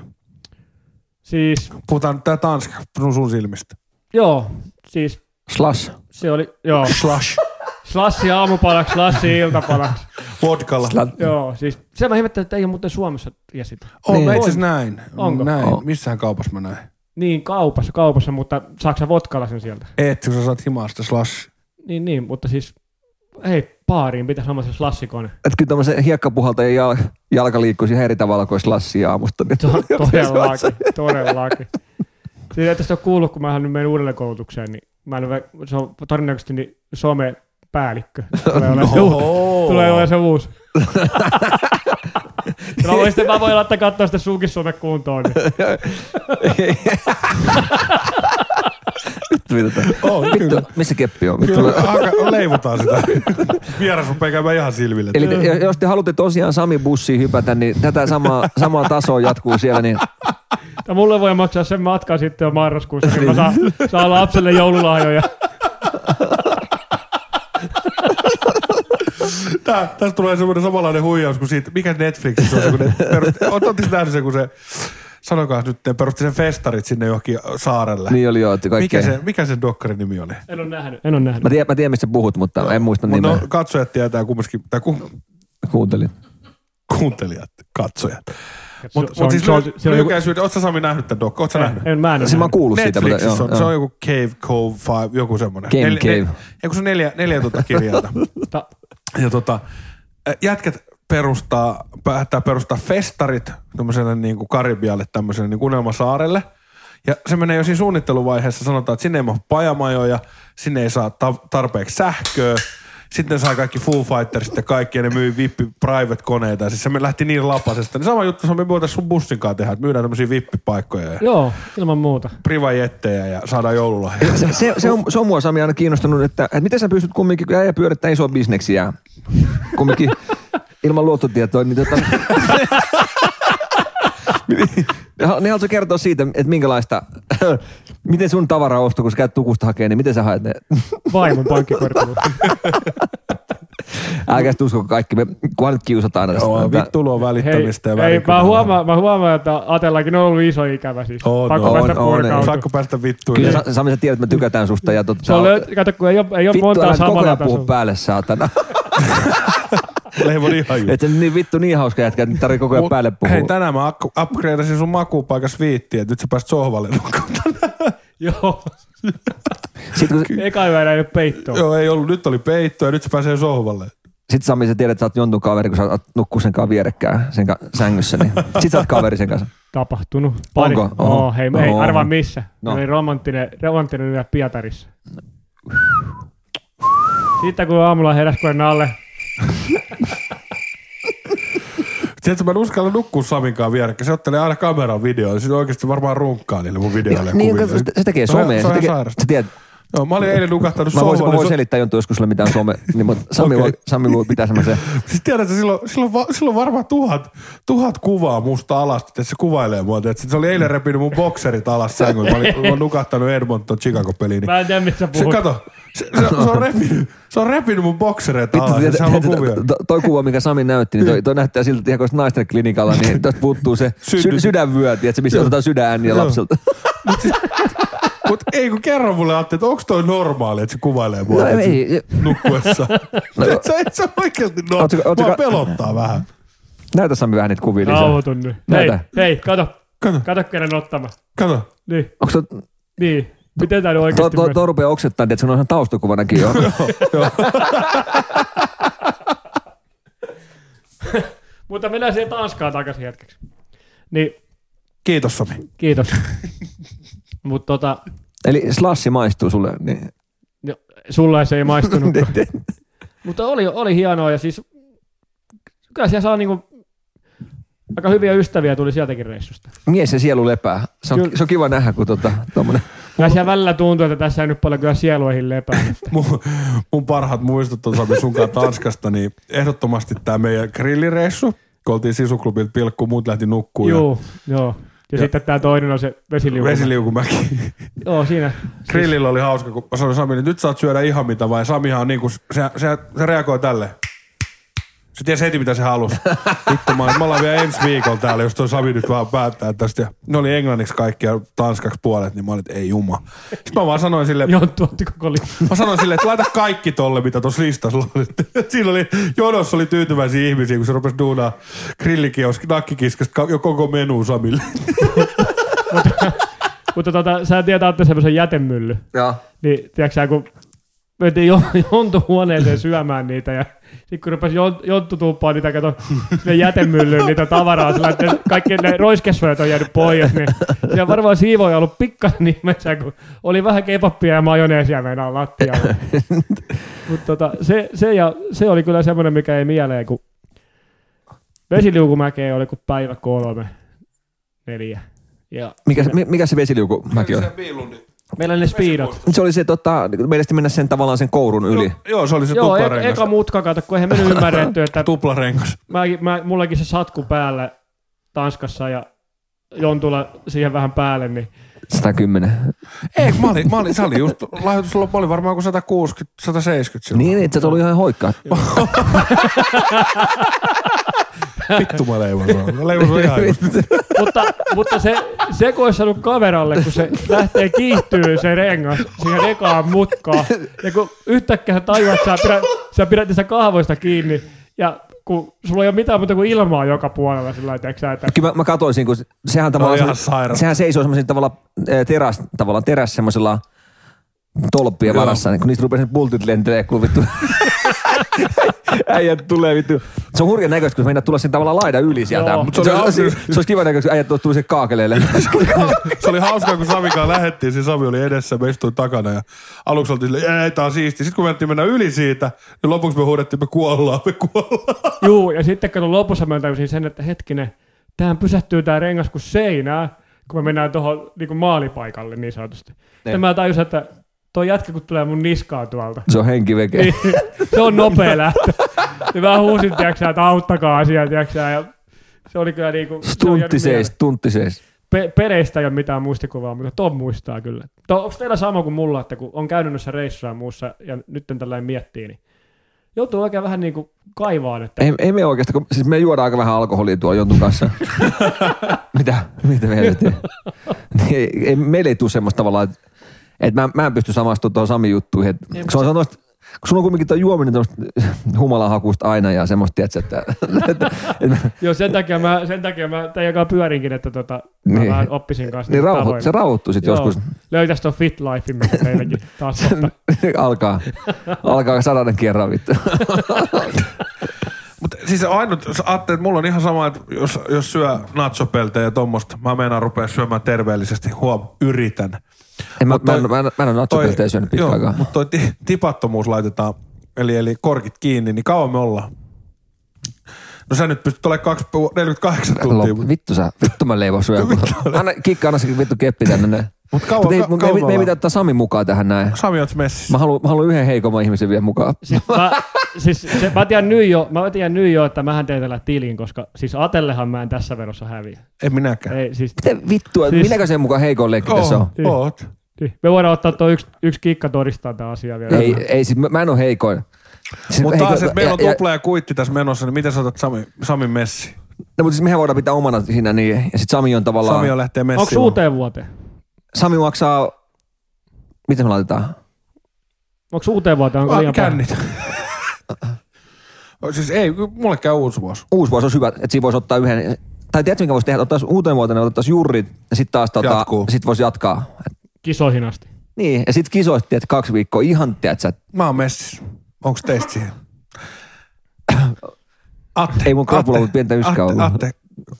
Speaker 3: siis,
Speaker 2: Puhutaan nyt tää Tanska sun, sun silmistä.
Speaker 3: joo, siis
Speaker 1: Slash.
Speaker 3: se oli, joo,
Speaker 2: Slash.
Speaker 3: slassi aamupalaksi, slassi iltapalaksi.
Speaker 2: Vodkalla.
Speaker 1: Sla-
Speaker 3: Joo, siis se mä ihmettelen, että ei ole muuten Suomessa jäsit.
Speaker 2: On,
Speaker 1: Niin.
Speaker 2: mä itse asiassa näin.
Speaker 3: Onko?
Speaker 2: Näin.
Speaker 1: On.
Speaker 2: Missään kaupassa mä näin.
Speaker 3: Niin, kaupassa, kaupassa, mutta saksa votkalla sen sieltä?
Speaker 2: Et, kun sä saat himaa sitä slash.
Speaker 3: Niin, niin, mutta siis, hei, baariin pitäisi olla se slassikone.
Speaker 1: Että kyllä tämmöisen hiekkapuhaltajan jal, jalka liikkuisi ihan eri tavalla kuin slassia aamusta. Niin
Speaker 3: To-
Speaker 1: <laughs>
Speaker 3: todellakin, todellakin. Siis ei tästä ole kuullut, kun mä nyt menen uudelleen koulutukseen, niin mä en ole, se on todennäköisesti niin somepäällikkö. Tulee
Speaker 1: No,
Speaker 3: olemaan
Speaker 2: No.
Speaker 3: se, uusi, tulee olemaan se uusi. Ja mä voin sitten, mä voin laittaa katsoa sitä sunkin some kuntoon. Niin.
Speaker 1: <laughs> Vittu, mitä tää-
Speaker 2: On, kyllä.
Speaker 1: Vittu, missä keppi on? Vittu,
Speaker 2: Kyllä, aika- leivotaan sitä. <laughs> Vieras rupeaa käymään ihan silmille.
Speaker 1: Eli te, jo- jos te haluatte tosiaan Sami bussiin hypätä, niin tätä samaa, samaa tasoa jatkuu siellä, niin
Speaker 3: Ja mulle voi maksaa sen matkan sitten jo marraskuussa, kun mä saan, saan lapselle joululahjoja.
Speaker 2: Tää, tästä tulee semmoinen samanlainen huijaus kuin siitä, mikä Netflixissä on se, kun ne perust... Oot- Ootteko nähnyt se, kun se sanokaa nyt, ne perusti sen festarit sinne johonkin saarelle.
Speaker 1: Niin oli joo, että
Speaker 2: mikä,
Speaker 1: kaikkea.
Speaker 2: se, mikä se dokkarin nimi oli?
Speaker 3: En ole nähnyt, en ole nähnyt.
Speaker 1: Mä tiedän, mä tiedän, mistä sä puhut, mutta en muista
Speaker 2: Mutta
Speaker 1: nimeä.
Speaker 2: no, katsojat tietää kumminkin, tai ku,
Speaker 1: Kuuntelin.
Speaker 2: kuuntelijat, katsojat.
Speaker 3: Se-
Speaker 2: Mutta
Speaker 3: se
Speaker 2: mut
Speaker 3: on-
Speaker 2: siis
Speaker 3: se on- se on joku-
Speaker 2: lyhykäisyyden, ootko sä Sami nähnyt tämän dokkarin? Ootko sä nähnyt?
Speaker 3: En mä en ole
Speaker 1: Siis mä oon
Speaker 3: nähnyt.
Speaker 1: kuullut siitä. Mutta,
Speaker 2: Netflixissä
Speaker 1: joo,
Speaker 2: on, se on joku Cave Cove Five, joku semmoinen.
Speaker 1: Game Cave.
Speaker 2: ei, kun se on neljä, neljä tuota
Speaker 1: <laughs>
Speaker 2: kirjailta.
Speaker 3: Ta-
Speaker 2: ja tota, äh, jätkät perustaa, päättää perustaa festarit tämmöiselle niin kuin Karibialle, tämmöiselle niin kuin unelmasaarelle. Ja se menee jo siinä suunnitteluvaiheessa, sanotaan, että sinne ei mahdu pajamajoja, sinne ei saa ta- tarpeeksi sähköä, sitten saa kaikki Foo Fightersit ja kaikki, ja ne myy vippi private-koneita. Ja Siis se me lähti niin lapasesta. Niin sama juttu, se me voitaisiin sun bussin kanssa tehdä, että myydään tämmöisiä vippipaikkoja ja
Speaker 3: Joo, ilman muuta.
Speaker 2: privajettejä ja saadaan joululahja.
Speaker 1: Se, se, se, on, se on mua Sami aina kiinnostanut, että, että miten sä pystyt kumminkin, kun äijä pyörittää isoa bisneksiä, kumminkin ilman luottotietoa, niin tota... <laughs> Ja Niin haluatko kertoa siitä, että minkälaista, miten sun tavara ostuu, kun sä käyt tukusta hakee, niin miten sä haet ne?
Speaker 3: Vaimon
Speaker 1: <laughs>
Speaker 3: pankkikortilla.
Speaker 1: Älkää sit usko kaikki, me kunhan nyt kiusataan. aina
Speaker 2: Joo,
Speaker 1: tästä.
Speaker 2: vittu luo
Speaker 3: Hei,
Speaker 2: välittämistä ja
Speaker 3: ei,
Speaker 2: värikkyyttä.
Speaker 3: mä, huomaan, mä huomaan, että Atellakin on ollut iso ikävä siis.
Speaker 2: On,
Speaker 3: Pakko
Speaker 1: on,
Speaker 3: päästä
Speaker 1: on, on.
Speaker 3: purkautumaan.
Speaker 2: Pakko päästä vittuun. niin
Speaker 1: Kyllä sä, Sami, sä tiedät, että me tykätään susta. Ja tota,
Speaker 3: Se on löyt- kato, kun ei ole, ei ole
Speaker 1: vittu,
Speaker 3: monta
Speaker 1: älä koko
Speaker 3: samalla
Speaker 1: ajan puhu
Speaker 3: tasolla.
Speaker 1: päälle,
Speaker 2: <laughs>
Speaker 1: saatana.
Speaker 2: Leivon ihan
Speaker 1: että niin vittu niin hauska jätkä, että tarvii koko ajan päälle puhua.
Speaker 2: Hei, tänään mä ak- upgradeasin sun makuupaikan sviittiä, että nyt sä pääst sohvalle nukkumaan.
Speaker 3: Joo,
Speaker 1: Sitten kun,
Speaker 3: eka yönä ei ole peittoa.
Speaker 2: Joo, ei ollut. Nyt oli peitto ja nyt se pääsee sohvalle.
Speaker 1: Sitten Sami, sä tiedät, että sä oot jontun kaveri, kun sä oot nukkuu sen kanssa vierekkään sen ka- sängyssä,
Speaker 2: <laughs>
Speaker 1: niin sit sä oot kaveri sen kanssa.
Speaker 3: Tapahtunut. Pari.
Speaker 1: Onko? Oho.
Speaker 3: Oho. hei, hei
Speaker 1: Oho.
Speaker 3: arvaa missä.
Speaker 1: No.
Speaker 3: No. Oli romanttinen, romanttinen yö Pietarissa. Sitten kun aamulla heräs kun alle,
Speaker 2: Tiedätkö, mä en uskalla nukkua Saminkaan vierekkäin. Se ottelee aina kameran videoon. Sitten oikeasti varmaan runkkaa niille mun videoille ja
Speaker 1: Niin,
Speaker 2: kuville.
Speaker 1: se, se tekee
Speaker 2: Se on ihan-
Speaker 1: somea.
Speaker 2: se
Speaker 1: Se
Speaker 2: on ihan
Speaker 1: tekee,
Speaker 2: sairasta.
Speaker 1: sä tiedät,
Speaker 2: Joo, mä olin eilen nukahtanut
Speaker 1: mä voisin, mä
Speaker 2: sohvalle.
Speaker 1: voisin
Speaker 2: Se-
Speaker 1: selittää jontun joskus sulle mitään some, niin, mutta Sami,
Speaker 2: Okei.
Speaker 1: voi, Sami voi pitää semmoisen.
Speaker 2: Siis tiedät, että silloin, silloin, va- silloin varmaan tuhat, tuhat kuvaa musta alas, että se kuvailee mua. Tiedät, se oli eilen repinyt mun bokserit alas sängyn. Mä olin, mä olin nukahtanut Edmonton Chicago-peliin. Niin
Speaker 3: mä en tiedä missä
Speaker 2: Se,
Speaker 3: puhut.
Speaker 2: kato, se, se, se, on repinyt, se on repinyt mun boksereita
Speaker 1: Vittu,
Speaker 2: alas.
Speaker 1: tiedät,
Speaker 2: no Se on Mm.
Speaker 1: tiedät,
Speaker 2: kuvia.
Speaker 1: to- toi kuva, mikä Sami näytti, niin toi, toi näyttää siltä, että ihan kuin olisi naisten klinikalla,
Speaker 2: <laughs>
Speaker 1: niin tuosta puuttuu se sy-
Speaker 2: Synnytys.
Speaker 1: sydänvyö, tiedätkö, missä otetaan sydänääniä
Speaker 2: Joo. <laughs>
Speaker 1: lapselta.
Speaker 2: Mut ei kun kerro mulle Atte, että onko toi normaali, että se kuvailee mua
Speaker 1: No
Speaker 2: että
Speaker 1: ei,
Speaker 2: se- nukkuessa. no, et sä, et sä oikeesti
Speaker 1: Ootsä-
Speaker 2: normaali.
Speaker 1: ootsä-
Speaker 2: Mua pelottaa vähän.
Speaker 1: näytä Sami vähän niitä kuvia lisää.
Speaker 3: Nauhoitun nyt. Hei,
Speaker 1: Näytä.
Speaker 3: niin- hei, kato.
Speaker 2: Kato.
Speaker 3: Kato kenen ottama.
Speaker 2: Kato.
Speaker 3: Niin,
Speaker 1: Onks toi,
Speaker 3: niin. Miten tää nyt
Speaker 1: toi,
Speaker 3: oikeesti?
Speaker 1: toi, toi rupeaa oksettaa, että se on ihan taustakuvanakin jo.
Speaker 3: Mutta mennään siihen Tanskaan takaisin hetkeksi. Niin,
Speaker 2: Kiitos Sami.
Speaker 3: kiitos. Mutta tota,
Speaker 1: Eli slassi maistuu sulle, niin
Speaker 3: jo, sulle se ei maistunut.
Speaker 1: <laughs>
Speaker 3: Mutta oli, oli hienoa ja siis kyllä siellä saa niinku, aika hyviä ystäviä tuli sieltäkin reissusta.
Speaker 1: mies ja sielu lepää. Se on,
Speaker 3: Kyllä.
Speaker 1: se on kiva nähdä, kun tota, tommonen,
Speaker 3: Kyllä siellä välillä tuntuu, että tässä ei nyt paljon kyllä sieluihin lepää.
Speaker 2: Mun, mun parhaat muistot on Sami sunkaan Tanskasta, niin ehdottomasti tää meidän grillireissu, kun oltiin sisuklubilta pilkkuun, muut lähti nukkuun. ja
Speaker 3: Joo, joo. Ja,
Speaker 2: Ja-
Speaker 3: sitten tämä toinen on se vesiliukuma.
Speaker 2: Vesiliukumäki.
Speaker 3: Joo, siinä.
Speaker 2: <laughs> Grillillä oli hauska, kun mä sanoin Samille, nyt saat syödä ihan mitä vai. Samihan on niin kuin, se, se, se reagoi tälle. Se tiesi heti, mitä se <laughs> halusi. Vittu, mä, olin- me ollaan vielä ensi viikolla täällä, jos toi Sami nyt vähän päättää tästä. Ja ne oli englanniksi kaikki ja tanskaksi puolet, niin mä olin, että ei juma. Sitten mä vaan sanoin sille,
Speaker 3: Jonttu otti Siis, koko li...
Speaker 2: mä sanoin sille, että laita kaikki tolle, mitä tuossa listassa oli. <laughs> Siinä oli, jonossa oli tyytyväisiä ihmisiä, kun se rupesi duunaa grillikioski, nakkikiskasta ka- jo koko menu Samille.
Speaker 3: Mutta tota, sä tiedät, että semmoisen jätemylly.
Speaker 1: Joo.
Speaker 3: Niin, tiedätkö sä, kun mentiin jo, <laughs> Jontu huoneeseen syömään niitä ja sitten kun rupesi Jon- Jonttu tuuppaa niitä, kato, sinne jätemyllyyn niitä tavaraa, sillä että kaikki ne roiskesvöjät on jäänyt pois, niin siellä varmaan siivoja ollut pikkasen nimessä, kun oli vähän kepappia ja majoneesia meinaan lattialla. Mutta tota, se, se, ja, se oli kyllä semmoinen, mikä ei mieleen, kun vesiliukumäkeä oli kuin päivä kolme, neljä. Ja
Speaker 1: Mikä, mi- mikä se vesiliuku mäkin on?
Speaker 3: meillä ne speedot.
Speaker 1: Se oli se, tota, meidän mennä sen tavallaan sen kourun yli.
Speaker 2: Joo, se oli se
Speaker 3: Joo, e-
Speaker 2: tuplarengas.
Speaker 3: eka mutka, kato, kun eihän me nyt ymmärretty, että
Speaker 2: tuplarengas.
Speaker 3: mä, mä, mullakin se satku päällä Tanskassa ja Jontula siihen vähän päälle, niin
Speaker 1: 110.
Speaker 2: Ei, kun mä olin, mä olin, se oli just, lahjoitus loppu oli varmaan kuin 160,
Speaker 3: Niin,
Speaker 2: 170 silloin.
Speaker 1: Niin, että se oli ihan hoikka.
Speaker 2: Vittu mä leivon sua. Mä leivon sua
Speaker 1: <laughs>
Speaker 2: ihan just.
Speaker 3: mutta, mutta se, se kun olisi saanut kameralle, kun se lähtee kiihtyy se rengas siihen rekaan mutkaan. Ja kun yhtäkkiä sä tajuat, että sä pidät, sä pidät niistä kahvoista kiinni ja kun sulla ei ole mitään muuta kuin ilmaa joka puolella sillä lailla, sä, että
Speaker 1: Kyllä mä, mä katsoisin, kun sehän tavallaan...
Speaker 2: ihan
Speaker 1: se-
Speaker 2: sairaan.
Speaker 1: Sehän seisoo semmoisen tavalla eh, teräs, tavallaan teräs semmoisella tolppien varassa, niin kun niistä rupeaa sen pultit lentelee, kun vittu äijät tulee vittu. Se on hurjan näköistä, kun meinaa tulla sen tavallaan laida yli sieltä.
Speaker 3: Joo.
Speaker 1: Mut
Speaker 2: Se
Speaker 1: se,
Speaker 2: oli
Speaker 1: se, se,
Speaker 2: hauska.
Speaker 1: se, olisi kiva näköistä, kun äijät tuossa tuli sen kaakeleelle.
Speaker 2: Se oli hauskaa, kun Samikaan lähettiin. Siis Sami oli edessä, me istuin takana ja aluksi oltiin silleen, ei, tää on siisti. Sitten kun me mentiin mennä yli siitä, niin lopuksi me huudettiin, me kuollaan, me kuollaan.
Speaker 3: Juu, ja sitten kato lopussa mä tajusin sen, että hetkinen, tähän pysähtyy tämä rengas kuin seinää, kun me mennään tuohon niin maalipaikalle niin sanotusti. Ja mä tajusin, että tuo jätkä kun tulee mun niskaa tuolta,
Speaker 1: se on henkiveke.
Speaker 3: niin se on nopea lähtö. Ja mä huusin, tiiäksä, että auttakaa siellä, tiiäksä, ja se oli kyllä niinku... se on
Speaker 1: Stuntti
Speaker 3: jäänyt
Speaker 1: seis, tuntti seis.
Speaker 3: mieleen. Pe- pereistä ei ole mitään muistikuvaa, mutta Tom muistaa kyllä. To, onko teillä sama kuin mulla, että kun on käynyt noissa reissuissa ja muussa, ja nyt tällainen miettii, niin joutuu oikein vähän niinku kaivaan, että
Speaker 1: Ei, ei me oikeastaan, kun, siis me juodaan aika vähän alkoholia tuolla jontun
Speaker 2: <laughs>
Speaker 1: kanssa. Mitä? Mitä me helvettiä? Niin ei, ei, meillä ei tule semmoista tavallaan, että, että mä, mä en pysty samastumaan tuohon Samin juttuihin. Että, kun, se on semmoista, kun sulla on kuitenkin tuo juominen tuommoista humalahakusta aina ja semmoista, tiedätkö, että, että, että
Speaker 3: Joo, sen takia mä, sen takia mä teidän kanssa pyörinkin, että tota, mä
Speaker 1: Niin.
Speaker 3: vähän oppisin kanssa.
Speaker 1: niin
Speaker 3: niitä
Speaker 1: rauho,
Speaker 3: tavoja.
Speaker 1: se rauhoittuu sitten
Speaker 3: Joo,
Speaker 1: joskus. <laughs>
Speaker 3: Löytäis ton fit lifein, mikä teilläkin taas kohta.
Speaker 1: alkaa, alkaa sadanen kerran
Speaker 2: <laughs>
Speaker 1: vittu.
Speaker 2: Mutta siis ainut, sä ajattelet, että mulla on ihan sama, että jos, jos syö nachopeltejä ja tommosta, mä meinaan rupea syömään terveellisesti, huom, yritän.
Speaker 1: En, mä,
Speaker 2: Mut
Speaker 1: mä,
Speaker 2: toi-
Speaker 1: en, mä, en, mä en ole natsopeltejä syönyt pitkään aikaa.
Speaker 2: Mutta toi ti- tipattomuus laitetaan, eli, eli korkit kiinni, niin kauan me ollaan. No sä nyt pystyt olemaan kaksi pu- 48 tuntia,
Speaker 1: Lop,
Speaker 2: mutta
Speaker 1: vittu sä, vittu mä leivon
Speaker 2: <laughs>
Speaker 1: sua. joku. Anna, kikka, anna se vittu keppi tänne näin.
Speaker 2: Mut kauan-
Speaker 1: Mut ei,
Speaker 2: ka-
Speaker 1: mut me, ei-
Speaker 2: kauan
Speaker 1: me ei
Speaker 2: vaan.
Speaker 1: pitää ottaa Sami mukaan tähän näin.
Speaker 2: Sami oot messissä.
Speaker 1: Mä haluan, mä haluan yhden heikomman ihmisen vielä mukaan.
Speaker 3: Siis mä, siis se, mä, tiedän nyt jo, mä tiedän nyt jo, että mähän teen tällä tilin, koska siis Atellehan mä en tässä verossa häviä.
Speaker 2: En minäkään.
Speaker 3: Ei, siis,
Speaker 1: Mitä vittua, siis...
Speaker 3: Siis-
Speaker 1: minäkö sen mukaan heikoin lenkki
Speaker 2: Oh.
Speaker 1: tässä on?
Speaker 3: Niin.
Speaker 2: oot.
Speaker 3: niin. me voidaan ottaa tuo yksi, yksi kikka todistaa tämä asia vielä.
Speaker 1: Ei, ei siis mä, mä en ole heikoin. Siis
Speaker 2: Mutta
Speaker 1: heikoin-
Speaker 2: taas, että meillä on
Speaker 1: ja- ja-
Speaker 2: tupla ja kuitti tässä menossa, niin miten sä otat Sami, Samin messi?
Speaker 1: No, mutta siis mehän voidaan pitää omana siinä niin, ja sit Sami on tavallaan...
Speaker 2: Sami on lähtee messiin.
Speaker 3: Onko uuteen vuoteen?
Speaker 1: Sami maksaa... Miten me laitetaan?
Speaker 3: Onko uuteen vuoteen? Onko
Speaker 2: Ah,
Speaker 3: liian paha?
Speaker 2: kännit. siis ei, mulle käy uusi vuosi.
Speaker 1: Uusi vuosi olisi hyvä, että siinä voisi ottaa yhden... Tai tiedätkö, mikä voisi tehdä? Ottaisi uuteen vuoteen, otettaisiin jurrit, ja sitten taas tota,
Speaker 2: Jatkuu.
Speaker 1: sit voisi jatkaa.
Speaker 3: Kisoihin asti.
Speaker 1: Niin, ja sitten kisoitti, että kaksi viikkoa ihan, tiedätkö,
Speaker 2: Mä oon messissä. Onko teistä siihen? Atte,
Speaker 1: Ei mun krapula
Speaker 2: Atte,
Speaker 1: ollut pientä yskää
Speaker 2: Atte,
Speaker 1: ollut.
Speaker 2: Atte,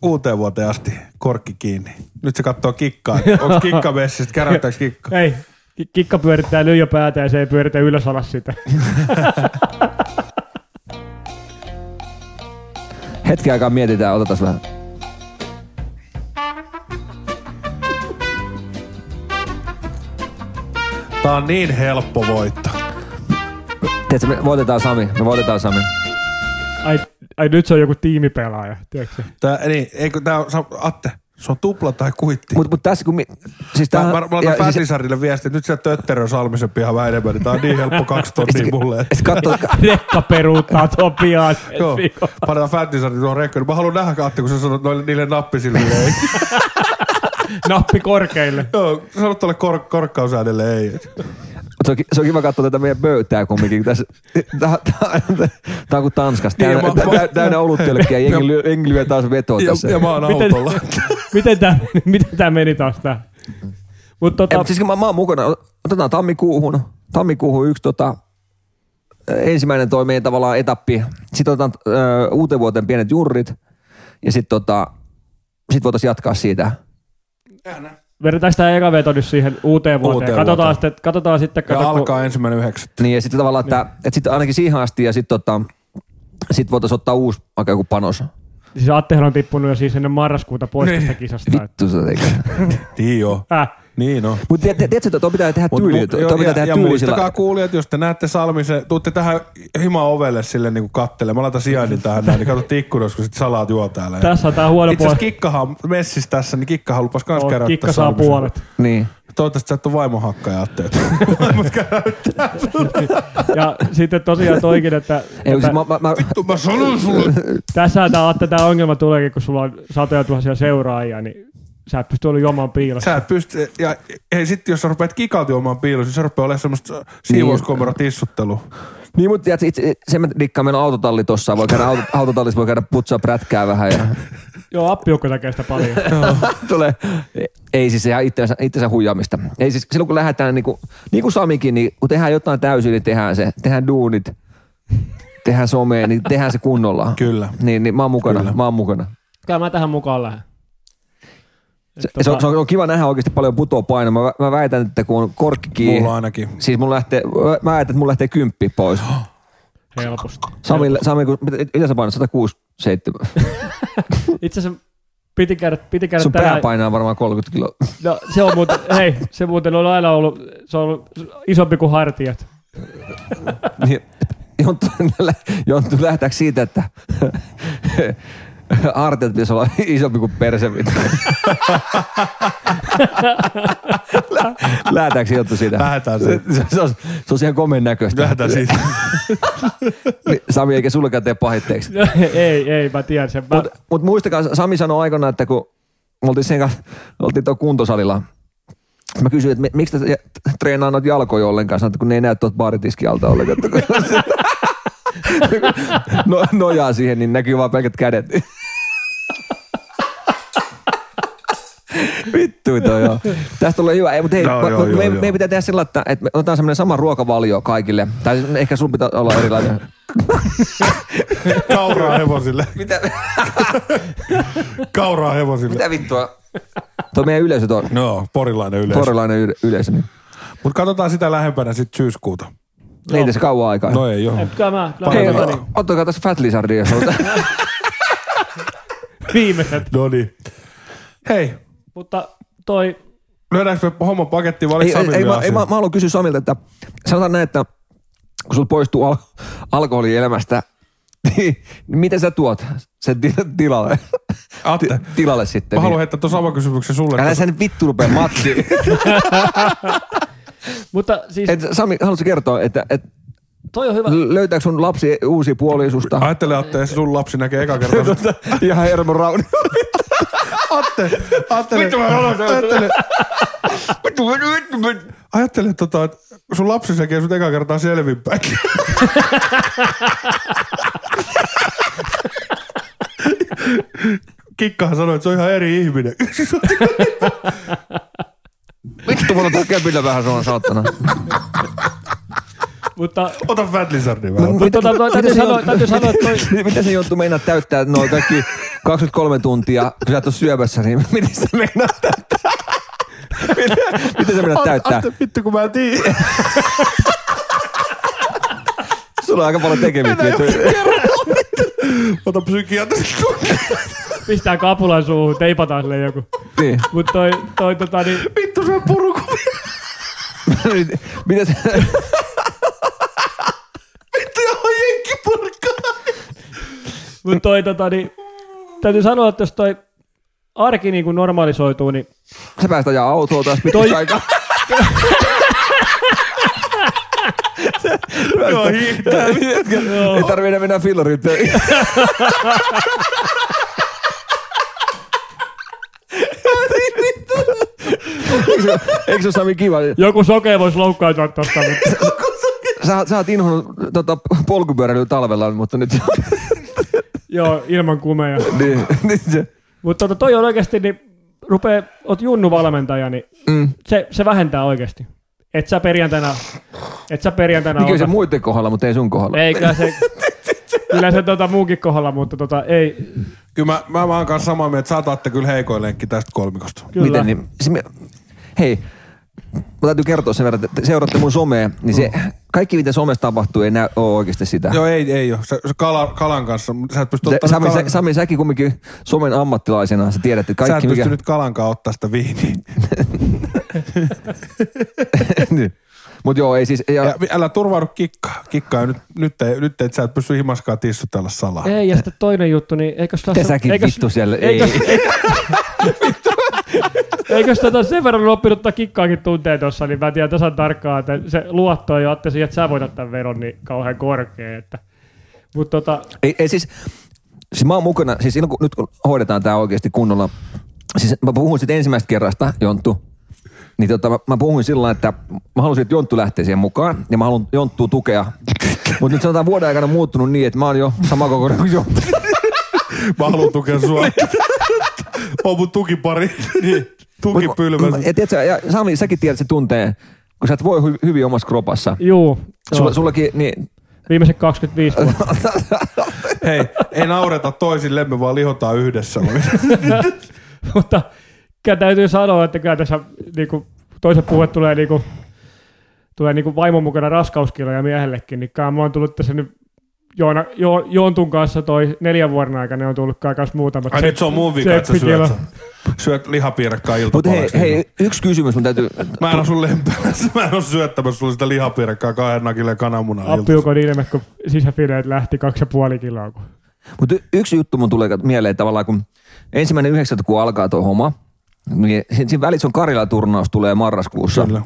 Speaker 2: uuteen vuoteen asti korkki kiinni. Nyt se katsoo kikkaa. Onko kikka messissä? Käräyttääks kikka?
Speaker 3: Ei, ki- kikka pyörittää lyijä päätä ja se ei pyöritä ylös
Speaker 1: <laughs>
Speaker 3: alas sitä.
Speaker 1: hetki aikaa mietitään, otetaan vähän.
Speaker 2: Tää on niin helppo voitto.
Speaker 1: Tiedätkö, me voitetaan Sami, me voitetaan Sami.
Speaker 3: Ai, ai nyt se on joku tiimipelaaja, tiedätkö? se?
Speaker 2: Tää, niin, eikö tää on, Sam- Atte, se on tupla tai kuitti.
Speaker 1: Mutta mut tässä kun... Mi, siis
Speaker 2: Mä,
Speaker 1: tähän,
Speaker 2: mä, mä
Speaker 1: ja
Speaker 2: laitan Fätisarille viesti, että nyt siellä Tötterö Salmisen piha vähän enemmän, niin tää on niin helppo kaksi
Speaker 1: Siis-
Speaker 2: tonnia
Speaker 1: <laughs>
Speaker 2: mulle.
Speaker 1: Sitten katsoo,
Speaker 3: <laughs> Rekka peruuttaa tuon pian.
Speaker 2: <laughs> Joo, pannaan Fätisari tuohon rekkoon. Mä haluan nähdä, Atte, kun sä sanot noille, niille nappisilmille ei.
Speaker 3: Nappi korkeille.
Speaker 2: Joo, sanot tuolle kor- korkkausäänelle ei.
Speaker 1: Mut se, on, ki- se on kiva katsoa tätä meidän pöytää kumminkin. Tässä, tää, tää, tää, tää on kuin Tanskassa.
Speaker 2: Niin, ja
Speaker 1: Täynnä,
Speaker 2: mä-
Speaker 1: tä- tä- täynnä
Speaker 2: <laughs>
Speaker 1: oluttelkkiä. Jengi, lyö, jengi lyö taas vetoa
Speaker 2: Ja,
Speaker 1: tässä.
Speaker 2: ja mä oon
Speaker 3: Miten-
Speaker 2: <laughs> autolla.
Speaker 3: Miten tämä miten tää meni taas tää? Mut
Speaker 1: Ei,
Speaker 3: tota,
Speaker 1: mut siis kun mä, mä oon mukana. Otetaan tammikuuhun. Tammikuuhun yksi tota, ensimmäinen toi meidän tavallaan etappi. Sitten otetaan ö, uuteen vuoteen pienet jurrit. Ja sitten tota, sit voitaisiin jatkaa siitä.
Speaker 3: vedetäänkö tää eka veto nyt siihen uuteen vuoteen?
Speaker 2: Uuteen
Speaker 3: katsotaan,
Speaker 2: vuoteen.
Speaker 3: Sitten, katsotaan sitten,
Speaker 2: Ja
Speaker 3: kato, kun,
Speaker 2: alkaa ensimmäinen yhdeksättä.
Speaker 1: Niin ja sitten tavallaan, että, että sitten ainakin siihen asti ja sitten tota, sit voitaisiin ottaa uusi vaikka joku panos.
Speaker 3: siis Attehan on tippunut jo siis ennen marraskuuta pois
Speaker 2: Niin.
Speaker 3: tästä kisasta. että-
Speaker 1: Vittu se
Speaker 2: <laughs>
Speaker 1: tekee.
Speaker 2: Niin joo.
Speaker 3: Äh,
Speaker 2: Niin on.
Speaker 1: Mutta tiedätkö, että tuo pitää tehdä
Speaker 2: Mut-
Speaker 1: tyyli.
Speaker 2: mut-
Speaker 1: Tuo
Speaker 2: joo,
Speaker 1: pitää
Speaker 2: ja,
Speaker 1: tehdä
Speaker 2: ja
Speaker 1: tyylisillä.
Speaker 2: muistakaa kuulijat, jos te näette Salmisen, tuutte tähän himaan ovelle sille niinku kattele. Mä laitan sijainnin tähän näin, niin katsotte ikkunassa, kun sit salaat juo täällä.
Speaker 3: tässä on tää huono
Speaker 2: Itse asiassa
Speaker 3: puoli.
Speaker 2: Kikkahan on messissä tässä, niin Kikkahan lupas kans
Speaker 3: Oh,
Speaker 2: kerätä
Speaker 3: Kikka saa
Speaker 2: Salmisen.
Speaker 3: puolet.
Speaker 1: Niin.
Speaker 2: Toivottavasti sä et ole vaimon hakkaaja, Atte. että Vaimot käyttää.
Speaker 3: Ja sitten tosiaan
Speaker 2: <laughs>
Speaker 3: toikin, että
Speaker 1: Ei, siis mä, mä, mä,
Speaker 2: Vittu, mä sanon sulle.
Speaker 3: tässä tämä, Atte, tämä ongelma tuleekin, kun sulla on satoja tuhansia seuraajia, niin sä et pysty olemaan juomaan piilossa.
Speaker 2: Sä et pysty, ja hei sit jos sä rupeat kikaltioimaan piilossa, niin se rupeaa olemaan semmoista siivouskomero tissuttelu.
Speaker 1: niin, mutta tiedätkö, itse, sen mä dikkaan meillä on autotalli tossa. Voi käydä, auto, autotallissa voi käydä putsaa prätkää vähän ja
Speaker 3: Joo, appiukko tekee sitä
Speaker 2: <laughs>
Speaker 3: paljon.
Speaker 1: tulee. Ei siis ihan itsensä, itsensä huijaamista. Ei siis silloin kun lähdetään, niin kuin, niin kuin Samikin, niin kun tehdään jotain täysin, niin tehdään se. Tehdään duunit, tehdään somea, niin tehdään se kunnolla.
Speaker 2: Kyllä.
Speaker 1: Niin, niin mä oon mukana, Kyllä. mä oon mukana.
Speaker 3: Kyllä mä tähän mukaan lähden.
Speaker 1: Se, se, on, se on kiva nähdä oikeasti paljon putoa painoa. Mä, mä väitän, että kun on korkki kiinni,
Speaker 2: Mulla ainakin.
Speaker 1: siis mun lähtee, mä väitän, että mun lähtee kymppi pois.
Speaker 3: Helposti.
Speaker 1: Sami, Sami kun, mitä, mitä sä painat? 167.
Speaker 3: Itse asiassa piti käydä, piti käydä
Speaker 1: Sun pää
Speaker 3: tänään.
Speaker 1: painaa varmaan 30 kiloa.
Speaker 3: No, se on
Speaker 1: <laughs>
Speaker 3: muuten, hei, se muuten on aina ollut, se on ollut isompi kuin hartiat. <laughs>
Speaker 1: Niin, <laughs> Jonttu, lä- Jonttu lähtääkö siitä, että <laughs> arteet pitäisi olla <laughs> isompi kuin perse? vittu? Lä- Lähtääkö Jonttu siitä?
Speaker 2: Lähdetään
Speaker 1: se,
Speaker 2: siitä.
Speaker 1: se, on, se on ihan komeen näköistä.
Speaker 2: Lähdetään siitä.
Speaker 1: Sami eikä sullekaan tee pahitteeksi.
Speaker 3: No, ei, ei, mä tiedän sen. Mä,
Speaker 1: Mutta mut muistakaa, Sami sanoi aikana, että kun me oltiin sen kanssa, me oltiin tuolla kuntosalilla, mä kysyin, että mi- miksi te treenaa noita jalkoja ollenkaan, sanoin, että kun ne ei näy tuolta baaritiski alta ollenkaan. <laughs> no, nojaa siihen, niin näkyy vaan pelkät kädet. <laughs> Vittu toi joo. Tästä tulee hyvä. Ei, mutta hei,
Speaker 2: Joo,
Speaker 1: no,
Speaker 2: joo,
Speaker 1: joo,
Speaker 2: joo,
Speaker 1: me,
Speaker 2: joo.
Speaker 1: me pitää tehdä sillä, että, että me otetaan semmoinen sama ruokavalio kaikille. Tai siis ehkä sun pitää olla erilainen.
Speaker 2: <laughs> Kauraa hevosille.
Speaker 1: Mitä,
Speaker 2: Kauraa hevosille.
Speaker 1: mitä vittua? Tuo meidän yleisö tuo.
Speaker 2: No, porilainen yleisö.
Speaker 1: Porilainen yle- yleisö. Niin.
Speaker 2: Mut katsotaan sitä lähempänä sit syyskuuta.
Speaker 1: Ei tässä kauan aikaa.
Speaker 2: No ei joo.
Speaker 3: ei, kyllä mä, kyllä
Speaker 1: Hei,
Speaker 3: mä,
Speaker 2: Parempi.
Speaker 1: o-
Speaker 3: tota niin,
Speaker 1: ottakaa tässä Fat Lizardia, jos haluatte.
Speaker 3: viimeiset.
Speaker 2: No niin. Hei,
Speaker 3: Mutta toi,
Speaker 2: lyödäänkö me homma pakettiin vai
Speaker 1: ei,
Speaker 2: oliko
Speaker 1: ei,
Speaker 2: Samilla
Speaker 1: ei, mä,
Speaker 2: asia?
Speaker 1: ei, mä, mä haluan kysyä Samilta, että sanotaan näin, että kun sulla poistuu al- alkoholi elämästä, <laughs> niin, niin mitä sä tuot sen ti- tilalle?
Speaker 2: Atte.
Speaker 1: Ti- tilalle sitten.
Speaker 2: Mä haluan
Speaker 1: niin.
Speaker 2: heittää tuon saman kysymyksen sulle.
Speaker 1: Älä
Speaker 2: koska-
Speaker 1: sä nyt vittu rupea
Speaker 2: <laughs>
Speaker 1: matkiin.
Speaker 3: mutta siis
Speaker 1: Et, Sami, haluatko kertoa, että et,
Speaker 3: toi on hyvä.
Speaker 1: löytääkö sun lapsi uusia puolisuusta?
Speaker 2: Ajattele Atte, että sun lapsi näkee eka <laughs> kertaa. sut.
Speaker 1: Ihan hermon rauni.
Speaker 2: Atte, ajattele. <laughs> Ajattele, ajattele tota, että sun lapsi näkee sut eka kertaa <laughs> selvinpäin. Kikkahan sanoi, että se on ihan eri ihminen.
Speaker 1: Vittu, mulla on tää kepillä vähän sun saatana.
Speaker 3: Mutta
Speaker 2: Ota Fat niin Lizardin vähän.
Speaker 3: Mutta tota, toi- täytyy
Speaker 1: se
Speaker 3: sanoa-
Speaker 1: joutuu-
Speaker 3: täytyy sanoa, että
Speaker 1: mitä, <laughs> mitä se joutuu meinaa täyttää noin kaikki 23 tuntia, kun sä et oo syömässä, niin <laughs> miten se meinaa täyttää? <laughs> Miten, miten se meinaa täyttää?
Speaker 2: Atte, vittu kun mä en tiedä.
Speaker 1: Sulla on aika paljon tekemistä. vittu.
Speaker 2: Ota psykiatrista.
Speaker 3: pistää kapulan suuhun, teipataan sille joku.
Speaker 1: Niin. <laughs>
Speaker 3: Mutta toi, toi tota niin,
Speaker 2: Vittu se on puruku.
Speaker 1: Nyt, Miten se,
Speaker 2: Vittu johon jenkkipurkka.
Speaker 3: Mutta toi tota niin, täytyy sanoa, että jos toi arki niin kuin normalisoituu, niin
Speaker 1: sä päästä ajaa autoa taas pitkästä
Speaker 3: Toi- <laughs>
Speaker 1: aikaa.
Speaker 2: Joo, hiihtää.
Speaker 1: Niin, Ei tarvii enää mennä fillariin
Speaker 3: <laughs>
Speaker 1: töihin. <laughs> Eikö se- Eikö se ole Sami kiva?
Speaker 3: joku sokea voisi loukkaantua tuota tosta.
Speaker 1: <laughs>
Speaker 3: Mutta
Speaker 1: Sä, sä oot inhonnut tota, polkupyöräilyä talvella, mutta nyt
Speaker 3: joo, ilman kumeja.
Speaker 1: <laughs> niin, niin se,
Speaker 3: Mutta tota, toi on oikeasti, niin rupee, oot junnuvalmentaja, niin mm. se, se vähentää oikeasti. Et sä perjantaina, et sä perjantaina
Speaker 1: niin kyllä se
Speaker 3: ota-
Speaker 1: muiden kohdalla, mutta ei sun kohdalla.
Speaker 3: Ei, kyllä
Speaker 1: <laughs>
Speaker 3: se, kyllä se tota muunkin kohdalla, mutta tota, ei,
Speaker 2: Kyllä mä, mä, mä oon kanssa samaa mieltä, että saatatte kyllä heikoin lenkki tästä kolmikosta.
Speaker 3: kyllä.
Speaker 1: Miten niin? Se, me, hei, mä täytyy kertoa sen verran, että te seuraatte mun somea, niin se, kaikki mitä somessa tapahtuu ei näy, oo oikeasti sitä.
Speaker 2: Mm. Joo, ei, ei ole. Se, se kala, kalan kanssa, mut sä et pysty
Speaker 1: Se,
Speaker 2: ottaa
Speaker 1: Sami,
Speaker 2: kalan,
Speaker 1: sä, Sami, säkin kumminkin somen ammattilaisena, sä tiedät, että
Speaker 2: sä et
Speaker 1: kaikki
Speaker 2: pysty
Speaker 1: mikä... No.
Speaker 2: nyt kalankaan ottaa sitä viiniä.
Speaker 1: <laughs> Niin. Mutta joo, ei siis... Ja,
Speaker 2: Ja vi- älä turvaudu kikkaan. Kikkaan nyt, nyt, ei, nyt et sä et pysty himaskaan tissutella salaa.
Speaker 3: Ei, ja sitten toinen juttu, niin eikös tässä...
Speaker 1: Tesäkin
Speaker 3: eikös,
Speaker 1: vittu siellä. Ei.
Speaker 3: Eikös, eikös tätä sen verran oppinut ottaa kikkaakin tunteen tuossa, niin mä tiedän tasan tarkkaan, että se luotto ei ole Atte siihen, että sä voitat tämän veron niin kauhean korkea. Että. Mut tota,
Speaker 1: Ei, ei siis, siis mä oon mukana, siis silloin kun, nyt kun hoidetaan tämä oikeasti kunnolla, siis mä puhuin sitten ensimmäistä kerrasta, Jonttu, niin tota, mä, mä puhuin sillä lailla, että mä halusin, että Jonttu lähtee siihen mukaan, ja mä haluan Jonttua tukea. Mutta nyt sanotaan vuoden aikana muuttunut niin, että mä oon jo sama kokoinen kuin Jonttu.
Speaker 2: Mä haluan tukea sua. On mun tukipari.
Speaker 1: Niin.
Speaker 2: Tukipylväs.
Speaker 1: Ja, tiedätkö, ja Sami, säkin tiedät se tuntee, kun sä et voi hy- hyvin omassa kropassa.
Speaker 3: juu,
Speaker 1: Sulla,
Speaker 3: joo,
Speaker 1: sullakin, niin,
Speaker 3: viimeiset 25 vuotta.
Speaker 2: Hei, ei naureta toisillemme, vaan lihotaan yhdessä.
Speaker 1: <laughs>
Speaker 3: <laughs> Mutta kyllä täytyy sanoa, että kyllä tässä niinku, toisen puhe tulee, niinku, tulee niinku vaimon mukana raskauskiloja miehellekin, niin kyllä mä oon tullut tässä nyt Joona, jo, Jontun kanssa toi neljän vuoden aikana on tullut kai kans muutamat.
Speaker 2: Ai nyt se on mun vika, että sä syöt, syöt lihapiirakkaa
Speaker 1: mutta hei,
Speaker 2: iltapalaksi.
Speaker 1: hei, yksi kysymys mun täytyy,
Speaker 2: Mä en oo sun lempelässä. Mä en oo syöttämässä sulle sitä lihapiirakkaa kahden nakille kananmunaa iltapalaksi.
Speaker 3: Appiukon ilme, kun sisäfileet lähti kaksi ja puoli kiloa. Kun...
Speaker 1: Mutta yksi juttu mun tulee mieleen tavallaan, kun ensimmäinen yhdeksättä, kun alkaa tuo homma, niin siinä, siinä välissä on Karjala-turnaus tulee marraskuussa.
Speaker 2: Kyllä.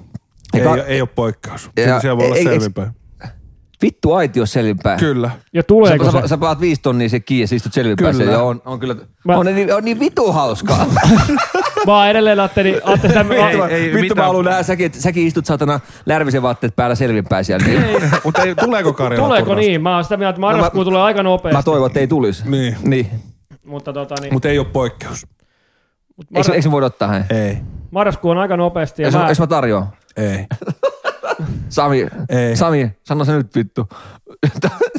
Speaker 2: Ei,
Speaker 1: Eka-
Speaker 2: ei ole poikkeus.
Speaker 1: Ja-
Speaker 2: Ja, siellä voi olla
Speaker 1: ei- ei-
Speaker 2: selvinpäin.
Speaker 1: Vittu aitio selvinpäin.
Speaker 2: Kyllä.
Speaker 3: Ja
Speaker 1: Sä,
Speaker 3: tuleeko se?
Speaker 1: sä, sä paat viisi tonnia se kiinni ja sä istut selvinpäin.
Speaker 2: Kyllä.
Speaker 1: Ja on, on kyllä,
Speaker 3: Mä-
Speaker 1: on, niin, on niin vitu hauskaa.
Speaker 2: <laughs>
Speaker 3: Mä oon edelleen ajattelin, ajattelin sitä,
Speaker 1: vittu,
Speaker 3: a-
Speaker 1: ei, vittu mä haluan nähdä, säkin, että säkin istut satana lärvisen vaatteet päällä selvinpäin siellä. Niin.
Speaker 2: <laughs> Mutta ei, tuleeko Karjala
Speaker 3: tuleeko niin? Mä oon sitä mieltä, että marraskuu
Speaker 1: No
Speaker 3: no, tulee aika
Speaker 1: mä
Speaker 3: nopeasti.
Speaker 1: toivon, että ei tulisi.
Speaker 2: Niin.
Speaker 1: niin.
Speaker 3: Mutta tota niin,
Speaker 2: Mutta ei ole poikkeus.
Speaker 3: mut
Speaker 1: Eikö,
Speaker 3: mar-
Speaker 1: eikö me voida ottaa hän?
Speaker 2: Ei.
Speaker 3: marraskuu on aika nopeasti. Ja
Speaker 1: Jos,
Speaker 3: mä,
Speaker 1: jos mä tarjoan.
Speaker 2: Ei.
Speaker 1: Sami,
Speaker 2: Ei.
Speaker 1: Sami, sano se nyt vittu. <laughs>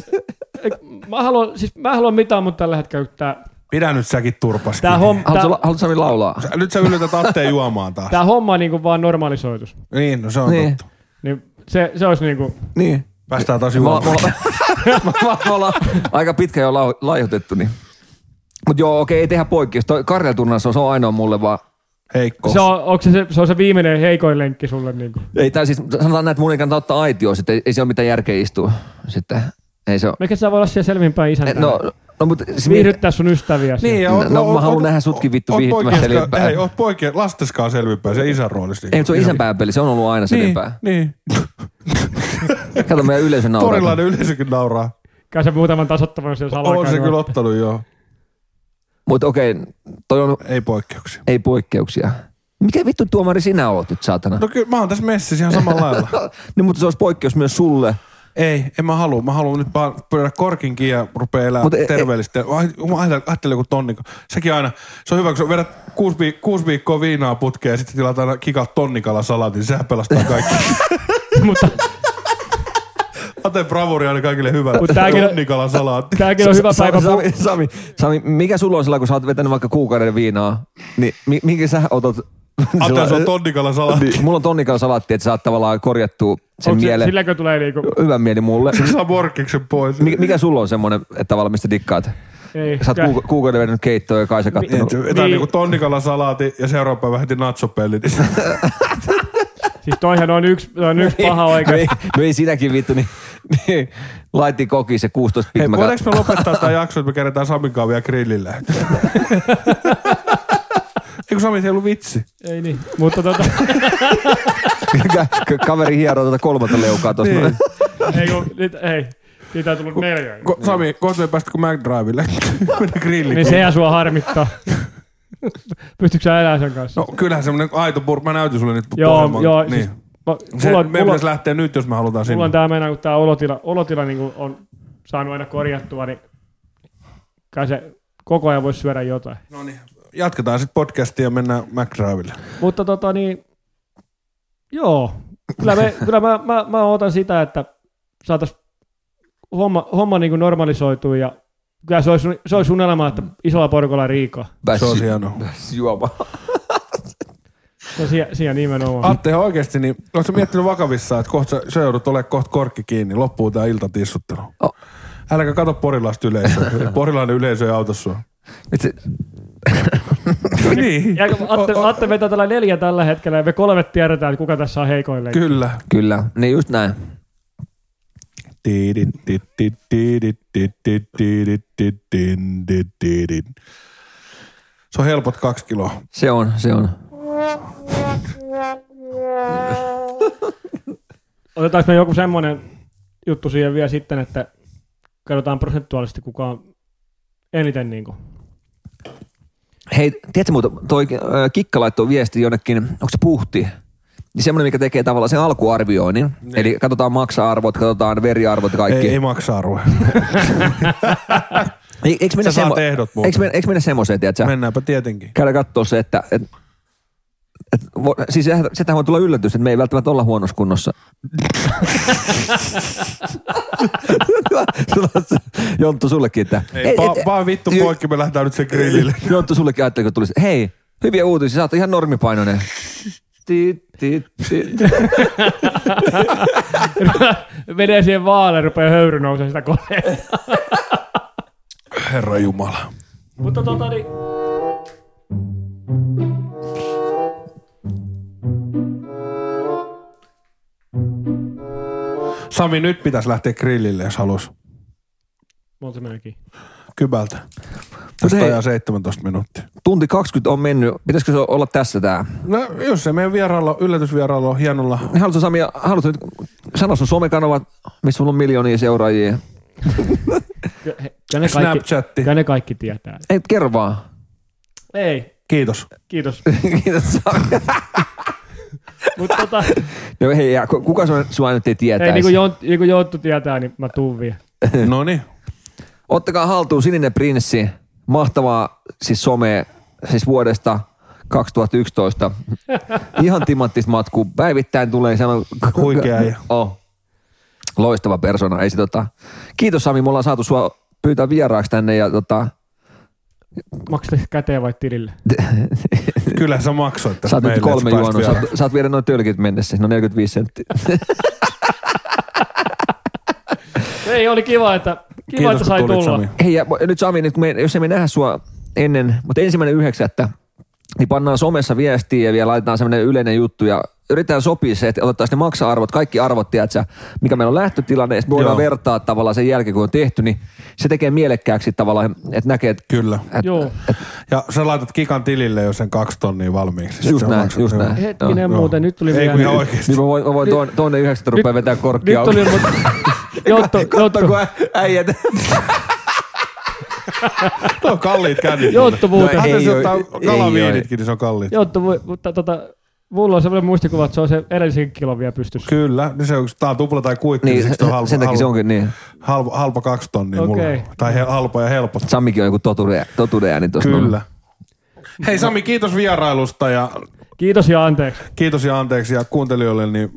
Speaker 3: mä, haluan, siis mä haluan mitään, mutta tällä hetkellä tää,
Speaker 2: Pidä nyt säkin turpas
Speaker 3: tää,
Speaker 2: kiinni.
Speaker 3: homma, tää,
Speaker 1: Haluatko, la- haluatko Sami laulaa?
Speaker 2: Nyt sä yllätät Atteen juomaan taas.
Speaker 3: tää homma on niinku vaan normalisoitus.
Speaker 2: Niin, no se on
Speaker 1: Niin.
Speaker 2: totta.
Speaker 3: Niin se, se olisi niinku,
Speaker 1: Niin.
Speaker 2: Päästään taas
Speaker 1: Me ollaan, me
Speaker 2: juomaan.
Speaker 1: ollaan, me ollaan aika pitkä jo lau- laihutettu, niin. Mutta joo, okei, ei tehdä poikkeusta. Karjala turnaus on, se on ainoa mulle vaan.
Speaker 2: Heikko.
Speaker 3: se on, onko se, se, se, on se viimeinen heikoin lenkki sulle niinku.
Speaker 1: Ei, tai siis sanotaan näin, että mun ei kannata ottaa aitioon, sitten ei, ei se ole mitään järkeä istua. Sitten, ei se ole.
Speaker 3: Mikä sä voi olla siellä selvinpäin isäntä?
Speaker 1: No, no mutta...
Speaker 3: Viihdyttää sun ystäviä
Speaker 2: Niin,
Speaker 3: siellä.
Speaker 2: ja
Speaker 1: No,
Speaker 2: oot-
Speaker 1: mä
Speaker 2: oot-
Speaker 1: haluan
Speaker 2: oot-
Speaker 1: nähdä sutkin vittu
Speaker 2: oot
Speaker 1: viihtymässä
Speaker 2: poikien kanssa-
Speaker 1: selvinpäin.
Speaker 2: Ei, oot poikien, lasteskaan selvinpäin, se isän roolissa.
Speaker 1: Ei, mutta se on isänpääpeli, se on ollut aina
Speaker 2: Niin,
Speaker 1: selvinpää.
Speaker 2: niin.
Speaker 1: Kato meidän yleisön nauraa.
Speaker 2: Porilainen yleisökin nauraa.
Speaker 3: Käy se muutaman tasottavan siellä salaa.
Speaker 2: On se kyllä ottanut, joo.
Speaker 1: Mutta okei, toi on,
Speaker 2: Ei poikkeuksia.
Speaker 1: ei poikkeuksia. Mikä vittu tuomari sinä oot nyt, saatana?
Speaker 2: No kyllä, mä oon tässä messissä ihan samalla
Speaker 1: <laughs>
Speaker 2: lailla.
Speaker 1: Niin, mutta se olisi poikkeus myös sulle.
Speaker 2: Ei, en mä halua. Mä haluan nyt vaan pyödä korkin kiinni ja rupea elää
Speaker 1: Mut e- ei-
Speaker 2: terveellisesti. Ai- Mä ajattelen, ajattelen joku tonni. Sekin aina, se on hyvä, kun sä vedät kuusi, viik- kuusi viikkoa viinaa putkeen ja sitten tilaat aina kika tonnikala salatin. Sehän pelastaa kaikki.
Speaker 3: <laughs> Mutta
Speaker 2: Ate bravuri aina kaikille hyvä.
Speaker 3: Mut tääkin on-
Speaker 2: Tonnikala salaatti.
Speaker 3: tääkin on hyvä
Speaker 1: Sami,
Speaker 3: päivä.
Speaker 1: Sami, Sami, Sami, mikä sulla on sillä, kun sä oot vetänyt vaikka kuukauden viinaa, niin mi, minkä sä otat?
Speaker 2: Ate, se on
Speaker 1: Sillä-
Speaker 2: tonnikala salaatti.
Speaker 1: niin, mulla on tonnikan salatti, että sä oot tavallaan korjattua sen
Speaker 3: Onko se-
Speaker 1: mielen,
Speaker 3: Silläkö tulee niinku,
Speaker 1: hyvän mieli mulle.
Speaker 2: Saa morkkiksen pois.
Speaker 1: Mikä, mikä sulla on semmoinen, että tavallaan mistä dikkaat?
Speaker 3: ei,
Speaker 1: Sä oot kuuk- kuukauden vetänyt keittoa ja kai sä kattonut.
Speaker 2: Niin,
Speaker 3: Niin.
Speaker 2: Jotain niinku tonnikala salaati ja seuraava päivä heti natsopelli.
Speaker 1: <laughs>
Speaker 3: siis toihan on yksi, toi on yksi paha oikein.
Speaker 1: No <laughs> ei, no ei sinäkin vittu, niin, niin laitti koki se 16
Speaker 2: Hei,
Speaker 1: pitkä.
Speaker 2: voidaanko me lopettaa tämä jakso, että me kerätään Samin kanssa vielä grillille? Eikö Sami, se ei ollut vitsi?
Speaker 3: Ei niin, mutta tota, <laughs>
Speaker 1: Ka- kaveri hieroo tuota kolmatta leukaa tuossa.
Speaker 2: Niin.
Speaker 3: ei kun, nyt, ei, niitä on tullut neljä.
Speaker 2: Ko- Sami, kohta me päästäkö <laughs> McDrivelle? Mennä grillille.
Speaker 3: Niin sehän
Speaker 2: <laughs>
Speaker 3: sua harmittaa. Pystytkö sä elämään sen kanssa?
Speaker 2: No kyllähän semmonen aito pur, mä näytin sulle nyt
Speaker 3: joo,
Speaker 2: Pohjanmaan-
Speaker 3: joo.
Speaker 2: Niin.
Speaker 3: Siis, mä,
Speaker 2: Se,
Speaker 3: mulla, on-
Speaker 2: meidän
Speaker 3: mulla,
Speaker 2: pitäisi lähteä nyt, jos me halutaan
Speaker 3: mulla
Speaker 2: sinne.
Speaker 3: on tää mennä, kun tää olotila, olotila niin on saanut aina korjattua, niin kai se koko ajan voisi syödä jotain.
Speaker 2: No niin. Jatketaan sitten podcastia ja mennään McDrivelle.
Speaker 3: Mutta tota niin, joo,
Speaker 2: <laughs>
Speaker 3: kyllä, me, kyllä mä, mä, mä otan sitä, että saataisiin homma, homma niin kuin normalisoitua ja kyllä se olisi, se olisi unelma, että isolla porukalla riikaa.
Speaker 1: Pääs,
Speaker 2: Se on hienoa.
Speaker 1: pääs juomaan.
Speaker 3: No siellä, siellä nimenomaan.
Speaker 2: Atte, ihan oikeesti, niin ootko miettinyt vakavissaan, että kohta sä, sä joudut olemaan kohta korkki kiinni, loppuu tää iltatissuttelu.
Speaker 1: Oh.
Speaker 2: Äläkä kato porilaista yleisöä. Porilainen yleisö ei auta sua.
Speaker 1: Vitsi.
Speaker 2: niin.
Speaker 3: Ja kun Atte,
Speaker 2: O- o-
Speaker 3: Atte vetää tällä neljä tällä hetkellä ja me kolme tiedetään, että kuka tässä on heikoin lenkki.
Speaker 2: Kyllä.
Speaker 1: Kyllä, niin just näin.
Speaker 2: Tiidit, tit, tit, tiidit, tit, tit, tiidit, tit, tin, tit, tiidit. Se on helpot kaksi kiloa.
Speaker 1: Se on, se on.
Speaker 3: Otetaanko me joku semmoinen juttu siihen vielä sitten, että katsotaan prosentuaalisesti kuka on eniten niin kuin.
Speaker 1: Hei, tiedätkö muuta, toi ö, kikka laittoi viesti jonnekin, onko se puhti? Niin semmoinen, mikä tekee tavallaan sen alkuarvioinnin. Eli katsotaan maksa-arvot, katsotaan veriarvot ja kaikki.
Speaker 2: Niin. Ei, ei maksaa arvoa.
Speaker 1: Ei, eikö mennä
Speaker 2: Sä saat
Speaker 1: semmo-
Speaker 2: ehdot muuten.
Speaker 1: eikö, mennä, eikö mennä semmoiseen, tiedätkö? Men...
Speaker 2: Mennäänpä tietenkin.
Speaker 1: Käydä katsoa se, että... Et, et, vo, siis sehän, sehän voi tulla yllätys, että me ei välttämättä olla huonossa
Speaker 2: <laughs>
Speaker 1: kunnossa. Sulla- Jonttu sullekin, että...
Speaker 2: Ei, vaan, vaan vittu
Speaker 1: Ju-
Speaker 2: poikki, me lähdetään nyt sen
Speaker 1: <laughs>
Speaker 2: grillille.
Speaker 1: Jonttu sullekin ajattelee, kun tulisi, hei, hyviä uutisia, sä oot ihan normipainoinen. Tiit, tiit, tiit.
Speaker 3: Menee siihen vaaleen, rupeaa höyry nousemaan sitä koneesta.
Speaker 2: Herra Jumala.
Speaker 3: <laughs> Mutta tota niin,
Speaker 2: Sami, nyt pitäisi lähteä grillille, jos halus.
Speaker 3: monta se meneekin.
Speaker 2: Kybältä. Tästä
Speaker 1: hei-
Speaker 2: ajaa 17 minuuttia.
Speaker 1: Tunti 20 on mennyt. Pitäisikö se olla tässä tää?
Speaker 2: No, jos se meidän vieraalla, yllätysvieraalla on hienolla
Speaker 1: Niin Haluatko Sami, haluatko nyt sanoa sun somekanavat, missä sulla on miljoonia seuraajia?
Speaker 3: Ja, he- ja ne kaikki,
Speaker 2: Snapchatti.
Speaker 3: ja ne kaikki tietää.
Speaker 1: Ei, kerro vaan. <laughs>
Speaker 3: Ei,
Speaker 2: Kiitos.
Speaker 3: <laughs> kiitos.
Speaker 1: Kiitos Sami. <laughs>
Speaker 3: Mutta tota,
Speaker 1: No hei, ja ku- kuka sua, sua nyt ei tietäisi?
Speaker 3: ei, niin kuin Jont, niin kuin Jonttu tietää, niin mä tuun vielä.
Speaker 2: No niin.
Speaker 1: Ottakaa haltuun Sininen Prinssi. Mahtavaa siis some, siis vuodesta
Speaker 2: <laughs>
Speaker 1: 2011. Ihan timanttista matkuu. Päivittäin tulee sanon...
Speaker 2: Huikea äijä.
Speaker 1: Oh. Loistava persona. Ei se, tota... Kiitos Sami, me ollaan saatu sua pyytää vieraaksi tänne ja tota,
Speaker 3: Maksat käteen vai tilille?
Speaker 2: Kyllä sä maksoit
Speaker 1: sä
Speaker 2: tästä
Speaker 1: oot nyt
Speaker 2: meille.
Speaker 1: kolme
Speaker 2: että sä
Speaker 1: juonut.
Speaker 2: pääsit
Speaker 1: Sä
Speaker 2: vielä.
Speaker 1: oot, sä oot viedä noin tölkit mennessä, no 45 senttiä.
Speaker 2: <laughs>
Speaker 3: Ei, oli kiva, että, kiva,
Speaker 2: Kiitos,
Speaker 3: että
Speaker 2: kun
Speaker 3: sai
Speaker 2: tulit,
Speaker 3: tulla.
Speaker 2: Sami.
Speaker 1: Hei, ja nyt Sami, nyt kun me, jos ei me nähdä sua ennen, mutta ensimmäinen yhdeksättä, niin pannaan somessa viestiä ja vielä laitetaan semmoinen yleinen juttu ja yritetään sopia se, että otettaisiin ne maksa-arvot, kaikki arvot, tiedätkö, mikä meillä on lähtötilanne, ja sitten voidaan
Speaker 2: Joo.
Speaker 1: vertaa tavallaan sen jälkeen, kun on tehty, niin se tekee mielekkääksi tavallaan, että näkee, että
Speaker 2: Kyllä.
Speaker 3: Joo,
Speaker 2: Ja sä laitat kikan tilille jo sen kaksi tonnia valmiiksi. Sit
Speaker 1: Just
Speaker 2: sä
Speaker 1: näin,
Speaker 2: maksat
Speaker 1: just
Speaker 2: sen.
Speaker 1: näin.
Speaker 3: hetkinen
Speaker 2: Joo.
Speaker 3: muuten, nyt tuli
Speaker 2: Ei kun ihan
Speaker 3: mieleen.
Speaker 2: oikeesti.
Speaker 1: niin mä voin, mä voin tuonne, tuonne yhdeksästä rupeaa vetää korkkia
Speaker 3: Nyt tuli mutta
Speaker 2: <laughs>
Speaker 3: Jonttu,
Speaker 1: Katso,
Speaker 3: Jonttu,
Speaker 1: kun ä- äijät.
Speaker 2: Tuo on kalliit kännit.
Speaker 3: Jonttu
Speaker 1: No
Speaker 3: muuten.
Speaker 1: ei
Speaker 2: Hän se
Speaker 1: oo-
Speaker 2: ottaa
Speaker 1: ei
Speaker 2: kalaviinitkin, niin se on kalliit.
Speaker 3: Jonttu, mu- mutta tota, mulla on semmoinen muistikuva, että se on se edellisen kilon vielä pystyssä.
Speaker 2: Kyllä, niin se on, tää on tupla tai kuitti, niin,
Speaker 1: Niin,
Speaker 2: siksi se on halpa,
Speaker 1: <laughs> sen takia se
Speaker 2: halpa,
Speaker 1: onkin niin.
Speaker 2: halpa, halpa kaksi tonnia
Speaker 3: Okei.
Speaker 2: mulle. Tai he, halpa ja helppo.
Speaker 1: Sammikin on joku totuuden, totuuden ääni tuossa. No,
Speaker 2: Kyllä. Hei Sami, kiitos vierailusta ja
Speaker 3: Kiitos ja anteeksi.
Speaker 2: kiitos ja anteeksi ja kuuntelijoille, niin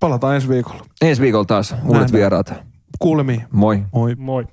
Speaker 2: palataan ensi viikolla.
Speaker 1: Ensi viikolla taas uudet
Speaker 2: Nähdään.
Speaker 1: vieraat.
Speaker 2: Kuulemiin.
Speaker 1: Moi.
Speaker 2: Moi.
Speaker 3: Moi.